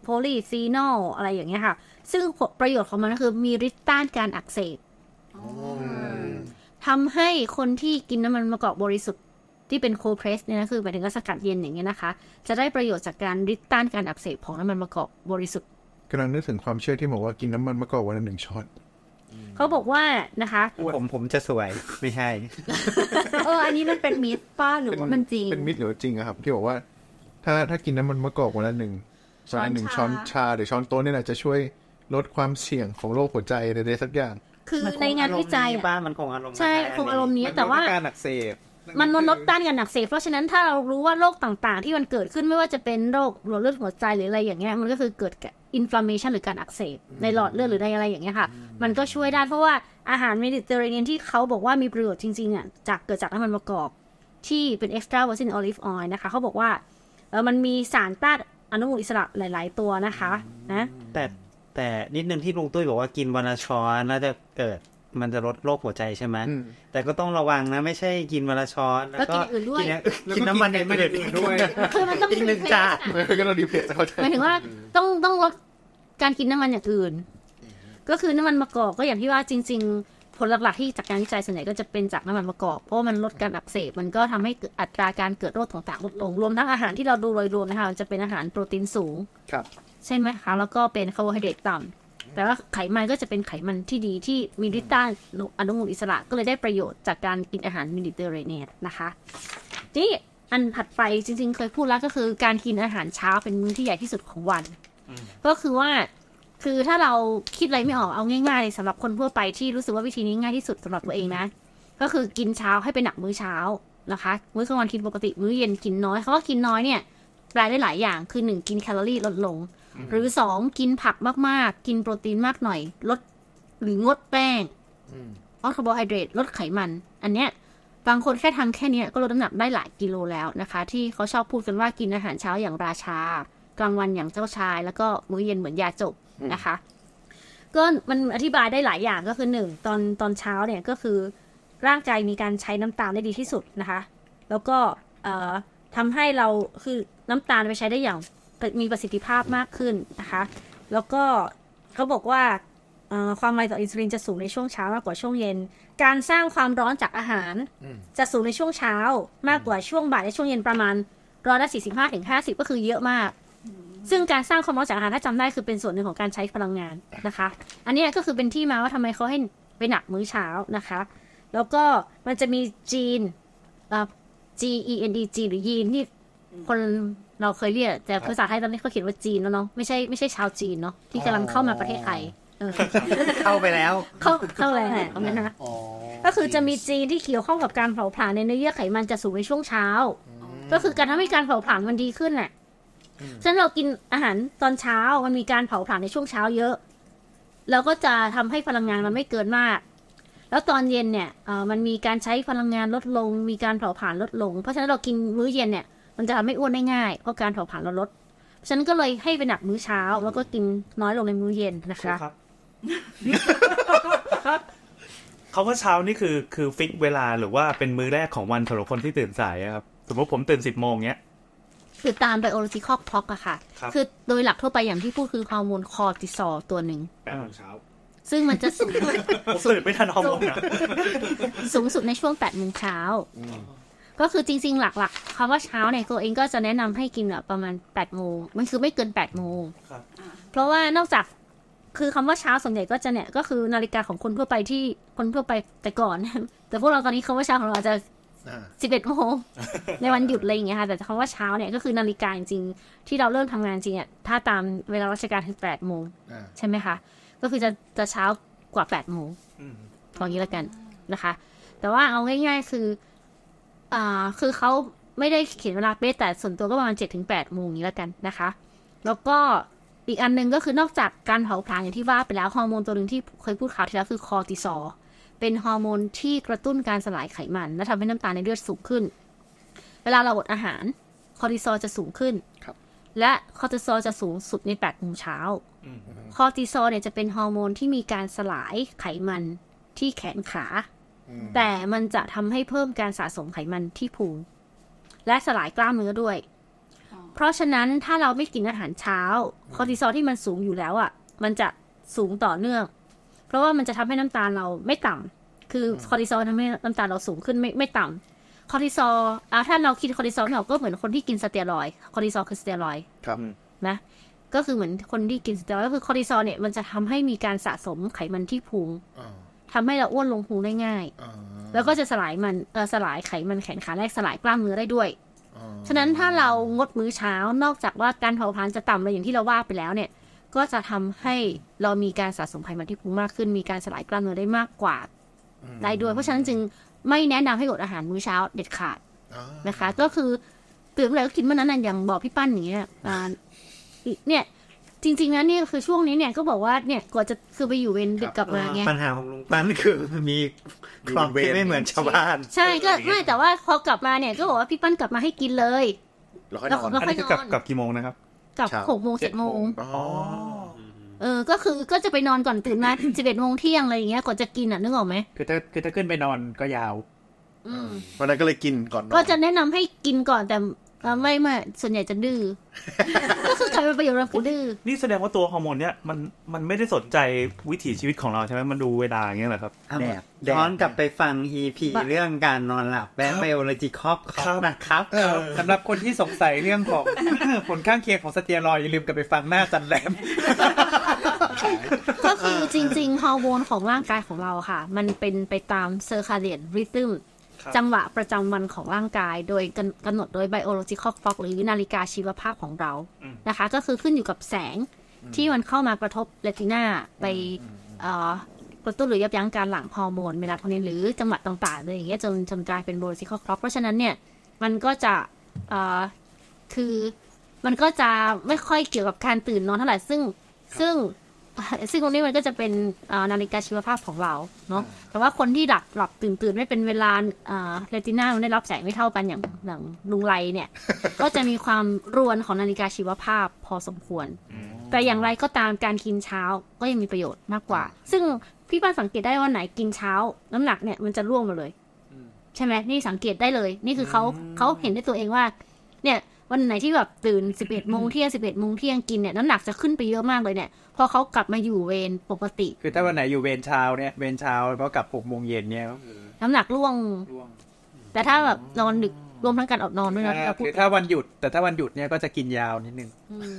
polyphenol อะไรอย่างเงี้ยค่ะ ซึ่งประโยชน์ของมันก็คือมีฤทธิ์ต้านการอักเสบ ทำให้คนที่กินน้ำมันมะกอกบริสุทธิ์ที่เป็นโคเพรสเนี่ยนะคือหมายถึงก็สกัดเย็นอย่างเงี้ยนะคะ จะได้ประโยชน์จากการริดต้านการอักเสบของน้ำมันมะกอกบริสุทธิ์ กำลังนึกถึงความเชื่อที่บอกว่ากินน้ำมันมะกอกวันละหนึ่งช้อน เขาบอกว่านะคะ ผมผมจะสวยไม่ใช่ เออ อันนี้มันเป็นมิตรป้าหรือว่ามันจริง เป็นมิตรหรือจริงอะครับ ที่บอกว่า ถ้าถ้ากินน้ำมันมะกอกวันละหนึ่ง ช้อน วันละหนึ่ง ชา ช้อนชาหรือช้อนโต๊ะเนี่ยนะจะช่วยลดความเสี่ยงของโรคหัวใจอะไรๆสักอย่าง คือในงานวิจัยอะ บ้านมันคงอารมณ์ ใช่คงอารมณ์นี้ มัน แต่ว่า ลดอาการอักเสบ มันลดต้านการอักเสบเพราะฉะนั้นถ้าเรารู้ว่าโรคต่างๆ ที่มันเกิดขึ้นไม่ว่าจะเป็นโรคหลอดเลือดหัวใจหรืออะไรอย่างเงี้ยมันก็คือเกิดอินฟลามเมชันหรือการอักเสบในหลอดเลือดหรือในอะไรอย่างเงี้ยค่ะ มันก็ช่วยได้เพราะว่าอาหารเมดิเตอร์เรเนียนที่เขาบอกว่ามีประโยชน์จริงๆอ่ะจากเกิดจากน้ำมันมะกอก ที่เป็น extra virgin olive oil นะคะ เขาบอกว่าเออมันมีสารต้านอนุมูลอิสระหลาย ๆ ตัวนะคะนะ แต่แต่นิดนึงที่ลุงตุ้ยบอกว่ากินวันละช้อนน่าจะเกิดมันจะลดโรคหัวใจใช่ไหม อืม แต่ก็ต้องระวังนะ ไม่ใช่กินวันละช้อน แล้วกินอย่างอื่นด้วย กินอย่าง กินน้ำมันใน ไม่ ไม่ ได้ ได้ ดื่มด้วย คือมันต้อง อีกหนึ่ง มี จาน เพลสอะ ก็เราดีเพลทเข้าใจ หมายถึงว่าต้องต้องลดการกินน้ำมันอย่างอื่น ก็คือน้ำมันมะกอกก็อย่างที่ว่าจริง ๆ ผลหลักๆที่จากการวิจัยส่วนใหญ่ก็จะเป็นจากน้ำมันมะกอกเพราะว่ามันลดการอักเสบมันก็ทำให้เกิดอัตราการเกิดโรคต่างๆลดลงรวมทั้งอาหารที่เราดูโดยรวมนะคะจะเป็นอาหารโปรตีนสูง ครับ ใช่ไหมคะ แล้วก็เป็นคาร์โบไฮเดรตต่ำแต่ว่าไขมันก็จะเป็นไขมันที่ดีที่มีฤทธิ์ต้านอนุมูลอิสระก็เลยได้ประโยชน์จากการกินอาหารเมิดิเตอร์เรเนียนนะคะ นี่อันถัดไปจริงๆ เคยพูดแล้วก็คือการกินอาหารเช้าเป็นมื้อที่ใหญ่ที่สุดของวัน ก็คือว่าคือถ้าเราคิดอะไรไม่ออกเอาง่ายๆเลยสำหรับคนทั่วไปที่รู้สึกว่าวิธีนี้ง่ายที่สุดสำหรับตัวเองนะ ก็คือกินเช้าให้เป็นหนักมื้อเช้านะคะ มื้อกลางวันกินปกติมื้อเย็นกินน้อยเขาว่ากินน้อยเนี่ยแปลได้หลายอย่างคือหนึ่งกินแคลอรี่ลดลง หรือสองกินผักมากๆ กินโปรตีนมากหน่อย ลดหรืองดแป้งลดคาร์โบไฮเดรตลดไขมัน อันเนี้ย บางคนแค่ทำแค่เนี้ยก็ลดน้ำหนักได้หลายกิโลแล้วนะคะ ที่เขาชอบพูดกันว่ากินอาหารเช้าอย่างราชา กลางวันอย่างเจ้าชาย แล้วก็มื้อเย็นเหมือนยาจบนะคะ ก็มันอธิบายได้หลายอย่างก็คือหนึ่งตอนตอนเช้าเนี่ยก็คือ ร่างกายมีการใช้น้ำตาลได้ดีที่สุดนะคะ แล้วก็เอ่อทำให้เราคือน้ำตาลไปใช้ได้อย่างมีประสิทธิภาพมากขึ้นนะคะ แล้วก็เขาบอกว่า เอ่อความไวต่ออินซูลินจะสูงในช่วงเช้ามากกว่าช่วงเย็น การสร้างความร้อนจากอาหาร จะสูงในช่วงเช้ามากกว่าช่วงบ่ายและช่วงเย็นประมาณร้อยละสี่สิบห้าถึงห้าสิบก็คือเยอะมาก ซึ่งการสร้างความร้อนจากอาหารถ้าจำได้คือเป็นส่วนหนึ่งของการใช้พลังงานนะคะ อันเนี้ยก็คือเป็นที่มาว่าทำไมเขาให้ไปหนักมื้อเช้านะคะ แล้วก็มันจะมีจีนเอ่อ G E N D จีนหรือยีนที่คนเราเคยเรียก แต่ภาษาไทยตอนนี้เขาเขียนว่าจีนแล้วเนาะไม่ใช่ไม่ใช่ชาวจีนเนาะที่กำลังเข้ามาประเทศไทยเออ เข้าไปแล้ว เข้าเข้าแรงเอาไหมนะก็คือจะมีจีนที่เกี่ยวข้องกับการเผาผลาญในเนื้อเยื่อไขมันจะสูงในช่วงเช้า ก็คือการทำให้การเผาผลาญมันดีขึ้นแหละฉะนั้นเรากินอาหารตอนเช้ามันมีการเผาผลาญในช่วงเช้าเยอะ แล้วก็จะทำให้พลังงานมันไม่เกินมาก แล้วตอนเย็นเนี่ยเอ่อมันมีการใช้พลังงานลดลง มีการเผาผลาญลดลง เพราะฉะนั้นเรากินมื้อเย็นเนี่ย มันจะทำให้อ้วนได้ง่ายเพราะการเผาผลาญเราลดฉะนันก็เลยให้ไปหนักมื้อเช้า แล้วก็กินน้อยลงในมื้อเย็นนะคะ ครับ เขาว่าเช้านี่คือคือฟิกเวลาหรือว่าเป็นมื้อแรกของวันสำหรับคนที่ตื่นสายอะครับ สมมติผมตื่นสิบโมงเนี้ย คือตามไบโอโลจิคอลท็อกอะค่ะ ครับ คือโดยหลักทั่วไปอย่างที่พูดคือฮอร์โมนคอร์ติซอลตัวหนึ่ง แปดโมงเช้า ซึ่งมันจะสูง ผมตื่นไม่ทันฮอร์โมนอะ สูงสุดในช่วง8ปดโมงเช้า ก็คือจริง ๆ หลักๆคำว่าเช้าเนี่ยตัวเองก็จะแนะนำให้กินแบบประมาณ8ปดโมงมันคือไม่เกิน8ปดโมง ครับ เพราะว่านอกจากคือคำว่าเช้าส่วนใหญ่ก็จะเนี่ยก็คือนาฬิกาของคนทั่วไปที่คนทั่วไปแต่ก่อน แต่พวกเราตอนนี้คำว่าเช้าของเราอาจจะ อ่า สิบเอ็ดโมง ในวันหยุดอะไรอย่างเงี้ยค่ะ แต่คำว่าเช้าเนี่ยก็คือนาฬิกาจริงๆที่เราเริ่มทำงานจริงอ่ะถ้าตามเวลาราชการคือแปดโมง อ่า ใช่ไหมคะ ก็คือจะจะเช้ากว่าแปดโมง อืม ขออย่างนี้ละกันนะคะ แต่ว่าเอาง่ายๆคืออ่าคือเขาไม่ได้เขียนเวลาเป๊ะแต่ส่วนตัวก็ประมาณเจ็ดถึงแปดโมงอย่างนี้ละกันนะคะ แล้วก็อีกอันหนึงก็คือนอกจากการเผาผลาญอย่างที่ว่าไปแล้วฮอร์โมนตัวหนึ่งที่เคยพูดข่าวที่แล้วคือคอร์ติซอลเป็นฮอร์โมนที่กระตุ้นการสลายไขมัน และทำให้น้ำตาลในเลือดสูงขึ้น เวลาเราอดอาหารคอร์ติซอลจะสูงขึ้น ครับ และคอร์ติซอลจะสูงสุดใน8โมงเช้า คอร์ติซอลเนี่ยจะเป็นฮอร์โมนที่มีการสลายไขมันที่แขนขา แต่มันจะทำให้เพิ่มการสะสมไขมันที่พุงและสลายกล้ามเนื้อด้วย อ๋อ เพราะฉะนั้นถ้าเราไม่กินอาหารเช้า คอร์ติซอลที่มันสูงอยู่แล้วอ่ะ มันจะสูงต่อเนื่อง เพราะว่ามันจะทำให้น้ำตาลเราไม่ต่ำคืออคอร์ติซอลทำให้น้ำตาลเราสูงขึ้นไม่ไม่ต่ำคอร์ติซอลอ่าถ้าเราคิดคอร์ติซอลไม่ออกก็เหมือนคนที่กินสเตียรอยด์คอร์ติซอลคือสเตียรอยด์ ครับ นะก็คือเหมือนคนที่กินสเตียรอยด์ก็คือคอร์ติซอลเนี่ยมันจะทำให้มีการสะสมไขมันที่พุง อ่า ทำให้เราอ้วนลงพุงได้ง่าย อ่า แล้วก็จะสลายมันเออสลายไขมันแขนขาแรกสลายกล้ามเนื้อได้ด้วย อ่า ฉะนั้นถ้าเรางดมื้อเช้านอกจากว่าการเผาผลาญจะต่ำเลยอย่างที่เราว่าไปแล้วเนี่ย ก็จะทำให้เรามีการสะสมไขมันที่พุงมากขึ้น มีการสลายกล้ามเนื้อได้มากกว่าได้ด้วย เพราะฉะนั้นจึงไม่แนะนำให้อดอาหารมื้อเช้าเด็ดขาด อ่า นะคะก็คือตื่นเมื่อไหร่ก็กินเมื่อนั้นน่ะอย่างบอกพี่ปั้นอย่างเงี้ยอ่าอีเนี่ย จริงๆนะเนี่ยคือช่วงนี้เนี่ยก็บอกว่าเนี่ยกว่าจะคือไปอยู่เวรดึกกลับมาไง ปัญหาของลุงปั้นคือมีครอบที่ไม่เหมือนชาวบ้าน ใช่ก็ไม่แต่ว่าพอกลับมาเนี่ยก็บอกว่าพี่ปั้นกลับมาให้กินเลย แล้วค่อยนอน แล้ว อันนี้คือกลับกลับกี่โมงนะครับ กลับ เช้า หกโมงเจ็ดโมง อ๋อ เออก็คือก็จะไปนอนก่อนตื่นมาสิบเอ็ดโมงเที่ยงอะไรอย่างเงี้ยกว่าจะกินอ่ะนึกออกไหม คือถ้าคือถ้าขึ้นไปนอนก็ยาว อืม วันนั้นก็เลยกินก่อนนอน ก็จะแนะนำให้กินก่อนแต่เอ่อไม่ไม่ส่วนใหญ่จะดื้อ ก็คือกลายเป็นประโยชน์เราคือดื้อ นี่แสดงว่าตัวฮอร์โมนเนี่ยมันมันไม่ได้สนใจวิถีชีวิตของเราใช่ไหมมันดูเวลาอย่างเงี้ยเหรอครับ แดดแดด ย้อนกลับไปฟัง EP เรื่องการนอนหลับและไบโอโลจิคอ ครับ นะครับ สำหรับคนที่สงสัยเรื่องของ ผลข้างเคียงของสเตียรอยด์อย่าลืมกลับไปฟังหน้าจันแร ม ก็คือจริงๆ ฮอร์โมนของร่างกายของเราค่ะ มันเป็นไปตามเซอร์คาเดียนริทึม ครับ จังหวะประจำวันของร่างกาย โดยกำกำหนดโดยไบโอโลจิคอลคล็อกหรือนาฬิกาชีวภาพของเรานะคะ ก็คือขึ้นอยู่กับแสงที่มันเข้ามากระทบเลติน่าไปเอ่อกระตุ้นหรือยับยั้งการหลั่งฮอร์โมนเมลาโทนินหรือจังหวะต่างๆเลยอย่างเงี้ยจนจนกลายเป็นโบรซิคอลคล็อกเพราะฉะนั้นเนี่ยมันก็จะเอ่อคือมันก็จะไม่ค่อยเกี่ยวกับการตื่นนอนเท่าไหร่ซึ่งซึ่ง ซึ่งตรงนี้มันก็จะเป็นเอ่อนาฬิกาชีวภาพของเราเนาะแต่ว่าคนที่หลับหลับตื่นตื่นไม่เป็นเวลาเรติน่ามันได้รับแสงไม่เท่ากันอย่างอย่างลุงไรเนี่ย ก็จะมีความรวนของนาฬิกาชีวภาพพอสมควร แต่อย่างไรก็ตามการกินเช้าก็ยังมีประโยชน์มากกว่า ซึ่งพี่ป้านสังเกตได้ว่าไหนกินเช้า น้ำหนักเนี่ยมันจะร่วงมาเลย ใช่ไหมนี่สังเกตได้เลย นี่คือเขาเขาเห็นด้วยตัวเองว่า เนี่ยวันไหนที่แบบตื่น 11โมงเที่ยง11โมงเที่ยงกินเนี่ยน้ำหนักจะขึ้นไปเยอะมากเลยเนี่ย พอเขากลับมาอยู่เวรปกติ คือถ้าวันไหนอยู่เวรเช้าเนี่ยเวรเช้าเพราะกลับหกโมงเย็นเนี่ย น้ำหนักร่วง ร่วง แต่ถ้าแบบนอนดึกรวมทั้งการอดนอนด้วยนะที่เราพูดหรือถ้าวันหยุดแต่ถ้าวันหยุดเนี่ยก็จะกินยาวนิดนึง อืม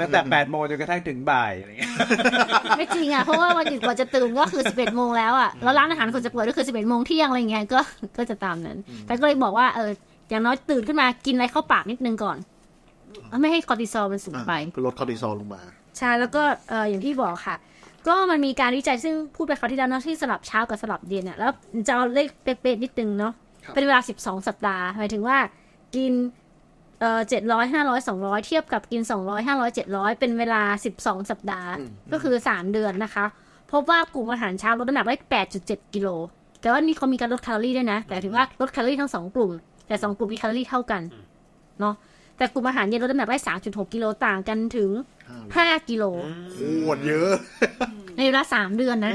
ตั้งแต่แปดโมงจนกระทั่งถึงบ่ายอะไรเงี้ย ไม่จริงอ่ะ เพราะว่าวันหยุดกว่าจะตื่นก็คือ 11โมงแล้วอ่ะ แล้วร้านอาหารควรจะเปิดก็คือ 11โมงเที่ยงอะไรอย่างเงี้ยก็ก็จะตามนั้น แต่ก็เลยบอกว่าเอออย่างน้อยตื่นขึ้นมากินอะไรเข้าปากนิดนึงก่อนไม่ให้คอร์ติซอลมันสูงไป ก็ลดคอร์ติซอลลงมา ใช่แล้วก็เอ่ออย่างที่บอกค่ะ ก็มันมีการวิจัยซึ่งพูดไปคราวที่แล้วเนอะที่สลับเช้ากับสลับเย็นเนี่ยแล้วจะเอาเลขเป๊ะๆนิดนึงเนาะ ครับ เป็นเวลา 12 สัปดาห์หมายถึงว่ากินเอ่อเจ็ดร้อยห้าร้อยสองร้อยเทียบกับกินสองร้อยห้าร้อยเจ็ดร้อยเป็นเวลา 12 สัปดาห์ ก็คือ 3 เดือนนะคะพบว่ากลุ่มอาหารเช้าลดน้ำหนักได้ 8.7 กิโล แต่ว่านี่เขามีการลดแคลอรี่ด้วยนะ แต่ถึงว่าลดแคลอรี่ทั้งสองกลุ่ม แต่สองกลุ่มมีแคลอรี่เท่ากันเนาะแต่กลุ่มอาหารเย็นลดน้ำหนักได้ 3.6 กิโลต่างกันถึง 5 กิโล โอ้วดเยอะ ในเวลาสามเดือนนะ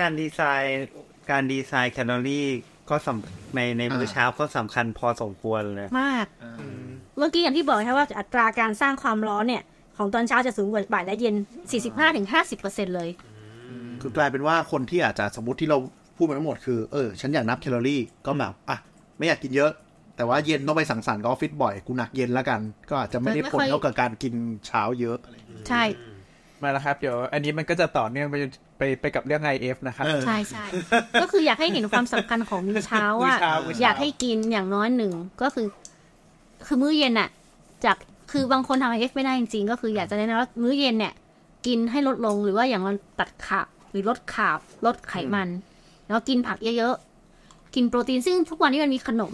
การดีไซน์การดีไซน์แคลอรี่ก็สำในในมื้อเช้าก็สำคัญพอสมควรเลย มาก เมื่อกี้อย่างที่บอกนะคะว่าอัตราการสร้างความร้อนเนี่ย ของตอนเช้าจะสูงกว่าบ่ายและเย็น 45-50%เลย คือกลายเป็นว่าคนที่อาจจะสมมติที่เราพูดมาทั้งหมดคือเออฉันอยากนับแคลอรี่ก็แบบอ่ะไม่อยากกินเยอะ แต่ว่าเย็นต้องไปสังสรรค์กับออฟฟิศบ่อยกูหนักเย็นแล้วกัน ก็อาจจะไม่ได้ ไม่ ผล ค่อย เท่ากับการกินเช้าเยอะอะไรอย่างเงี้ย ใช่ มาแล้วครับเดี๋ยวอันนี้มันก็จะต่อเนื่องไปจนไปไปกับเรื่อง IF นะครับ เออ ใช่ใช่ ก็คืออยากให้เห็นความสำคัญของมื้อเช้า มื้อ ว่า เช้ามื้อเช้า อยากให้กินอย่างน้อยหนึ่งก็คือ คือมื้อเย็นอะจากคือบางคนทำไอเอฟไม่ได้จริงๆ ก็คืออยากจะแนะนำว่ามื้อเย็นเนี่ย กินให้ลดลงหรือว่าอย่างมันตัดขาบหรือลดขาบลดไขมัน แล้วกินผักเยอะๆ กินโปรตีนซึ่งทุกวันนี้มันมีขนม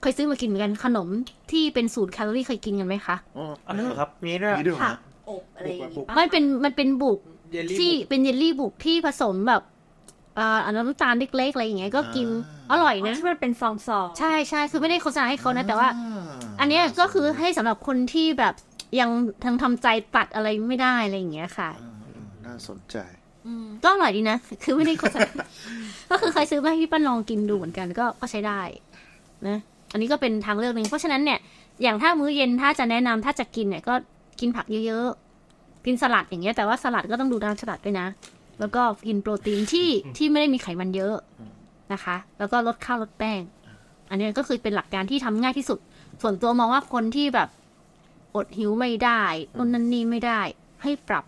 เคยซื้อมากินเหมือนกันขนมที่เป็นสูตรแคลอรี่เคยกินกันไหมคะ อ๋อ อันนี้เหรอครับ มีด้วย นี่ด้วยเหรอ ค่ะ อบอะไรอย่างงี้ปะ มันเป็นมันเป็นบุก เยลลี่ ที่เป็นเยลลี่บุกที่ผสมแบบอ่าอันน้ำตาลเล็กๆอะไรอย่างเงี้ยก็กินอร่อยนะ ที่มันเป็นซองซองๆ ใช่ใช่คือไม่ได้โฆษณาให้เขานะแต่ว่า อ่ อันเนี้ยก็คือให้สำหรับคนที่แบบยังทั้งทำใจตัดอะไรไม่ได้อะไรอย่างเงี้ยค่ะ น่าสนใจ อืมก็อร่อยดีนะ คือไม่ได้โฆษณา ก็คือเคยซื้อมาให้พี่ปั้นลองกินดูเหมือนกันก็ก็ใช้ได้นะ อันนี้ก็เป็นทางเลือกหนึ่งเพราะฉะนั้นเนี่ย อย่างถ้ามื้อเย็นถ้าจะแนะนำถ้าจะกินเนี่ยก็กินผักเยอะๆ กินสลัดอย่างเงี้ยแต่ว่าสลัดก็ต้องดูน้ำสลัดด้วยนะ แล้วก็กินโปรตีนที่ที่ไม่ได้มีไขมันเยอะนะคะ แล้วก็ลดข้าวลดแป้ง อันเนี้ยก็คือเป็นหลักการที่ทำง่ายที่สุด ส่วนตัวมองว่าคนที่แบบอดหิวไม่ได้นู่นนั่นนี่ไม่ได้ ให้ปรับ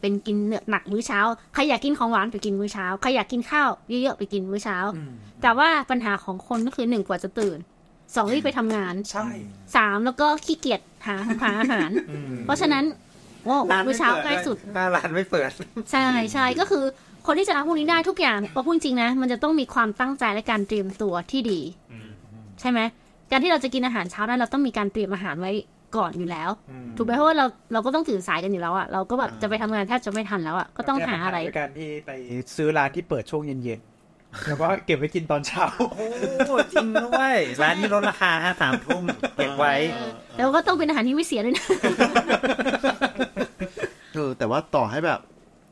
เป็นกินเนื้อหนักมื้อเช้า ใครอยากกินของหวานไปกินมื้อเช้า ใครอยากกินข้าวเยอะๆไปกินมื้อเช้า แต่ว่าปัญหาของคนก็คือหนึ่งกว่าจะตื่น สองรีบไปทำงาน ใช่ สามแล้วก็ขี้เกียจหาหาอาหาร เพราะฉะนั้นโอ้ ร้านไม่ มื้อเช้า เปิด ใกล้สุด หน้าร้านไม่เปิด ใช่ใช่ก็คือคนที่จะทำพวกนี้ได้ทุกอย่างเพราะพูดจริงนะ มันจะต้องมีความตั้งใจและการเตรียมตัวที่ดี ใช่ไหมการที่เราจะกินอาหารเช้านั้นเราต้องมีการเตรียมอาหารไว้ก่อนอยู่แล้ว ถูกไหมเพราะว่าเราเราก็ต้องตื่นสายกันอยู่แล้วอะเราก็แบบจะไปทำงานแทบจะไม่ทันแล้วอะก็ต้องหาอะไร ด้วยการที่ไปซื้อร้านที่เปิดช่วงเย็นๆแล้วก็เก็บไว้กินตอนเช้า โอ้จริงด้วย ร้านนี้ลดราคาฮะสามทุ่มเก็บไว้ แล้วก็ต้องเป็นอาหารที่ไม่เสียด้วยนะ เออแต่ว่าต่อให้แบบ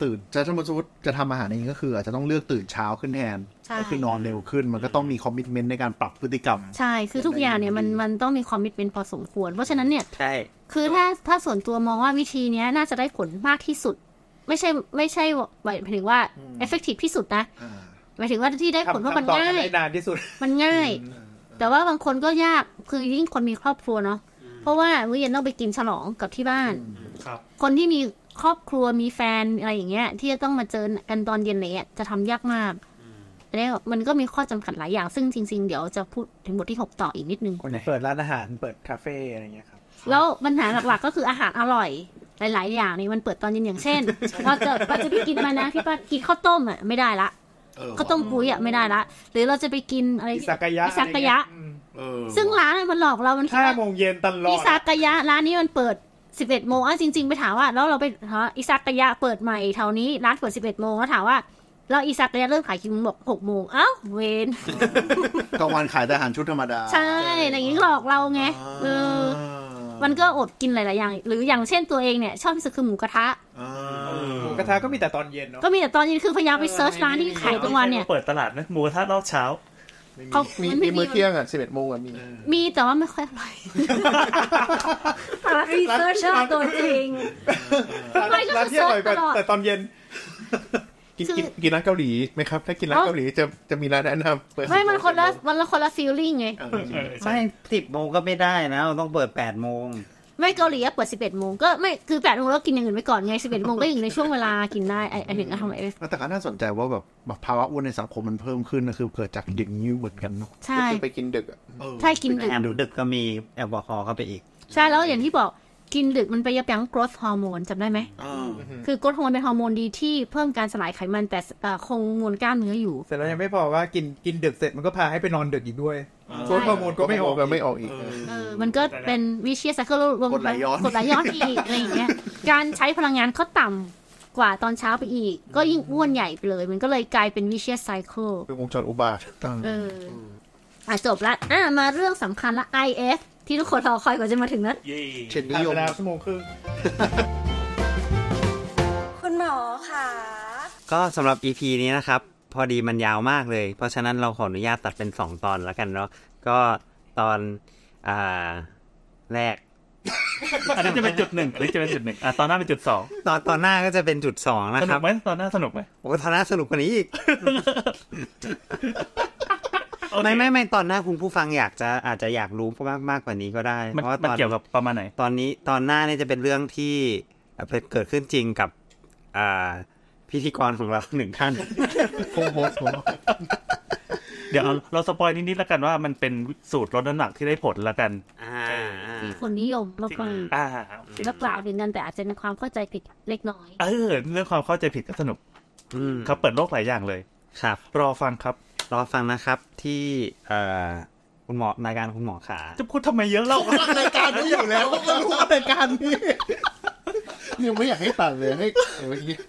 ตื่นจะสมมติจะทำอาหารเองก็คือ อาจจะต้องเลือกตื่นเช้าขึ้นแทน ใช่ ก็คือนอนเร็วขึ้น มันก็ต้องมีคอมมิชเมนต์ในการปรับพฤติกรรม ใช่ คือทุกอย่างเนี่ยมันมันต้องมีความมิดเป็นพอสมควร เพราะฉะนั้นเนี่ย ใช่ คือถ้าถ้าส่วนตัวมองว่าวิธีเนี้ยน่าจะได้ผลมากที่สุด ไม่ใช่ไม่ใช่หมายถึงว่า effective ที่สุดนะ อ่า หมายถึงว่าที่ได้ผล ทำ เพราะมัน ทำต่อกั ง่าน ย ได้นานที่สุด มันง่าย แต่ว่าบางคนก็ยาก คือยิ่งคนมีครอบครัวเนาะ เพราะว่ามื้อเย็นต้องไปกินฉลองกับที่บ้าน ครับ คนที่มีครอบครัวมีแฟนอะไรอย่างเงี้ย ที่จะต้องมาเจอกันตอนเย็นอะไรเนี่ยจะทำยากมากอันนี้มันก็มีข้อจำกัดหลายอย่าง ซึ่งจริง ๆ เดี๋ยวจะพูดถึงบทที่ 6 ต่ออีกนิดนึง คนเปิดร้านอาหารเปิดคาเฟ่อะไรเงี้ยครับ แล้วปัญหาหลักๆ ก็คืออาหารอร่อย หลาย ๆ อย่างนี่มันเปิดตอนเย็นอย่างเช่นเราจะเราจะไปกินมานะพี่ป้ากินข้าวต้มอ่ะไม่ได้ละ เออ ข้าวต้มกุ้ยอ่ะไม่ได้ละ หรือเราจะไปกินอะไร อิซากายะ อิซากายะ เออ ซึ่งร้านมันหลอกเรา มันคิด ห้า ว่า โมงเย็นตลอ อิ ด ซากายะร้านนี้มันเปิด 11 โมงอ่ะจริง ๆ ไปถามว่า แล้วเราไปหาอิซากายะเปิดใหม่แถวนี้ร้านเปิด 11 โมงแล้วถามว่าเราอิซากายะเริ่มขายกี่โมงบอก6โมงเอ้าเวน กลางวันขายแต่อาหารชุดธรรมดา ใช่อะไรอย่างนี้หลอกเราไงเออ มันก็อดกินหลาย ๆ อย่าง หรืออย่างเช่นตัวเองเนี่ย ชอบที่สุดคือหมูกระทะ อ่า หมูกระทะก็มีแต่ตอนเย็นเนาะ ก็มีแต่ตอนเย็นคือพยายามไปเซิร์ชร้านที่ขายกลางวันเนี่ย เปิดตลาดนะหมูกระทะรอบเช้า เขา มี มัน มี ไม่ มื้อ มี เที่ยงอ่ะสิบเอ็ดโมงอ่ะมี มีแต่ว่าไม่ค่อยอร่อย รีเสิร์ชตัวจริง ไม่ก็ ร้าน คือ ที่อร่อเซิร์ยกชต ว่า ลอด แต่ตอนเย็น กิน คือ กินกินร้านเกาหลีไหมครับ ถ้ากินร้าน เอ้า เกาหลีจะจะมีร้านแนะนำเปิด ไม่มันคนละ 10โมง มันละคนละฟีลลิ่งไง เออ ไม่สิบโมงก็ไม่ได้นะเราต้องเปิดแปดโมง ไม่เกาหลีอะเปิด 11 โมงก็ไม่คือ8โมงแล้วกินอย่างอื่นไปก่อนไง 11 โมงก็ อยู่ในช่วงเวลากินได้ไอ้ไอ้ถึงทำไอ้ แล้วแต่ก็น่าสนใจว่าแบบภาวะอ้วนในสังคมมันเพิ่มขึ้นนะคือเกิดจากอย่างนี้เหมือนกันเนอะ ใช่ ก็คือไปกินดึกอ่ะ ใช่กินดึก แอมดูดึกก็มีแอลกอฮอล์เข้าไปอีก ใช่แล้วอย่างที่บอกกินดึกมันไปยับยั้ง growth hormone จำได้ไหม คือ growth hormone เป็นฮอร์โมนดีที่เพิ่มการสลายไขมันแต่เอ่อคงมวลกล้ามเนื้ออยู่ เสร็จแล้วยังไม่พอว่ากินกินดึกเสร็จมันก็พาให้ไปนอนดึกอีกด้วยโค้ดฮอร์โมนก็ไม่ออก ก็ไม่ออกอีก เออมันก็เป็นวิเชียสักลรวม กดไหลย้อน กดไหลย้อน อีกอะไรอย่างเงี้ย การใช้พลังงานก็ต่ำกว่าตอนเช้าไปอีก ก็ยิ่งอ้วนใหญ่ไปเลย มันก็เลยกลายเป็นวิเชียไซเคิล เป็นวงจรอุบาท เอออ่ะจบละอ่ะมาเรื่องสำคัญละ IF ที่ทุกคนรอคอยกว่าจะมาถึงนั้น เย่ เช่นนิ ผ่าน ยม เวลาชั่วโมงครึ่ง คุณหมอค่ะ ก็สำหรับ EP นี้นะครับ พอดีมันยาวมากเลย เพราะฉะนั้นเราขออนุญาตตัดเป็น 2 ตอนแล้วกันเนาะก็ตอนอ่าแรก อันนั้นจะเป็นจุดหนึ่งอันนี้จะเป็นจุดหนึ่งอ่ะตอนหน้าเป็นจุดสอง ตอนตอนหน้าก็จะเป็นจุด 2 นะ ส ค นุ รั ก บ ไหมตอนหน้าสนุกไหม โอ้ตอนหน้าสนุกกว่านี้อีก โอเค ไม่ไม่ไม่ตอนหน้าคุณผู้ฟังอยากจะอาจจะอยากรู้มากมากกว่านี้ก็ได้ มัน เพราะว่า มัน ตอน เกี่ยวกับประมาณไหน ตอนนี้ตอนหน้าเนี่ยจะเป็นเรื่องที่เอ่อเกิดขึ้นจริงกับอ่าพิธีกรของเราหนึ่ง ท่าน เดี๋ยวเอาเราสปอยนิดๆแล้วกันว่ามันเป็นสูตรลดน้ำหนักที่ได้ผลแล้วกัน อ่าอ่า คนนิยมแล้วก็ อ่าโอเค แล้วกล่าวถึงกันแต่อาจจะมีความเข้าใจผิดเล็กน้อย เออเรื่องความเข้าใจผิดก็สนุก อืม ครับเปิดโลกหลายอย่างเลย ครับ รอฟังครับ รอฟังนะครับที่เอ่อคุณหมอรายการคุณหมอขา จะพูดทำไมเยอะเล่า รายการนี้อยู่แล้วก็รู้ว่ารายการนี้ ยังไม่อยากให้ตัดเลยให้เอาไว้อย่างเงี้ย